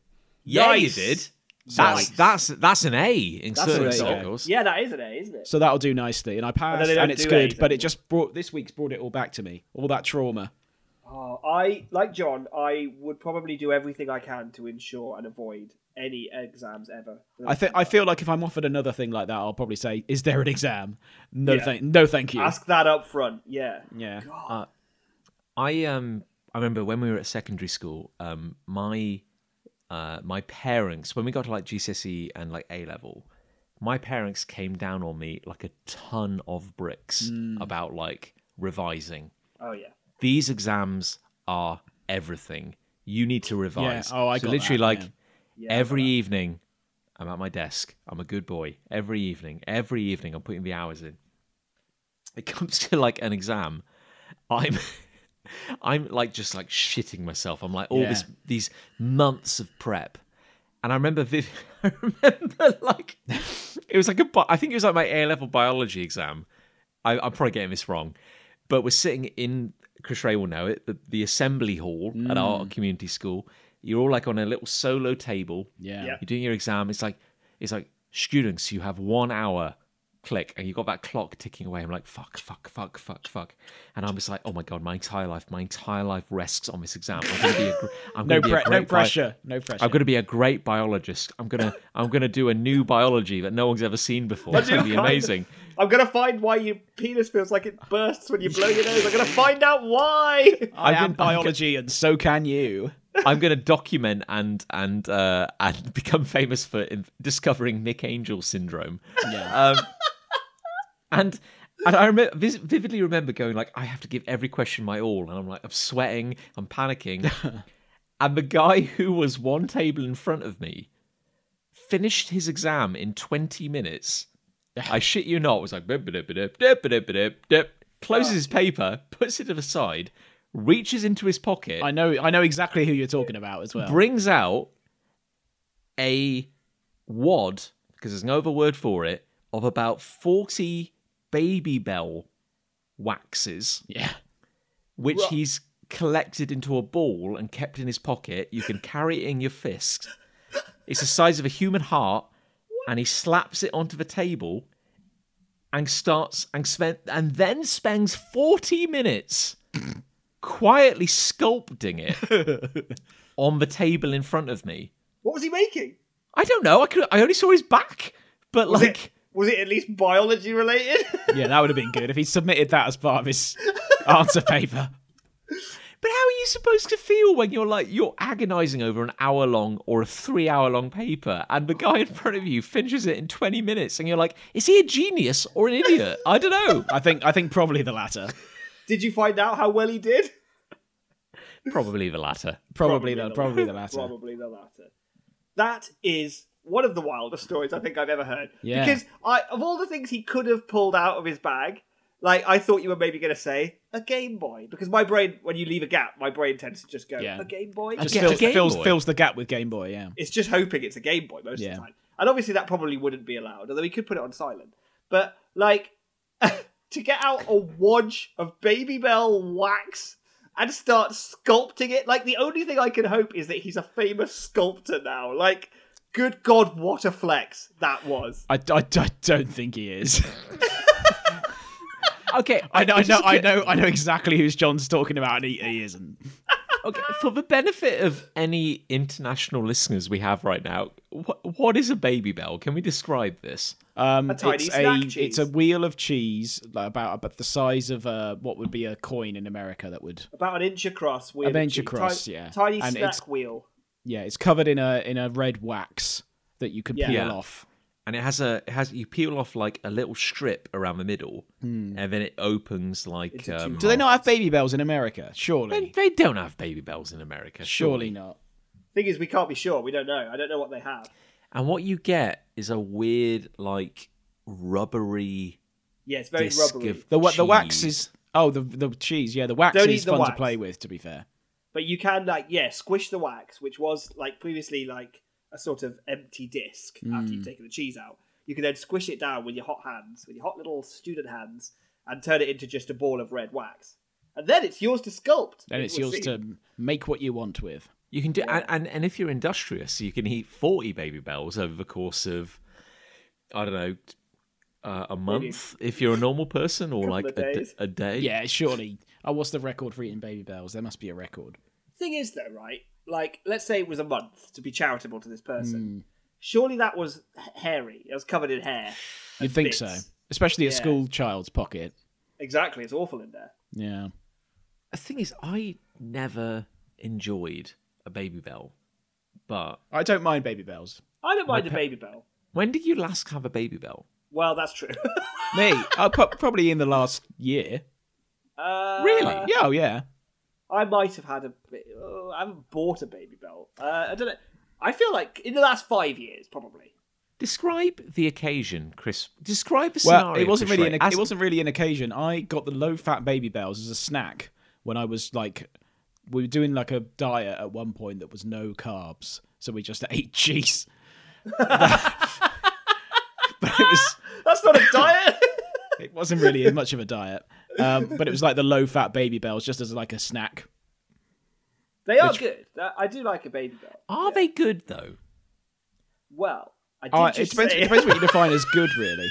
S1: Yeah, you
S3: Nice.
S1: did. That's that's that's an A in certain
S2: an A, yeah.
S1: circles.
S3: Yeah, that is an A, isn't it?
S2: So that'll do nicely, and I passed,
S3: they
S2: and,
S3: don't
S2: it's
S3: do
S2: good.
S3: anything.
S2: But it just brought this week's brought it all back to me, all that trauma.
S3: Oh, I like John. I would probably do everything I can to ensure and avoid any exams ever.
S2: I think I feel like if I'm offered another thing like that, I'll probably say, "Is there an exam? No, thank, no, thank you."
S3: ask that up front. Yeah.
S2: yeah,
S1: I um I remember when we were at secondary school, um my uh my parents when we got to like GCSE E and like A level, my parents came down on me like a ton of bricks about like revising.
S3: Oh yeah.
S1: These exams are everything. You need to revise.
S2: oh, I
S1: so
S2: got
S1: literally
S2: that,
S1: like
S2: yeah.
S3: Yeah, I
S1: every evening I'm at my desk. I'm a good boy. Every evening, every evening I'm putting the hours in. It comes to like an exam. I'm I'm like just like shitting myself. I'm like all this
S2: Yeah.
S1: these months of prep. And I remember viv- I remember like it was like a bi- I think it was like my A level biology exam. I, I'm probably getting this wrong. But we're sitting in Chris Ray will know it, the, the assembly hall at our community school. You're all like on a little solo table.
S2: yeah,
S3: Yeah.
S1: You're doing your exam. It's like it's like students. You have one hour. Click, and you got that clock ticking away. I'm like, fuck, fuck, fuck, fuck, fuck, and I'm just like, oh my god, my entire life, my entire life rests on this exam. I'm gonna be a, gr- I'm gonna
S2: no,
S1: be a
S2: pre-
S1: great
S2: no
S1: bi-
S2: pressure, no pressure.
S1: I'm gonna be a great biologist. I'm gonna, I'm gonna do a new biology that no one's ever seen before. It's gonna be
S3: kind of-
S1: amazing.
S3: I'm gonna find why your penis feels like it bursts when you blow your nose. I'm gonna find out why.
S2: I
S1: I'm
S2: am
S1: gonna-
S2: biology, and so can you.
S1: I'm gonna document and and uh, and become famous for in- discovering Nick Angel syndrome.
S2: Yeah.
S1: Um, and and I remember vividly remember going like, I have to give every question my all, and I'm like, I'm sweating, I'm panicking, and the guy who was one table in front of me finished his exam in 20 minutes. I shit you not, was like, "Bip, bidip, bidip, dip, bidip, bidip, dip," closes his paper, puts it to the side, reaches into his pocket,
S2: I know, I know exactly who you're talking about as well.
S1: brings out a wad because there's no other word for it of about 40 baby bell waxes
S2: yeah,
S1: which he's collected into a ball and kept in his pocket you can carry it in your fist it's the size of a human heart and he slaps it onto the table and starts and spent and then spends 40 minutes quietly sculpting it on the table in front of me
S3: What was he making?
S1: I don't know. I could. I only saw his back, but
S3: Was
S1: like,
S3: it, was it at least biology related?
S2: yeah, that would have been good if he submitted that as part of his answer paper.
S1: but how are you supposed to feel when you're like you're agonising over an hour long or a three hour long paper, and the guy in front of you finishes it in twenty minutes, and you're like, is he a genius or an idiot? I don't know.
S2: I think, I think probably the latter.
S3: did you find out how well he did?
S1: Probably the latter.
S2: Probably, the, probably the latter.
S3: Probably the latter. That is one of the wildest stories I think I've ever heard.
S2: Yeah.
S3: Because I, of all the things he could have pulled out of his bag, like I thought you were maybe going to say a Game Boy, because my brain, when you leave a gap, my brain tends to just go
S2: Yeah.
S3: a Game Boy.
S2: Just
S1: Ga- a
S2: fills,
S1: Game
S2: fills,
S1: Boy.
S2: fills the gap with Game Boy. Yeah,
S3: It's just hoping it's a Game Boy most
S2: Yeah.
S3: of the time. And obviously that probably wouldn't be allowed, although he could put it on silent. But like to get out a wadge of baby bell wax and start sculpting it, like the only thing I can hope is that he's a famous sculptor now. Like, good god, what a flex that was.
S2: I, I, I don't think he is.
S1: Okay,
S2: I know, I
S1: just
S2: know, I
S1: get-
S2: know, I know exactly who's John's talking about, and he, he isn't.
S1: Okay, for the benefit of any international listeners we have right now, wh- what is a baby bell? Can we describe this?
S2: Um,
S3: A tiny
S2: it's
S3: snack
S2: a
S3: cheese.
S2: it's a wheel of cheese like about about the size of uh, what would be a coin in America. That would
S3: About an inch across wheel.
S2: An
S3: of
S2: inch
S3: cheese.
S2: across,
S3: Ti-
S2: yeah.
S3: Tiny
S2: And
S3: snack
S2: it's-
S3: wheel.
S2: yeah, it's covered in a in a red wax that you can
S3: Yeah.
S2: peel
S1: Yeah.
S2: off.
S1: and it has a it has you peel off like a little strip around the middle, and then it opens like.
S3: a
S1: Um,
S2: Do they not have baby bells in America? Surely,
S1: They, they don't have baby bells in America.
S2: surely not.
S3: Thing is, we can't be sure. We don't know. I don't know what they have.
S1: And what you get is a weird, like, rubbery
S3: Yeah, it's very
S1: disc
S3: rubbery.
S1: of
S2: The wa- the wax
S1: cheese.
S2: is oh the the cheese yeah the wax
S3: Don't
S2: is
S3: eat the
S2: fun to
S3: wax.
S2: play with. To be fair,
S3: but you can like yeah squish the wax which was like previously like a sort of empty
S2: Hmm.
S3: disc after you've taken the cheese out you can then squish it down with your hot hands with your hot little student hands and turn it into just a ball of red wax. And then it's yours to sculpt.
S2: Then it's
S3: It will
S2: yours
S3: seem-
S2: to make what you want with.
S1: You can do, and, and and if you're industrious, you can eat forty baby bells over the course of, I don't know, uh, a month if you're a normal person, or like
S3: of
S1: a, d-
S3: days.
S1: a day.
S2: Yeah, surely. Oh, what's the record for eating baby bells? There must be a record.
S3: Thing is, though, right? Like, let's say it was a month to be charitable to this
S2: Hmm.
S3: person. Surely that was h- hairy. It was covered in hair.
S2: You'd think
S3: bits.
S2: so, especially a
S3: Yeah.
S2: school child's pocket.
S3: Exactly. It's awful in there.
S2: Yeah.
S1: The thing is, I never enjoyed a baby bell, but
S2: I don't mind baby bells.
S3: I don't mind a baby bell.
S1: when did you last have a baby bell?
S3: Well, that's true.
S2: Me, uh, pro- probably in the last year.
S3: uh,
S1: Really?
S2: Yeah, oh yeah.
S3: I might have had a. ba- Oh, I haven't bought a baby bell. Uh, I don't know. I feel like in the last five years, probably.
S1: Describe the occasion, Chris. Describe the
S2: Well,
S1: scenario.
S2: it wasn't
S1: Chris
S2: really an
S1: Ray. As-
S2: it wasn't really an occasion. I got the low fat baby bells as a snack when I was like we were doing like a diet at one point that was no carbs, so we just ate cheese. but it was
S3: That's not a diet.
S2: it wasn't really much of a diet. Um, but it was like the low fat baby bells just as like a snack.
S3: they are good. Uh, I do like a baby bell.
S1: Are they good though?
S3: Well, I did
S1: Oh,
S2: Uh, it
S3: just
S2: depends,
S3: say-
S2: it depends what you define as good, really.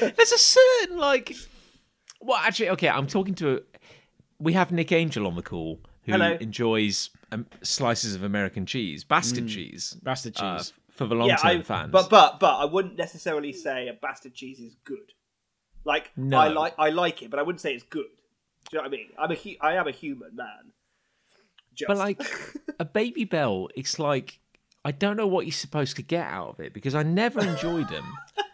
S1: There's a certain like. Well, actually, okay. I'm talking to. A... We have Nick Angel on the call who
S3: Hello.
S1: enjoys um, slices of American cheese, bastard Mm. cheese,
S2: Bastard
S1: uh,
S2: cheese.
S1: for the
S3: yeah,
S1: long-term
S3: I,
S1: fans.
S3: but but but I wouldn't necessarily say a bastard cheese is good. Like
S1: No.
S3: I like I like it, but I wouldn't say it's good. Do you know what I mean? I'm a hu- I am a human man. Just.
S1: But, like a baby bell, it's like I don't know what you're supposed to get out of it because I never enjoyed them.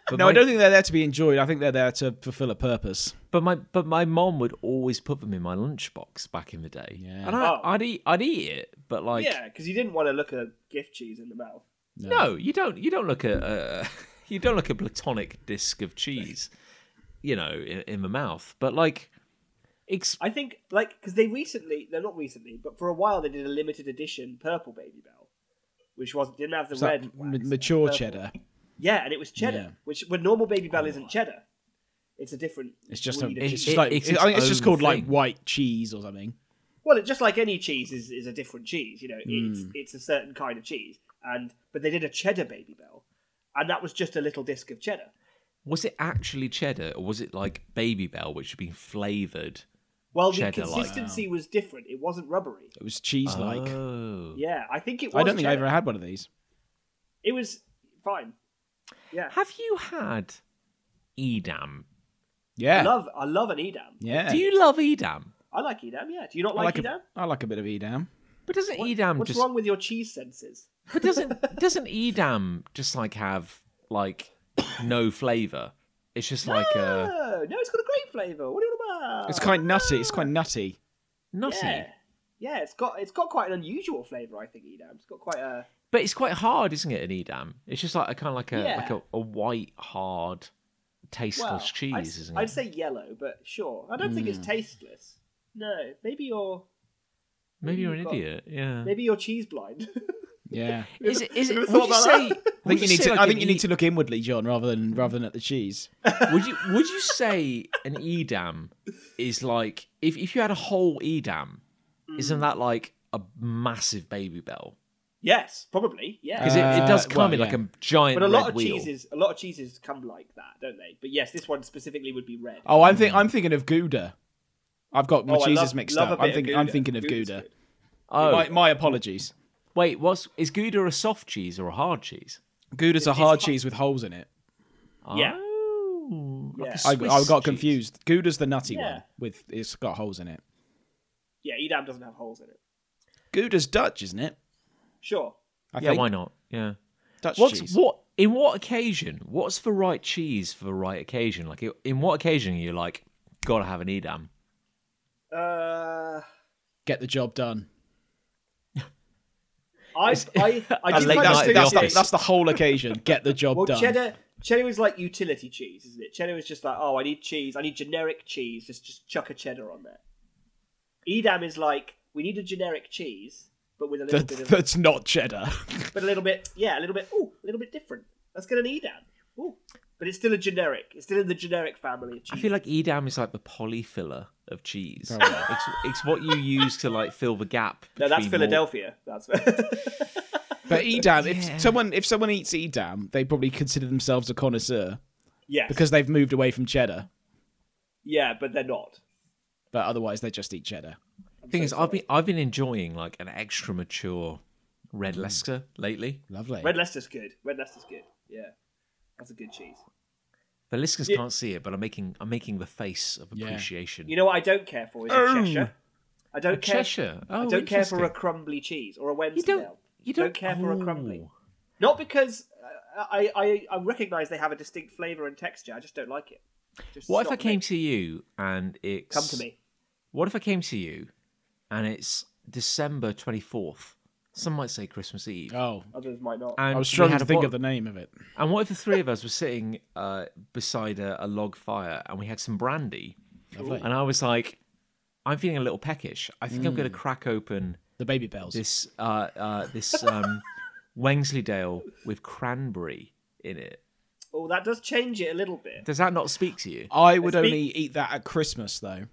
S1: But
S2: No,
S1: my,
S2: I don't think they're there to be enjoyed. I think they're there to fulfill a purpose.
S1: But my but my mom would always put them in my lunchbox back in the day.
S2: Yeah.
S1: And I,
S3: Oh.
S1: I'd eat I'd eat it, but like
S3: yeah, because you didn't want to look a gift cheese in the mouth.
S1: No, you don't. You don't look at uh, you don't look a platonic disc of cheese, you know, in, in the mouth. But like, it's
S3: I think like because they recently they're not recently, but for a while they did a limited edition purple baby bell, which was didn't have the
S2: It's
S3: red
S2: like
S3: wax,
S2: ma- mature
S3: purple.
S2: cheddar.
S3: Yeah, and it was cheddar,
S2: Yeah. Oh.
S3: which when normal baby bell isn't cheddar. It's a different.
S2: It's just a,
S3: breed of
S2: it's
S3: cheese.
S2: just
S1: it-
S2: like
S1: it's
S2: I think
S1: its
S2: it's just
S1: own
S2: called like
S1: thing.
S2: white cheese or something.
S3: Well, it, just like any cheese is, is a different cheese, you know, it's
S2: Hmm.
S3: it's a certain kind of cheese. And but they did a cheddar baby bell, and that was just a little disc of cheddar.
S1: was it actually cheddar or was it like baby bell, which had been flavored?
S3: Well, the
S1: Cheddar-like.
S3: consistency was different; it wasn't rubbery.
S2: It was cheese like.
S1: Oh,
S3: Yeah, I think it was.
S2: I don't think I
S3: cheddar.
S2: ever had one of these.
S3: It was fine. Yeah,
S1: have you had edam?
S2: Yeah.
S3: I love I love an edam.
S2: yeah.
S1: Do you love edam?
S3: I like edam. Yeah, do you not
S2: I
S3: like,
S2: like,
S3: edam?
S2: a, I like a bit of edam.
S1: But doesn't
S3: What-
S1: edam
S3: What's
S1: just?
S3: wrong with your cheese senses?
S1: But doesn't doesn't edam just like have like no flavor? It's just like uh,
S3: Oh no, it's got a great flavour. What are you on about?
S2: It's quite nutty. It's quite nutty.
S1: nutty.
S3: yeah. yeah, it's got it's got quite an unusual flavour. I think edam. It's got quite a
S1: But it's quite hard, isn't it? An edam. It's just like a kind of like a
S3: Yeah.
S1: like a, a white, hard, tasteless
S3: well,
S1: cheese,
S3: I'd,
S1: isn't it?
S3: I'd say yellow, but sure. I don't
S2: Hmm.
S3: think it's tasteless. No, maybe you're
S1: maybe you're an
S3: you've got-
S1: idiot. Yeah.
S3: maybe you're cheese blind.
S2: Yeah.
S1: Is it? Is it?
S3: Have you
S1: Would you
S3: thought about
S1: say?
S2: I think you need to. I think you need to look inwardly, John, rather than rather than at the cheese.
S1: Would you? Would you say an edam is like if if you had a whole edam, isn't that like a massive baby bell?
S3: yes, probably. Yeah,
S1: Because it, it does
S2: Uh,
S1: come
S2: well,
S1: in like
S2: yeah.
S1: a giant
S3: but a lot
S1: red
S3: of
S1: wheel.
S3: cheeses, a lot of cheeses come like that, don't they? But yes, this one specifically would be red.
S2: Oh, I'm think I'm thinking of Gouda. I've got my
S3: Oh, I
S2: cheeses
S3: love-
S2: mixed
S3: love a
S2: up.
S3: bit
S2: I'm
S3: of
S2: thinking I'm
S3: Gouda.
S2: thinking of
S3: Gouda's
S2: Gouda.
S3: good.
S1: oh,
S2: My, my apologies.
S1: wait, what's is Gouda a soft cheese or a hard cheese?
S2: Gouda's a hard cheese with holes in it.
S3: Yeah.
S1: Oh, like
S3: Yeah.
S1: a
S2: I, I
S1: Swiss
S2: got
S1: cheese.
S2: confused. Gouda's the nutty
S3: Yeah.
S2: one with it's got holes in it.
S3: Yeah, edam doesn't have holes in it.
S2: Gouda's Dutch, isn't it?
S3: Sure.
S2: I
S1: yeah,
S2: think
S1: why not? Yeah.
S2: Dutch
S1: What's
S2: cheese.
S1: what in what occasion? What's the right cheese for the right occasion? Like in what occasion are you like gotta have an edam?
S3: Uh,
S2: Get the job done.
S3: I
S1: That's
S3: I I did
S1: late
S3: like
S1: night at the
S2: that's, the,
S1: office.
S2: that's the whole occasion. Get the job
S3: Well,
S2: done.
S3: cheddar cheddar was like utility cheese, isn't it? Cheddar was just like, oh, I need cheese. I need generic cheese. Just just chuck a cheddar on there. Edam is like we need a generic cheese, but with a little
S2: That-
S3: bit of,
S2: that's not cheddar.
S3: but a little bit, yeah, a little bit, ooh, a little bit different. Let's get an edam. Ooh, but it's still a generic. It's still in the generic family of cheese.
S1: I feel like Edam is like the polyfiller of cheese.
S2: Probably.
S1: It's, it's what you use to like fill the gap.
S3: no, that's
S1: between
S3: Philadelphia. That's
S2: But Edam,
S1: Yeah.
S2: if someone if someone eats Edam, they probably consider themselves a connoisseur
S3: yes,
S2: because they've moved away from cheddar.
S3: yeah, but they're not.
S2: But otherwise, they just eat cheddar.
S1: More... Thing is, I've been I've been enjoying like an extra mature red
S2: Mm.
S1: Leicester lately.
S2: Lovely.
S3: Red Leicester's good. Red Leicester's good. Yeah, that's a good cheese.
S1: The listeners
S3: Yeah.
S1: can't see it, but I'm making I'm making the face of
S2: Yeah.
S1: appreciation.
S3: You know what I don't care for is a Cheshire. I don't
S1: Oh. A
S3: care.
S1: Cheshire. Oh,
S3: I don't care for a
S1: interesting.
S3: crumbly cheese or a Wednesday.
S1: You don't.
S3: ale.
S1: You
S3: Don't
S1: don't,
S3: care for a crumbly.
S1: Oh.
S3: Not because uh, I, I I recognise they have a distinct flavour and texture. I just don't like it. Just
S1: What if
S3: not
S1: I
S3: for
S1: came
S3: me.
S1: to you and it's
S3: Come to me.
S1: What if I came to you and it's December 24th? Some might say Christmas Eve.
S2: Oh,
S3: Others might not.
S1: and
S2: I was
S1: we
S2: struggling
S1: had
S2: to
S1: a
S2: think
S1: bot-
S2: of the name of it.
S1: And what if the three of us were sitting uh, beside a, a log fire and we had some brandy?
S2: Lovely.
S1: And I was like, I'm feeling a little peckish. I think I'm
S3: Mm.
S1: going to crack open
S2: The baby bells.
S1: this uh, uh, this um, Wensleydale with cranberry in it.
S3: Oh, that does change it a little bit.
S1: Does that not speak to you?
S2: I would
S3: It's me-
S2: only eat that at Christmas, though.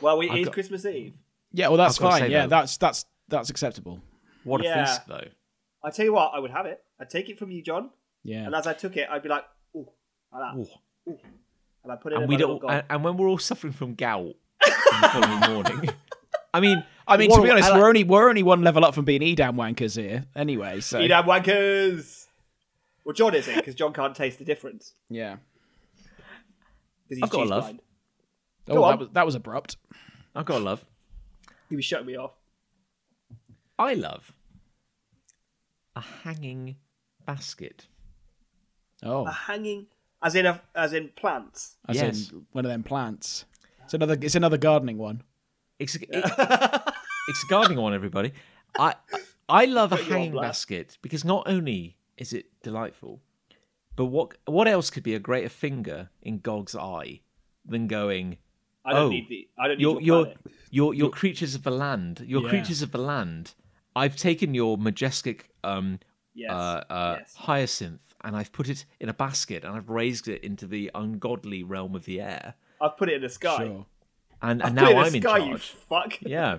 S3: Well, it
S1: I've
S3: is
S1: got-
S3: Christmas Eve.
S2: Yeah, well, that's
S1: I've gotta
S2: fine.
S1: say
S2: Yeah,
S1: that.
S2: that's that's that's acceptable.
S1: What
S3: Yeah.
S1: a feast, though.
S3: I tell you what, I would have it. I'd take it from you, John,
S2: Yeah,
S3: and as I took it, I'd be like, ooh, like that,
S1: Ooh.
S3: and I put it
S1: And
S3: in
S1: we
S3: my little
S1: don't.
S3: gob.
S1: And, and when we're all suffering from gout in the following morning, I mean,
S2: I mean, to
S1: Warren-
S2: be honest,
S1: I like-
S2: we're only we're only one level up from being Edam wankers here, anyway. So
S3: You damn wankers. Well, John isn't because John can't taste the difference
S2: yeah.
S3: because he's
S1: I've got a
S3: cheese
S1: love.
S3: blind.
S2: Oh,
S3: on.
S2: that was that was abrupt.
S1: I've got to love.
S3: He was shutting me off.
S1: I love a hanging basket.
S2: Oh,
S3: A hanging, as in a, as in plants.
S2: as
S1: yes.
S2: in one of them plants. It's another it's another gardening one.
S1: It's a, it- it's a gardening one, everybody. I I love a
S3: you on
S1: hanging
S3: blast.
S1: basket because not only is it delightful, but what what else could be a greater finger in Gog's eye than going
S3: I don't
S1: Oh.
S3: need the. I don't need
S1: your
S3: your
S1: your
S3: planet.
S1: your your creatures of the land, your
S2: Yeah.
S1: creatures of the land. I've taken your majestic um
S3: Yes.
S1: uh, uh,
S3: yes.
S1: hyacinth and I've put it in a basket and I've raised it into the ungodly realm of the air.
S3: I've put it in the sky.
S2: Sure.
S1: And,
S3: I've
S1: and
S3: put
S1: now
S3: it in the
S1: I'm in
S3: sky, You
S1: charge.
S3: fuck.
S1: Yeah.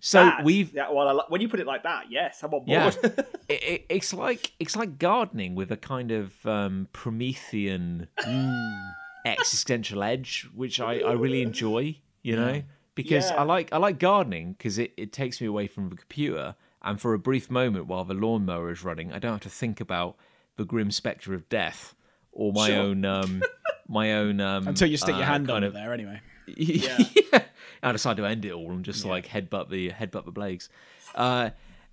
S1: so
S3: That-
S1: we've
S3: Yeah, well, I, li- when you put it like that, yes, I'm on board.
S1: yeah, it, it, it's like it's like gardening with a kind of um, Promethean
S2: Mm.
S1: existential edge, which I, I really enjoy.
S2: Mm.
S1: You know, because
S3: Yeah.
S1: I like I like gardening because it, it takes me away from the computer, and for a brief moment while the lawnmower is running, I don't have to think about the grim specter of death or my own um, my own um,
S2: Until you stick
S1: uh,
S2: your hand on
S1: kind
S2: it
S1: of-
S2: there, anyway.
S1: yeah. I decide to end it all and just like headbutt the headbutt the Blakes. Uh,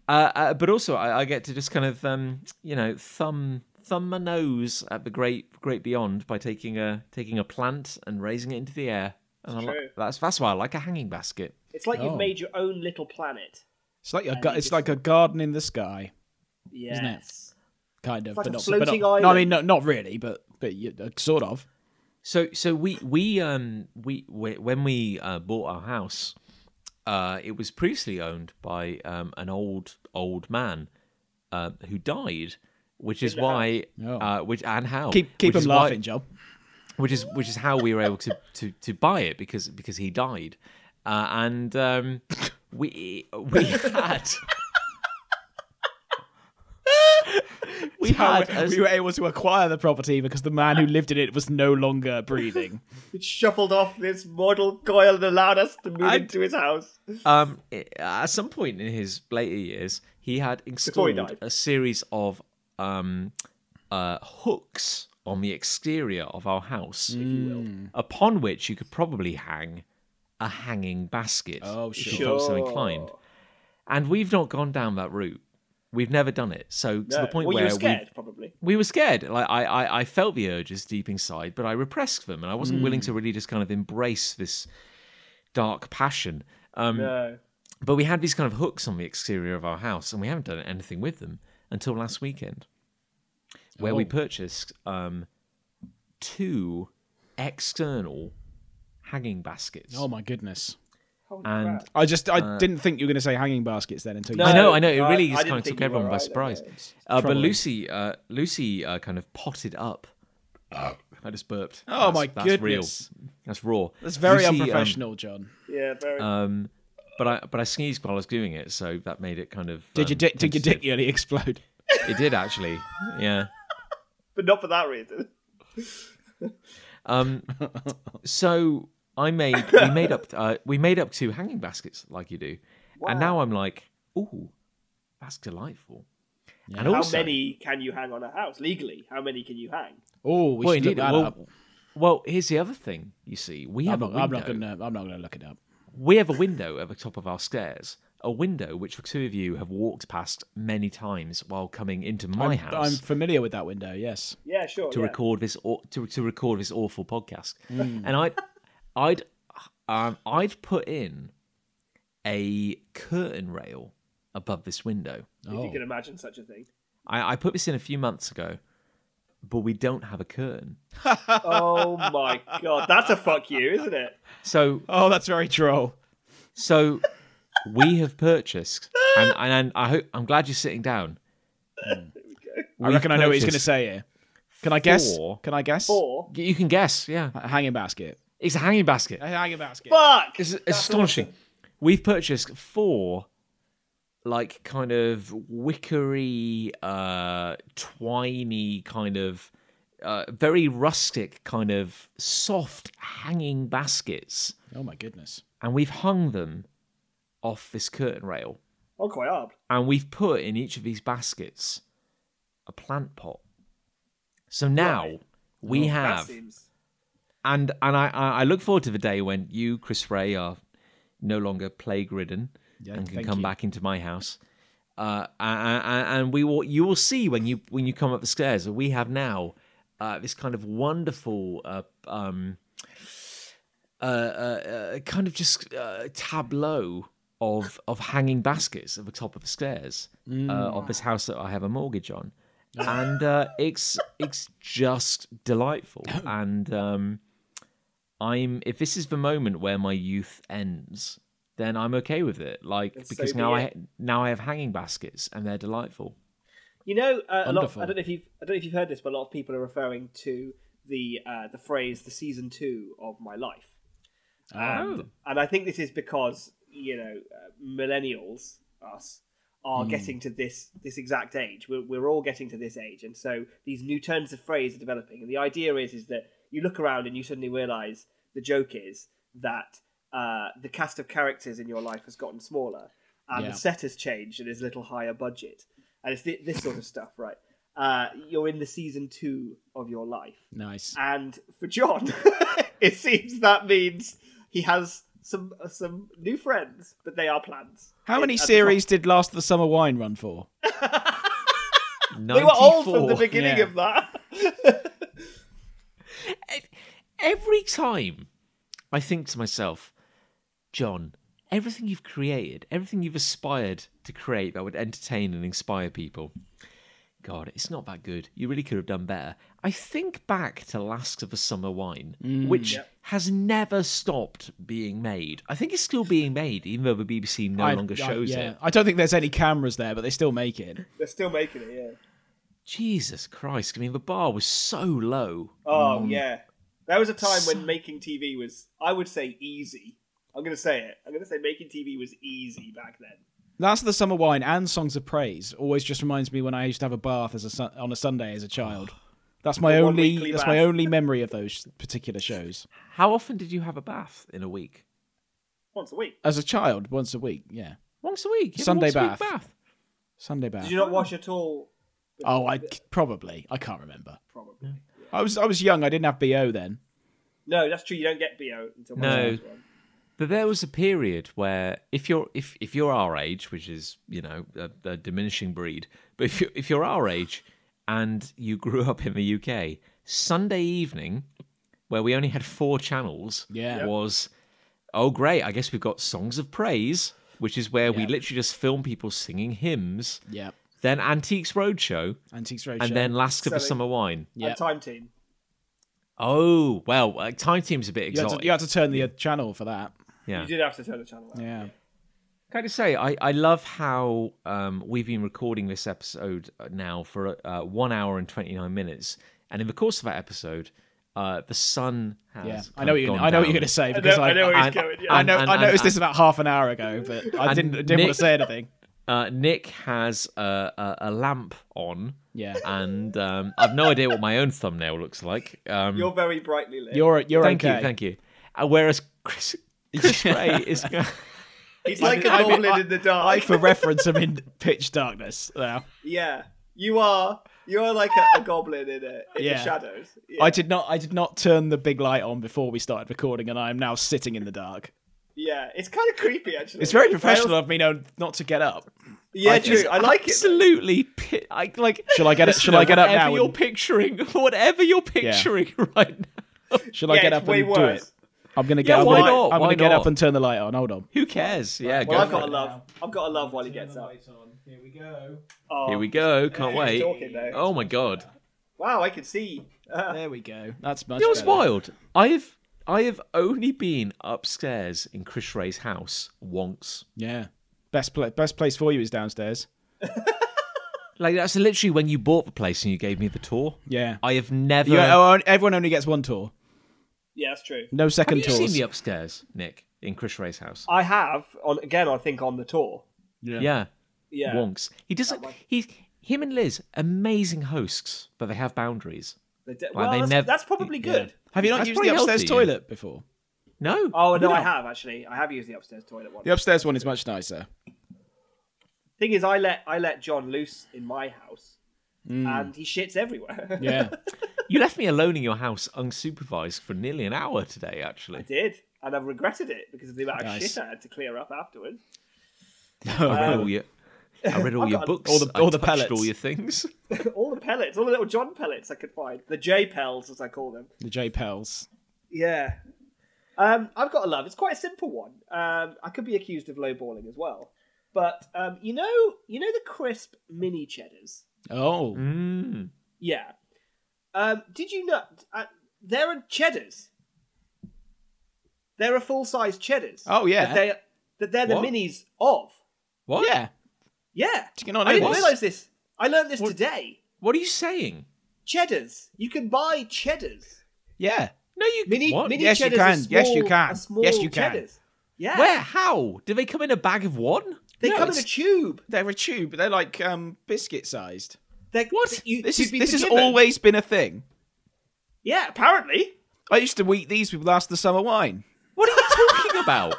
S1: uh, uh, but also, I, I get to just kind of um, you know thumb thumb my nose at the great great beyond by taking a taking a plant and raising it into the air. And I
S3: True.
S1: like, that's that's why I like a hanging basket.
S3: It's like you've
S2: Oh.
S3: made your own little planet.
S2: It's like a
S3: you
S2: ga- it's
S3: just-
S2: like a garden in the sky,
S3: Yes.
S2: it? kind of.
S3: like
S2: but
S3: a
S2: not, but
S3: floating
S2: not, no, I
S3: island.
S2: mean, no, not really, but but you, uh, sort of.
S1: So so we we um we, we when we uh, bought our house, uh, it was previously owned by um, an old old man uh, who died, which is why
S2: Oh.
S1: uh, which and how
S2: Keep keep
S1: which
S2: them
S1: is why-
S2: laughing, Job.
S1: which is which is how we were able to to, to buy it because because he died, uh, and um, we we had. We had a-
S2: we were able to acquire the property because the man who lived in it was no longer breathing.
S3: It shuffled off this mortal coil and allowed us to move
S1: I'd-
S3: into his house.
S1: um, i- at some point in his later years, he had
S3: Before he
S1: installed
S3: died.
S1: a series of um, uh, hooks on the exterior of our house, if you will,
S3: Mm.
S1: upon which you could probably hang a hanging basket
S2: Oh,
S1: if you
S2: sure.
S1: felt so inclined. And we've not gone down that route. We've never done it. So to the point
S3: well,
S1: where
S3: you were
S1: we've-
S3: scared, probably.
S1: we were scared. Like I, I, I felt the urges deep inside, but I repressed them, and I wasn't willing
S3: Mm.
S1: to really just kind of embrace this dark passion. Um,
S3: No.
S1: but we had these kind of hooks on the exterior of our house, and we haven't done anything with them until last weekend, where we
S2: Oh.
S1: purchased um, two external hanging baskets.
S2: Oh my goodness.
S3: Holy
S1: And
S3: crap.
S2: I just I
S1: Uh,
S2: didn't think you were going to say hanging baskets then until you.
S3: No,
S1: I know, I know. It
S3: I-
S1: really
S3: I
S1: just
S3: didn't
S1: kind of
S3: think
S1: took
S3: you were
S1: everyone by
S3: either,
S1: surprise.
S3: yeah.
S1: Uh, but
S2: troubling.
S1: Lucy, uh, Lucy, uh, kind of potted up. I just burped.
S2: Ah. Oh my
S1: that's
S2: goodness.
S1: Real. That's raw.
S2: That's very
S1: Lucy, um,
S2: unprofessional, John.
S3: Yeah, very.
S1: Um, but I but I sneezed while I was doing it, so that made it kind of. um,
S2: Did your dick did your
S1: tentative.
S2: dick nearly explode?
S1: It did actually. Yeah.
S3: but not for that reason.
S1: Um, so I made we made up uh, we made up two hanging baskets like you do, and now I'm like, ooh, that's delightful. And
S3: How
S1: also,
S3: many can you hang on a house legally? How many can you hang?
S2: Oh, we
S1: well,
S2: should look
S1: indeed,
S2: that
S1: well,
S2: up.
S1: well, here's the other thing. You see, we
S2: I'm
S1: have
S2: not,
S1: a
S2: I'm
S1: window.
S2: not gonna. I'm not gonna look it up.
S1: We have a window at the top of our stairs. A window which the two of you have walked past many times while coming into my
S2: I'm,
S1: house.
S2: I'm familiar with that window. Yes.
S3: Yeah, sure.
S1: to
S3: yeah.
S1: record this au- to, to record this awful podcast. And I, I'd, um, I'd put in a curtain rail above this window.
S3: If
S2: Oh.
S3: you can imagine such a thing.
S1: I, I put this in a few months ago, but we don't have a curtain.
S3: Oh my god, that's a fuck you, isn't it?
S1: So
S2: Oh, that's very droll.
S1: so we have purchased, and, and, and I hope I'm glad you're sitting down.
S2: I reckon I know what he's going to
S1: purchased
S2: say here. Can I guess?
S1: four-
S2: Can I guess?
S3: Or
S1: You can guess, yeah.
S2: A hanging basket.
S1: It's a hanging basket.
S2: A hanging basket.
S3: fuck.
S1: It's astonishing. We've purchased four, like kind of wickery, uh, twiny kind of, uh, very rustic kind of soft hanging baskets,
S2: Oh my goodness.
S1: and we've hung them off this curtain rail,
S3: Oh, quite hard.
S1: and we've put in each of these baskets a plant pot. So now we
S3: Oh, That
S1: have
S3: seems.
S1: and and I, I I look forward to the day when you, Chris Ray, are no longer plague ridden
S2: Yeah,
S1: and can
S2: thank
S1: come
S2: you.
S1: back into my house. Uh, and, and we will you will see when you when you come up the stairs that we have now uh, this kind of wonderful uh, um, uh, uh, uh, kind of just uh, tableau of of hanging baskets at the top of the stairs
S3: Mm.
S1: uh, of this house that I have a mortgage on, and uh, it's it's just delightful. And um, I'm if this is the moment where my youth ends, then I'm okay with it. Like
S3: Then so
S1: because
S3: be
S1: now I
S3: it.
S1: now I have hanging baskets and they're delightful.
S3: You know, uh, a lot.
S2: Wonderful.
S3: I don't know if you've. I don't know if you've heard this, but a lot of people are referring to the uh, the phrase "the season two of my life,"
S1: Oh.
S2: Ah,
S3: and, and I think this is because you know uh, millennials, us, are getting to this this exact age. We're, we're all getting to this age, and so these new turns of phrase are developing. And the idea is is that you look around and you suddenly realise the joke is that uh, the cast of characters in your life has gotten smaller, and
S2: Yeah.
S3: the set has changed and is a little higher budget, and it's thi- this sort of stuff, right? Uh, you're in the season two of your life,
S2: Nice.
S1: Ah.
S3: and for John, it seems that means he has some some new friends, but they are plants.
S2: How many
S3: At the
S2: series did Last of the Summer Wine run for?
S3: top. They were old from the beginning
S2: yeah.
S3: of that.
S1: Every time I think to myself, John, everything you've created, everything you've aspired to create that would entertain and inspire people, God, it's not that good. You really could have done better. I think back to Last of the Summer Wine,
S2: Mm,
S1: which has never stopped being made. I think it's still being made, even though the BBC no
S2: I-
S1: longer
S2: I-
S1: shows
S2: yeah.
S1: it.
S2: I don't think there's any cameras there, but they still make it.
S3: They're still making it, yeah.
S1: Jesus Christ. I mean, the bar was so low.
S3: Oh
S2: Mm.
S3: yeah, there was a time when making TV was, I would say, easy. I'm gonna say it. I'm gonna say making TV was easy back then.
S2: Last of the Summer Wine and Songs of Praise always just reminds me when I used to have a bath as a sun- on a Sunday as a child. That's my
S3: The one
S2: only
S3: weekly
S2: that's
S3: bath.
S2: my only memory of those particular shows.
S1: How often did you have a bath in a week?
S3: Once a week.
S2: As a child, once a week, yeah.
S1: Once a week. You have a
S2: Sunday
S1: once a week
S2: bath.
S1: bath.
S2: Sunday bath.
S3: Did you not wash at all?
S2: oh, I probably. I can't remember.
S3: Probably.
S2: I was I was young. I didn't have BO then.
S3: No, that's true. You don't get bo until
S1: No.
S3: once a month.
S1: But there was a period where if you're if if you're our age, which is you know a, a diminishing breed, but if you if you're our age and you grew up in the UK, Sunday evening, where we only had four channels,
S2: Yeah. Yep.
S1: was oh great, I guess we've got songs of praise, which is where we
S2: Yeah.
S1: literally just film people singing hymns,
S2: Yeah.
S1: then Antiques Roadshow,
S2: Antiques Roadshow.
S1: and then Last of the
S3: Selling.
S1: Summer Wine.
S2: Yeah.
S3: And time team.
S1: Oh well, uh, Time Team's a bit
S2: You had,
S1: exotic.
S2: to, you had to turn the uh, channel for that.
S1: Yeah.
S3: You did have to turn the channel. Out.
S2: Yeah.
S1: Can I just say, I, I love how um, we've been recording this episode now for uh, one hour and 29 minutes. And in the course of that episode, uh, the sun has.
S2: Yeah. I
S1: kind
S2: know
S1: of
S2: what you
S1: gone
S2: I know what
S1: down.
S2: you're going to say
S3: I
S2: because
S3: know, I know where he's
S1: and-
S3: going. Yeah.
S2: I know
S1: And-
S2: I
S1: and-
S2: noticed
S1: and-
S2: this about half an hour ago, but I
S1: And
S2: didn't didn't want
S1: Nick-
S2: to say anything.
S1: Uh, Nick has a, a, a lamp on.
S2: Yeah.
S1: And um, I've no idea what my own thumbnail looks like. Um,
S3: You're very brightly lit.
S2: You're you're
S1: thank
S2: okay.
S1: you, thank you. Uh, whereas Chris, Chris Ray is.
S3: He's like a
S2: I mean,
S3: goblin
S2: I-
S3: in the dark.
S2: I, for reference, am in pitch darkness now.
S3: yeah, you are. You are like a, a goblin in, a, in the
S2: Yeah.
S3: shadows. Yeah.
S2: I did not. I did not turn the big light on before we started recording, and I am now sitting in the dark.
S3: yeah, it's kind of creepy actually.
S2: It's
S3: I
S2: very
S3: also-
S2: professional of me no- not to get up.
S3: Yeah,
S2: I
S3: true.
S2: just-
S3: I like it. though.
S1: absolutely pi- I, like
S2: Shall I get up? Shall
S1: No,
S2: I get up
S1: whatever
S2: now?
S1: you're
S2: and-
S1: picturing whatever you're picturing right now
S2: shall
S3: Yeah,
S2: I get
S3: it's
S2: up
S3: way
S2: and do
S3: worse.
S2: it? I'm gonna
S1: Yeah,
S2: get. up
S1: why
S2: and-
S1: not?
S2: I'm
S1: Why
S2: gonna get
S1: not?
S2: up and turn the light on. Hold on.
S1: who cares yeah go
S3: Well, I've
S1: for
S3: got
S1: it.
S3: a love. I've got a love while he gets up.
S2: Here we go.
S3: Oh,
S1: here we go can't
S3: You're
S1: wait
S3: talking, though.
S1: oh my god
S3: Wow, I can see. Uh,
S2: There we go. That's much.
S1: you know what's
S2: better.
S1: wild I have I have only been upstairs in Chris Ray's house once
S2: Yeah. Best pla- best place for you is downstairs.
S1: like that's literally when you bought the place and you gave me the tour
S2: Yeah.
S1: I have never
S2: You- oh, everyone only gets one tour.
S3: yeah, that's true.
S2: No
S1: have
S2: second
S1: you seen
S2: tours.
S1: the upstairs Nick in Chris Ray's house
S3: I have on again. I think on the tour.
S1: yeah
S3: Yeah.
S1: wonks he doesn't he's him and Liz amazing hosts but they have boundaries
S3: They de-
S1: Well,
S3: well,
S1: they
S3: that's,
S1: nev-
S3: that's probably good.
S2: Have you not
S1: That's
S2: used the
S1: probably
S2: upstairs
S1: healthy.
S2: toilet before?
S1: No.
S3: Oh no,
S1: Maybe not.
S3: I have actually. I have used the upstairs toilet once.
S2: The upstairs one is much nicer.
S3: Thing is, I let I let John loose in my house, and he shits everywhere.
S2: Yeah.
S1: You left me alone in your house unsupervised for nearly an hour today,
S3: I
S1: actually.
S3: did, and I've regretted it because of the amount of
S2: Nice.
S3: shit I had to clear up afterwards.
S1: I read all your, I read all your
S3: got
S1: books,
S2: all the-
S1: I
S2: all the
S1: touched
S2: pellets.
S1: all your things.
S3: all the pellets, all the little John pellets I could find, the J pels as I call them.
S2: the J Pels.
S3: Yeah. Um, I've got a love. It's quite a simple one. Um, I could be accused of lowballing as well, but um, you know, you know the crisp mini cheddars.
S2: Oh.
S1: Mm.
S3: Yeah. Um, did you know uh, there are cheddars? There are full size cheddars.
S2: Oh, yeah.
S3: That, they, that they're the
S1: What?
S3: minis of.
S1: What?
S2: Yeah.
S3: Yeah.
S2: Did you not
S3: I
S2: know
S3: didn't
S2: this?
S3: realize this. I learned this today.
S1: What are you saying?
S3: Cheddars. You can buy cheddars.
S2: Yeah.
S1: No, you
S3: Mini,
S1: what?
S3: mini
S2: Yes, you
S3: cheddars are
S2: can. Yes, you
S3: small-
S2: can.
S3: are small
S2: Yes, you can.
S3: Cheddars. Yeah.
S1: Where? How? Do they come in a bag of one?
S3: They
S2: No,
S3: come in
S2: it's-
S3: a tube.
S2: They're a tube. They're like um, biscuit sized.
S3: They're,
S1: What?
S3: You,
S2: This
S3: you'd
S2: is
S3: be
S2: this has
S3: forgiven.
S2: always been a thing.
S3: Yeah, apparently.
S2: I used to eat these with last the summer wine.
S1: What are you talking about?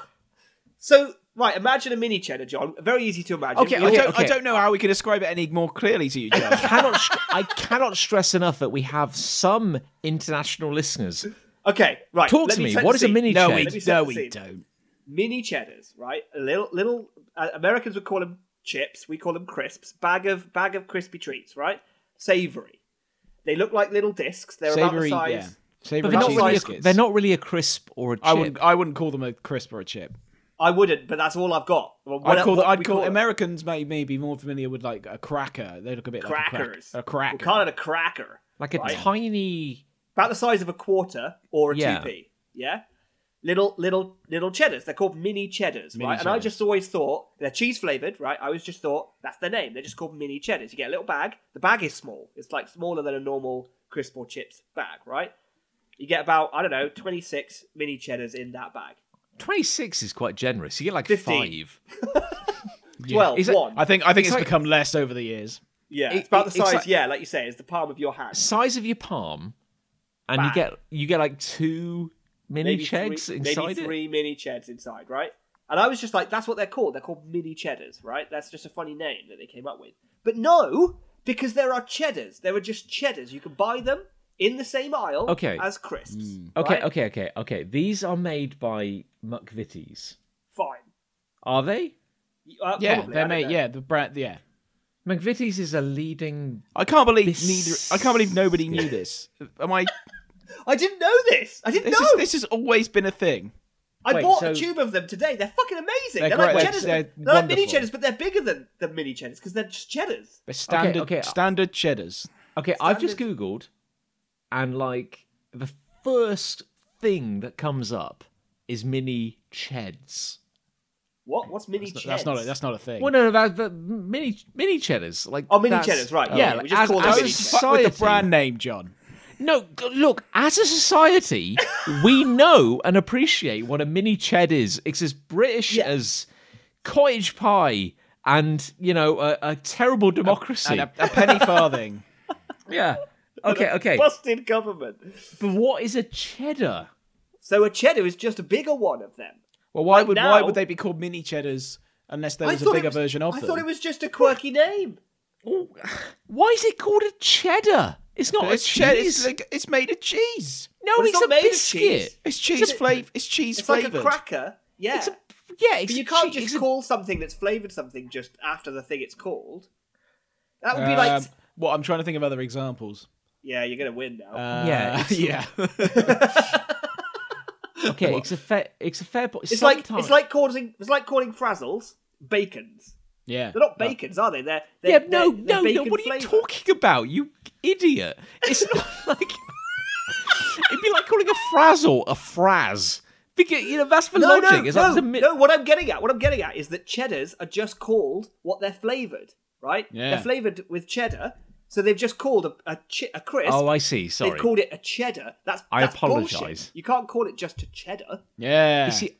S3: So, right, imagine a mini cheddar, John. Very easy to imagine.
S2: Okay,
S3: We all-
S2: I don't
S1: okay.
S2: I don't know how we can describe it any more clearly to you, John.
S1: Cannot str- I cannot stress enough that we have some international listeners.
S3: okay, right.
S1: Talk
S3: let
S1: to me.
S3: set
S1: What
S3: the
S1: is a
S3: scene.
S1: mini
S2: no,
S1: cheddar?
S2: we
S3: Let me set
S2: no
S3: the
S2: we
S3: scene.
S2: don't.
S3: mini cheddars, right? A little little uh, Americans would call them chips. We call them crisps. Bag of bag of crispy treats, right? Savory. They look like little discs. They're
S2: Savory,
S3: about the
S2: yeah.
S3: size.
S1: But
S2: Savory
S1: they're, not
S2: cheese
S1: really a,
S2: biscuits.
S1: they're not really a crisp or a chip.
S2: I wouldn't. I wouldn't call them a crisp or a chip.
S3: I wouldn't, but that's all I've got. Well, what-
S2: I'd call.
S3: what
S2: I'd
S3: we
S2: call,
S3: them?
S2: Americans may may be more familiar with like a cracker. They look a bit
S3: crackers.
S2: like a,
S3: We'll
S2: crack, a cracker.
S3: call it a cracker.
S1: like a
S3: Right.
S1: tiny.
S3: About the size of a quarter or a
S1: Yeah.
S3: two p. Yeah. Little little little cheddars. They're called mini cheddars,
S2: Mini
S3: right? And I
S2: cheddars.
S3: just always thought they're cheese flavored, right? I always just thought that's their name. They're just called mini cheddars. You get a little bag. The bag is small. It's like smaller than a normal crisp or chips bag, right? You get about I don't know twenty six mini cheddars in that bag.
S1: 26 is quite generous. You get like
S3: 15.
S1: five.
S3: Well,
S1: Is it-
S3: one.
S2: I think. I think
S1: It's
S2: it's,
S1: like-
S2: become less over the years.
S3: yeah,
S1: it-
S3: it's about the
S1: it- it's
S3: size.
S1: like-
S3: yeah, like you say, it's the palm of your hand.
S1: size of your palm, and
S3: Bang.
S1: you get you get like two mini
S3: Maybe three-
S1: checks inside
S3: maybe
S1: it.
S3: three mini cheds inside, right? And I was just like, that's what they're called. They're called mini cheddars, right? That's just a funny name that they came up with. But no, because there are cheddars. There are just cheddars. You can buy them in the same aisle
S1: Okay.
S3: as crisps.
S2: Mm.
S1: Okay,
S3: right?
S1: okay, okay, okay. These are made by McVitie's.
S3: Fine.
S1: Are they?
S3: Uh,
S2: Yeah,
S3: probably, I
S2: they're
S3: don't
S2: made.
S3: know.
S2: Yeah, the brand. Yeah,
S1: McVitie's is a leading.
S2: I can't believe
S1: This-
S2: neither. I can't believe nobody knew this. Am I?
S3: I didn't know this. I didn't
S2: This,
S3: know.
S2: is, this has always been a thing.
S3: I
S1: Wait,
S3: bought a
S1: so-
S3: tube of them today. They're fucking amazing.
S2: They're
S3: They're,
S2: great.
S3: like
S2: They're-
S3: cheddars.
S2: they're
S3: but- They're, like mini
S2: wonderful.
S3: cheddars, but they're bigger than the mini cheddars because they're just cheddars.
S2: They're standard.
S1: okay.
S2: Standard cheddars.
S1: Okay, I've just googled, and like the first thing that comes up is mini cheds.
S3: What? What's mini
S2: That's
S3: cheds?
S2: not, that's not a, that's not a thing.
S1: Well, no, that, that mini mini cheddars, like
S3: Oh, mini
S1: that's-
S3: cheddars, right,
S1: Yeah,
S3: yeah, we
S1: like,
S3: just
S1: as,
S3: call them
S1: as
S3: mini
S1: a
S3: cheddars.
S2: Fuck
S1: society,
S2: with the brand name, John.
S1: No, g- look, as a society, we know and appreciate what a mini ched is. It's as British
S3: Yeah.
S1: as cottage pie and, you know, a, a terrible democracy.
S2: And a, a penny farthing.
S1: yeah. Okay, okay.
S3: Busted government.
S1: But what is a cheddar?
S3: So a cheddar is just a bigger one of them.
S2: Well, why
S3: Like
S2: would why
S3: now-
S2: would they be called mini cheddars unless there
S3: I
S2: was a
S3: thought it
S2: bigger
S3: was-
S2: version of
S3: I
S2: them?
S3: thought it was just a quirky name.
S1: Why is it called a cheddar? It's not
S2: It's
S1: a
S2: cheddar.
S1: cheese.
S2: It's, like- it's made of cheese.
S1: no,
S3: Well,
S1: it's,
S3: it's not
S1: a
S3: made of
S1: biscuit.
S3: cheese.
S2: It's cheese flavor. It's cheese
S3: It's
S2: flavored.
S3: like a cracker. Yeah.
S1: It's a yeah, it's
S3: but you
S1: a
S3: can't
S1: che- it's
S3: just
S1: a-
S3: call something that's flavored something just after the thing it's called. That would be
S1: Uh,
S3: like,
S2: Um, well, I'm trying to think of other examples.
S3: yeah, you're gonna win now.
S2: Uh,
S1: Yeah, it's-
S2: yeah.
S1: okay. It's a fair. It's a fair point.
S3: it's like it's like calling it's like calling frazzles bacons.
S2: yeah.
S3: They're not bacons, are they? They're, they're
S1: Uh, yeah, no,
S3: they're- they're
S1: no, no.
S3: bacon
S1: What are you
S3: flavoured.
S1: talking about, you idiot? It's not like it'd be like calling a frazzle a fraz. Because you know that's the
S3: No,
S1: logic.
S3: no,
S1: it's
S3: no,
S1: like, there's a mi-
S3: no. What I'm getting at, what I'm getting at, is that cheddars are just called what they're flavored, right?
S2: Yeah.
S3: They're flavored with cheddar, so they've just called a a, chi- a crisp.
S1: Oh, I see. Sorry.
S3: They've called it a cheddar. That's
S1: I
S3: that's
S1: apologise.
S3: bullshit. You can't call it just a cheddar.
S2: Yeah.
S1: You see,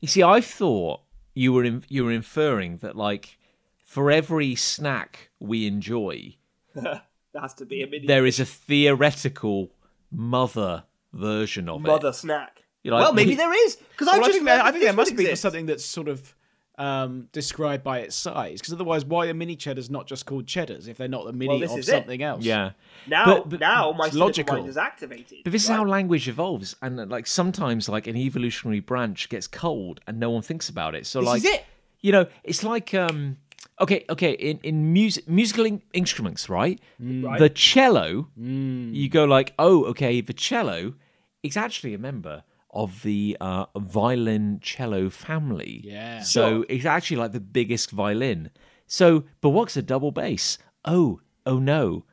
S1: you see, I thought you were in, you were inferring that like for every snack we enjoy,
S3: There has to be a mini
S1: there is a theoretical mother version of
S3: mother
S1: it.
S3: snack.
S1: You're like-
S3: well, maybe there is because
S2: Well,
S3: I
S2: I
S3: just
S2: think there, I
S3: remembered
S2: think there
S3: this
S2: must
S3: one
S2: be for
S3: exists.
S2: something that's sort of um, described by its size, because otherwise, why are mini cheddars not just called cheddars if they're not the mini
S3: this
S2: of
S3: is it.
S2: something else?
S1: Yeah.
S3: Now,
S1: But- but
S3: now my
S2: it's
S3: cynical
S2: logical.
S3: mind is activated.
S1: But this is
S3: right?
S1: how language evolves, and uh, like sometimes like an evolutionary branch gets cold and no one thinks about it. So like,
S3: is it.
S1: you know, it's like um, okay, okay, in in music musical in- instruments, right?
S3: Mm.
S1: The cello, you go like, oh, okay, the cello is actually a member of the uh, violin cello family.
S2: Yeah.
S1: So it's actually like the biggest violin. So, but what's a double bass? Oh, oh no,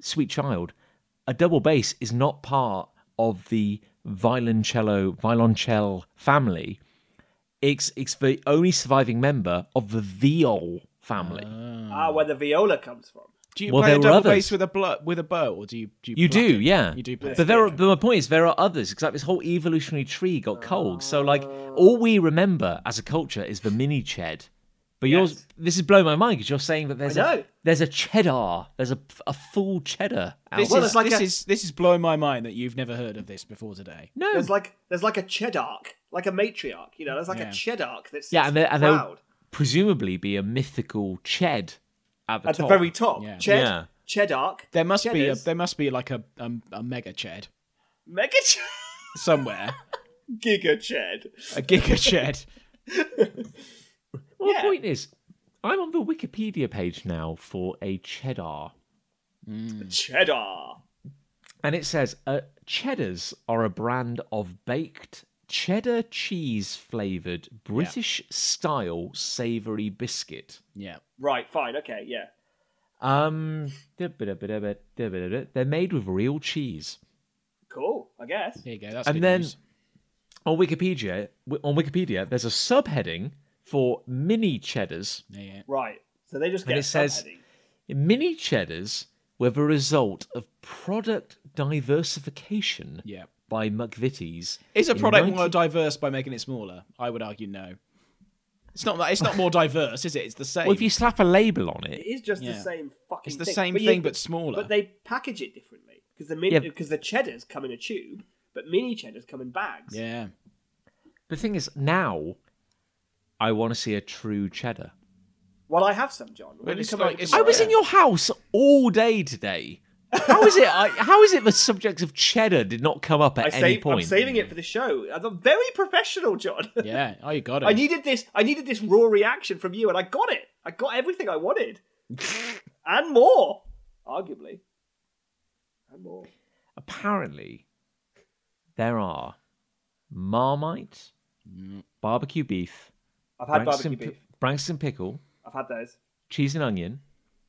S1: sweet child, a double bass is not part of the violoncello violoncelle family. It's it's the only surviving member of the viol family.
S3: ah, where the viola comes from.
S2: Do you
S1: Well,
S2: play
S1: there
S2: a
S1: were
S2: double
S1: others.
S2: bass with a bl- with a bow, or do you? Do you,
S1: You
S2: pluck
S1: do,
S2: it?
S1: yeah.
S2: You do. Play
S1: But there are, but my point is, there are others. Because like this whole evolutionary tree got cold. So like, all we remember as a culture is the mini ched. But yours,
S3: Yes.
S1: this is blowing my mind because you're saying that there's
S3: know.
S1: a there's a cheddar, there's a, a full cheddar. Out
S2: This,
S1: there.
S3: Well,
S2: is,
S3: it's like
S2: this
S3: a-
S2: is this is blowing my mind that you've never heard of this before today.
S1: no,
S3: There's like there's like a cheddarch, like a matriarch. You know, there's like
S2: Yeah.
S3: a cheddarch that's
S1: yeah, and there, and there would
S3: proud
S1: presumably be a mythical ched at the
S3: at
S1: top.
S3: the very top.
S2: Yeah.
S3: Ched,
S1: Yeah.
S3: cheddarch.
S2: There must be a,
S3: cheddars,
S2: there must be like a um, a mega ched
S3: mega ched,
S2: somewhere,
S3: giga ched.
S2: a giga ched.
S1: Well, the
S3: Yeah.
S1: point is, I'm on the Wikipedia page now for a cheddar.
S3: Cheddar.
S1: And it says uh, cheddars are a brand of baked cheddar cheese flavored British style savory biscuit.
S2: Yeah.
S3: Right, fine, okay, yeah.
S1: Um, they're made with real cheese.
S3: Cool, I guess.
S2: There you go. That's
S1: And
S2: good
S1: then-
S2: news.
S1: On Wikipedia, on Wikipedia, there's a subheading for mini cheddars.
S2: Yeah, yeah.
S3: Right. So they just
S1: And
S3: get
S1: it says-
S3: subheading.
S1: Mini cheddars were the result of product diversification
S2: Yeah.
S1: by McVitie's.
S2: Is a
S1: in
S2: product
S1: 19
S2: more diverse by making it smaller? I would argue no. It's not. It's not more diverse, is it? It's the same.
S1: Well, if you slap a label on
S3: It
S1: it,
S3: is just the
S2: Yeah.
S3: same fucking
S2: it's the
S3: thing.
S2: same
S3: but you-
S2: thing but smaller.
S3: But they package it differently. Because the mini,
S1: Yeah.
S3: because the cheddars come in a tube, but mini cheddars come in bags.
S2: yeah.
S1: The thing is, now I want to see a true cheddar.
S3: Well, I have some, John.
S2: But
S3: When you
S2: it's
S3: come
S2: like-
S3: over
S2: it's-
S1: I
S3: tomorrow-
S1: was in your house all day today. How is it? I, how is it the subject of cheddar did not come up at
S3: I
S1: any
S3: save, I'm
S1: point?
S3: saving it for the show. I'm very professional, John.
S2: Yeah. Oh, you got it.
S3: I needed this. I needed this raw reaction from you, and I got it. I got everything I wanted, and more, arguably, and more.
S1: Apparently, there are Marmite, barbecue beef,
S3: I've had
S1: Branxton,
S3: barbecue beef.
S1: pi- Branxton pickle,
S3: I've had those.
S1: cheese and onion,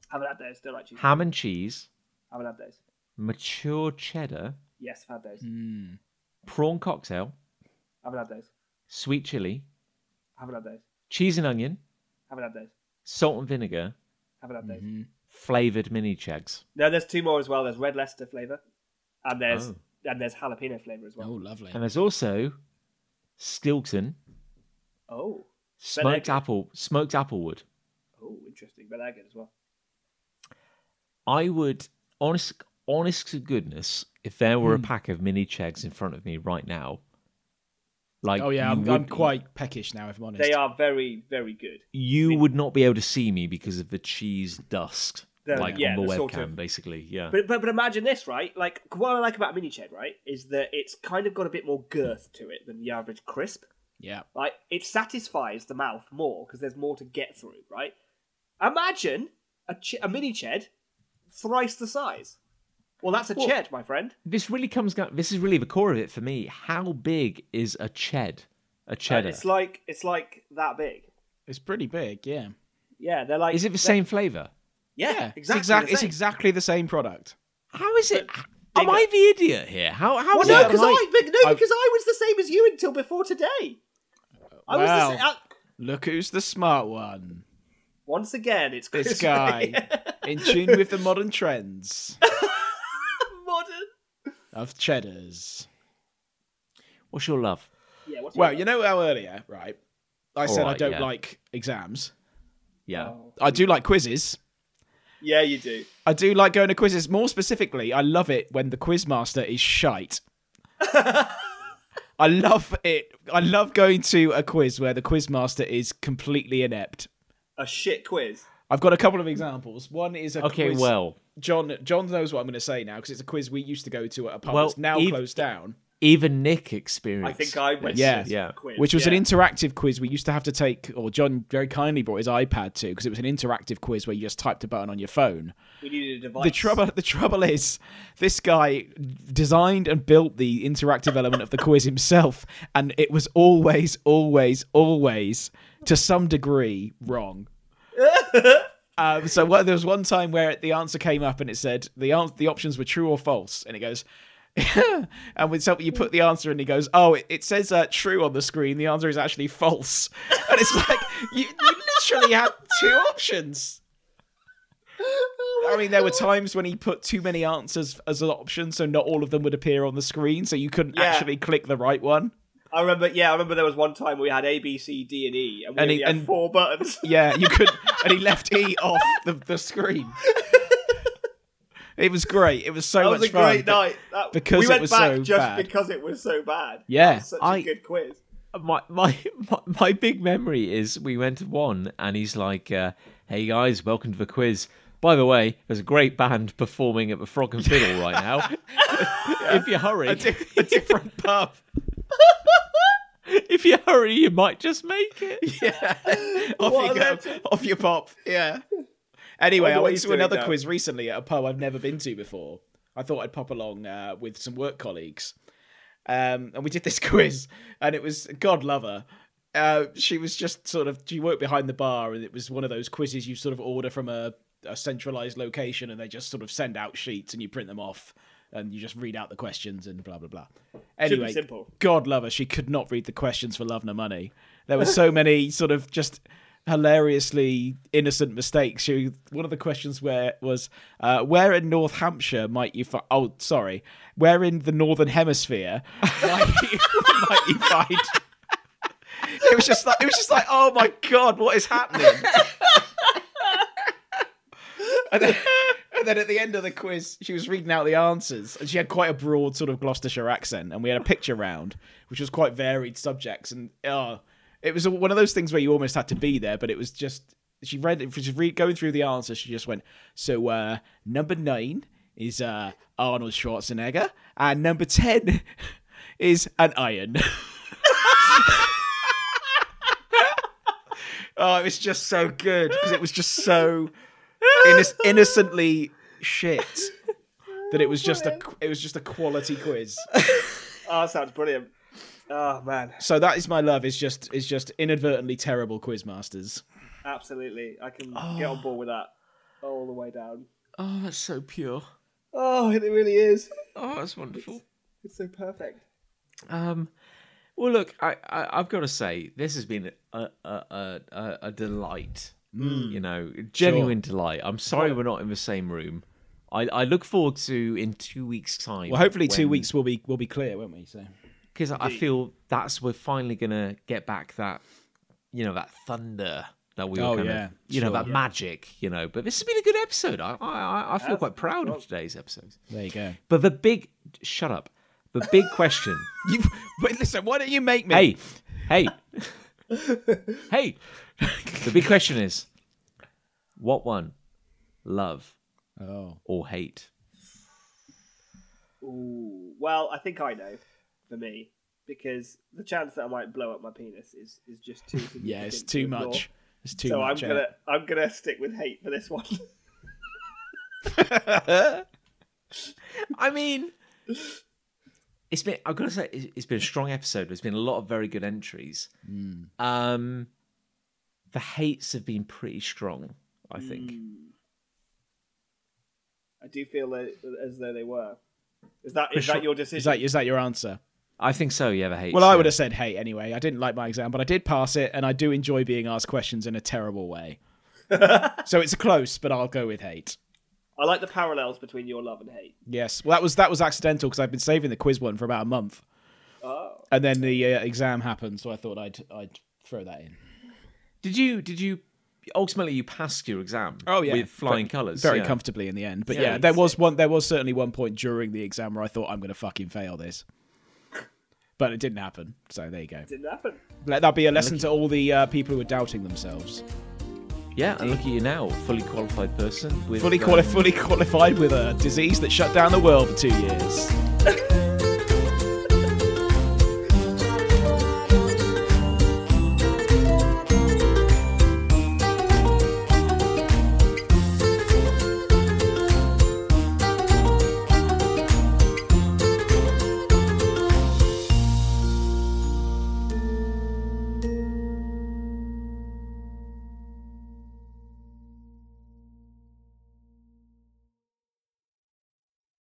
S3: Haven't had those. Don't like cheese.
S1: ham and cheese,
S3: Haven't had those.
S1: mature cheddar,
S3: Yes, I've had those.
S2: Mm.
S1: prawn cocktail,
S3: Haven't had those.
S1: sweet chili,
S3: Haven't had those.
S1: cheese and onion,
S3: Haven't had those.
S1: salt and vinegar,
S3: Haven't had those.
S1: Mm-hmm. flavored mini chags.
S3: No, there's two more as well. There's red Leicester flavour, and there's
S1: Oh.
S3: and there's jalapeno flavour as
S2: Oh,
S3: well.
S2: lovely.
S1: And there's also Stilton
S3: Oh,
S1: smoked
S3: good.
S1: apple smoked applewood.
S3: oh, interesting. But they're good as well.
S1: I would honest honest to goodness, if there were
S3: Hmm.
S1: a pack of mini chags in front of me right now, like
S2: Oh yeah,
S1: you
S2: I'm,
S1: would,
S2: I'm quite peckish now, if I'm honest.
S3: They are very, very good.
S1: you would not be able to see me because of the cheese dust.
S3: The-
S1: like
S3: yeah,
S1: on the,
S3: the
S1: webcam,
S3: sort of-
S1: basically. Yeah.
S3: But, but but imagine this, right? Like what I like about a mini check, right, is that it's kind of got a bit more girth to it than the average crisp.
S2: Yeah.
S3: Like it satisfies the mouth more because there's more to get through, right? Imagine a, ch- a mini ched thrice the size. Well, that's a
S1: Well-
S3: ched, my friend.
S1: this really comes down this is really the core of it for me. How big is a ched? A cheddar.
S3: Uh, It's like it's like that big.
S2: It's pretty big, yeah.
S3: Yeah, they're like.
S1: is it the same flavour?
S3: Yeah,
S2: It's,
S3: exactly.
S2: exact-
S3: the
S2: it's
S3: same.
S2: exactly the same product.
S1: How is it?
S3: Bigger.
S1: Am I the idiot here? How how
S3: Well,
S1: is
S3: no,
S1: it?
S3: because
S2: right?
S3: I, but no,
S2: I-
S3: because I was the same as you until before today. I was the uh,
S2: Wow.
S3: same, I,
S2: Look who's the smart one.
S3: once again. It's
S2: This
S3: Chris
S2: guy. In tune with the modern trends
S3: Modern.
S2: of cheddars.
S1: What's your love?
S3: Yeah. What's
S2: Well,
S3: your-
S2: you know how earlier, right? I said I
S1: Alright,
S2: don't
S1: yeah.
S2: like exams.
S1: Yeah.
S3: Um,
S2: I do like quizzes.
S3: Yeah, you do.
S2: I do like going to quizzes. More specifically, I love it when the quiz master is shite. I love it. I love going to a quiz where the quiz master is completely inept.
S3: A shit quiz.
S2: I've got a couple of examples. One is a
S1: Okay,
S2: quiz-
S1: well,
S2: John John knows what I'm going to say now because it's a quiz we used to go to at a pub
S1: Well,
S2: that's now
S1: if-
S2: closed down.
S1: even Nick experienced.
S3: I think I went.
S1: this.
S2: Yeah.
S3: to
S1: yeah.
S3: a Quiz.
S2: which was
S3: yeah.
S2: an interactive quiz we used to have to take, or John very kindly brought his iPad to because it was an interactive quiz where you just typed a button on your phone.
S3: We needed a device.
S2: The trouble, the trouble is, this guy designed and built the interactive element of the quiz himself, and it was always, always, always, to some degree, wrong. Um, so what, there was one time where the answer came up and it said the ans- the options were true or false, and it goes, and with something you put the answer in, he goes, oh, it, it says uh, true on the screen. The answer is actually false, and it's like you, you literally had two options. I mean, there were times when he put too many answers as an option, so not all of them would appear on the screen, so you couldn't
S3: Yeah.
S2: actually click the right one.
S3: I remember. Yeah, I remember there was one time we had A, B, C, D, and E, and we
S2: And
S3: only
S2: he-
S3: had
S2: and-
S3: four buttons.
S2: Yeah, you could, and he left E off the, the screen. It was great. It was so
S3: That
S2: much
S3: was a
S2: fun.
S3: great
S2: but-
S3: night. That,
S2: because
S3: we
S2: it
S3: went
S2: was
S3: back
S2: so
S3: just
S2: bad.
S3: because it was so bad.
S2: Yeah,
S3: That was such a
S1: I-
S3: good quiz.
S1: my, my my my big memory is we went to one and he's like, uh, "Hey guys, welcome to the quiz." By the way, there's a great band performing at the Frog and Fiddle right now. if you hurry,
S2: a, di- a different pub.
S1: if you hurry, you might just make it.
S2: Yeah. off
S3: What
S2: you
S3: a
S2: go.
S3: legend.
S2: Off you pop. Yeah. Anyway,
S3: Wonder
S2: I
S3: what
S2: went
S3: he's
S2: to
S3: doing
S2: another
S3: now.
S2: quiz recently at a pub I've never been to before. I thought I'd pop along uh, with some work colleagues. Um, and we did this quiz, and it was God love her. Uh, she was just sort of she worked behind the bar, and it was one of those quizzes you sort of order from a, a centralized location, and they just sort of send out sheets and you print them off, and you just read out the questions and blah blah blah.
S3: be
S2: Anyway,
S3: simple.
S2: God love her, she could not read the questions for Love Nor Money. There were so many sort of just hilariously innocent mistakes. She, one of the questions where was, uh, where in North Hampshire might you find? Oh, sorry, where in the Northern Hemisphere might you, might you find? It was just like it was just like, oh my god, what is happening? and, then, and then at the end of the quiz, she was reading out the answers, and she had quite a broad sort of Gloucestershire accent, and we had a picture round, which was quite varied subjects, and oh, it was one of those things where you almost had to be there, but it was just she read it she was re- going through the answers, she just went, so uh, number nine is uh, Arnold Schwarzenegger, and number ten is an iron. Oh, it was just so good because it was just so inno- innocently shit that it was just a it was just a quality quiz.
S3: Oh, that sounds brilliant. Oh man,
S2: So that is my love is just is just inadvertently terrible quiz masters.
S3: absolutely. I can get
S2: Oh.
S3: on board with that all the way down.
S1: Oh, that's so pure.
S3: Oh, it really is.
S1: Oh, that's wonderful.
S3: It's so perfect.
S1: Um, Well, look, I, I I've got to say this has been a a a, a, a delight.
S2: Mm.
S1: You know, genuine delight. I'm sorry we're not in the same room. I, I look forward to in two weeks' time.
S2: Well, hopefully two weeks will be will be clear, won't we? So
S1: because I feel that's we're finally gonna get back that you know that thunder that we were
S2: Oh,
S1: kind
S2: yeah,
S1: of you know
S2: sure.
S1: that magic you know. But this has been a good episode. I I, I- I feel quite proud of today's episode.
S2: there you go.
S1: But the big shut up. The big question.
S2: You wait, listen. Why don't you make me?
S1: hey, hey, hey. The big question is, what one, love
S2: Oh,
S1: or hate?
S3: Ooh, well, I think I know for me because the chance that I might blow up my penis is is just too.
S2: yeah,
S3: significant
S2: it's
S3: to
S2: too
S3: ignore.
S2: much. It's too
S3: So I'm
S2: much. eh?
S3: gonna I'm gonna stick with hate for this one.
S1: I mean, it's been. I've got to say, it's it's been a strong episode. There's been a lot of very good entries.
S2: Hmm.
S1: Um, the hates have been pretty strong. I think.
S2: Hmm.
S3: I do feel that, as though they were. Is that is
S1: Chris,
S3: that your
S2: Is
S3: decision?
S2: that is that your answer?
S1: I think so. Yeah, the hates.
S2: Well, I
S1: yeah.
S2: would have said hate anyway. I didn't like my exam, but I did pass it, and I do enjoy being asked questions in a terrible way. so it's close, but I'll go with hate.
S3: I like the parallels between your love and hate.
S2: Yes. Well, that was that was accidental because I've been saving the quiz one for about a month,
S3: Oh,
S2: and then the uh, exam happened, so I thought I'd I'd throw that in.
S1: Did you? Did you? Ultimately, you passed your exam.
S2: Oh, yeah.
S1: with flying colours.
S2: Very
S1: yeah.
S2: comfortably in the end. But yeah,
S1: Yeah,
S2: there was one. There was certainly one point during the exam where I thought I'm going to fucking fail this, but it didn't happen. So there you go.
S3: didn't happen.
S2: Let that be a lesson to all the uh, people who are doubting themselves.
S1: Yeah, and look at you now, fully qualified person with
S2: Fully,
S1: um,
S2: quali- fully qualified with a disease that shut down the world for two years.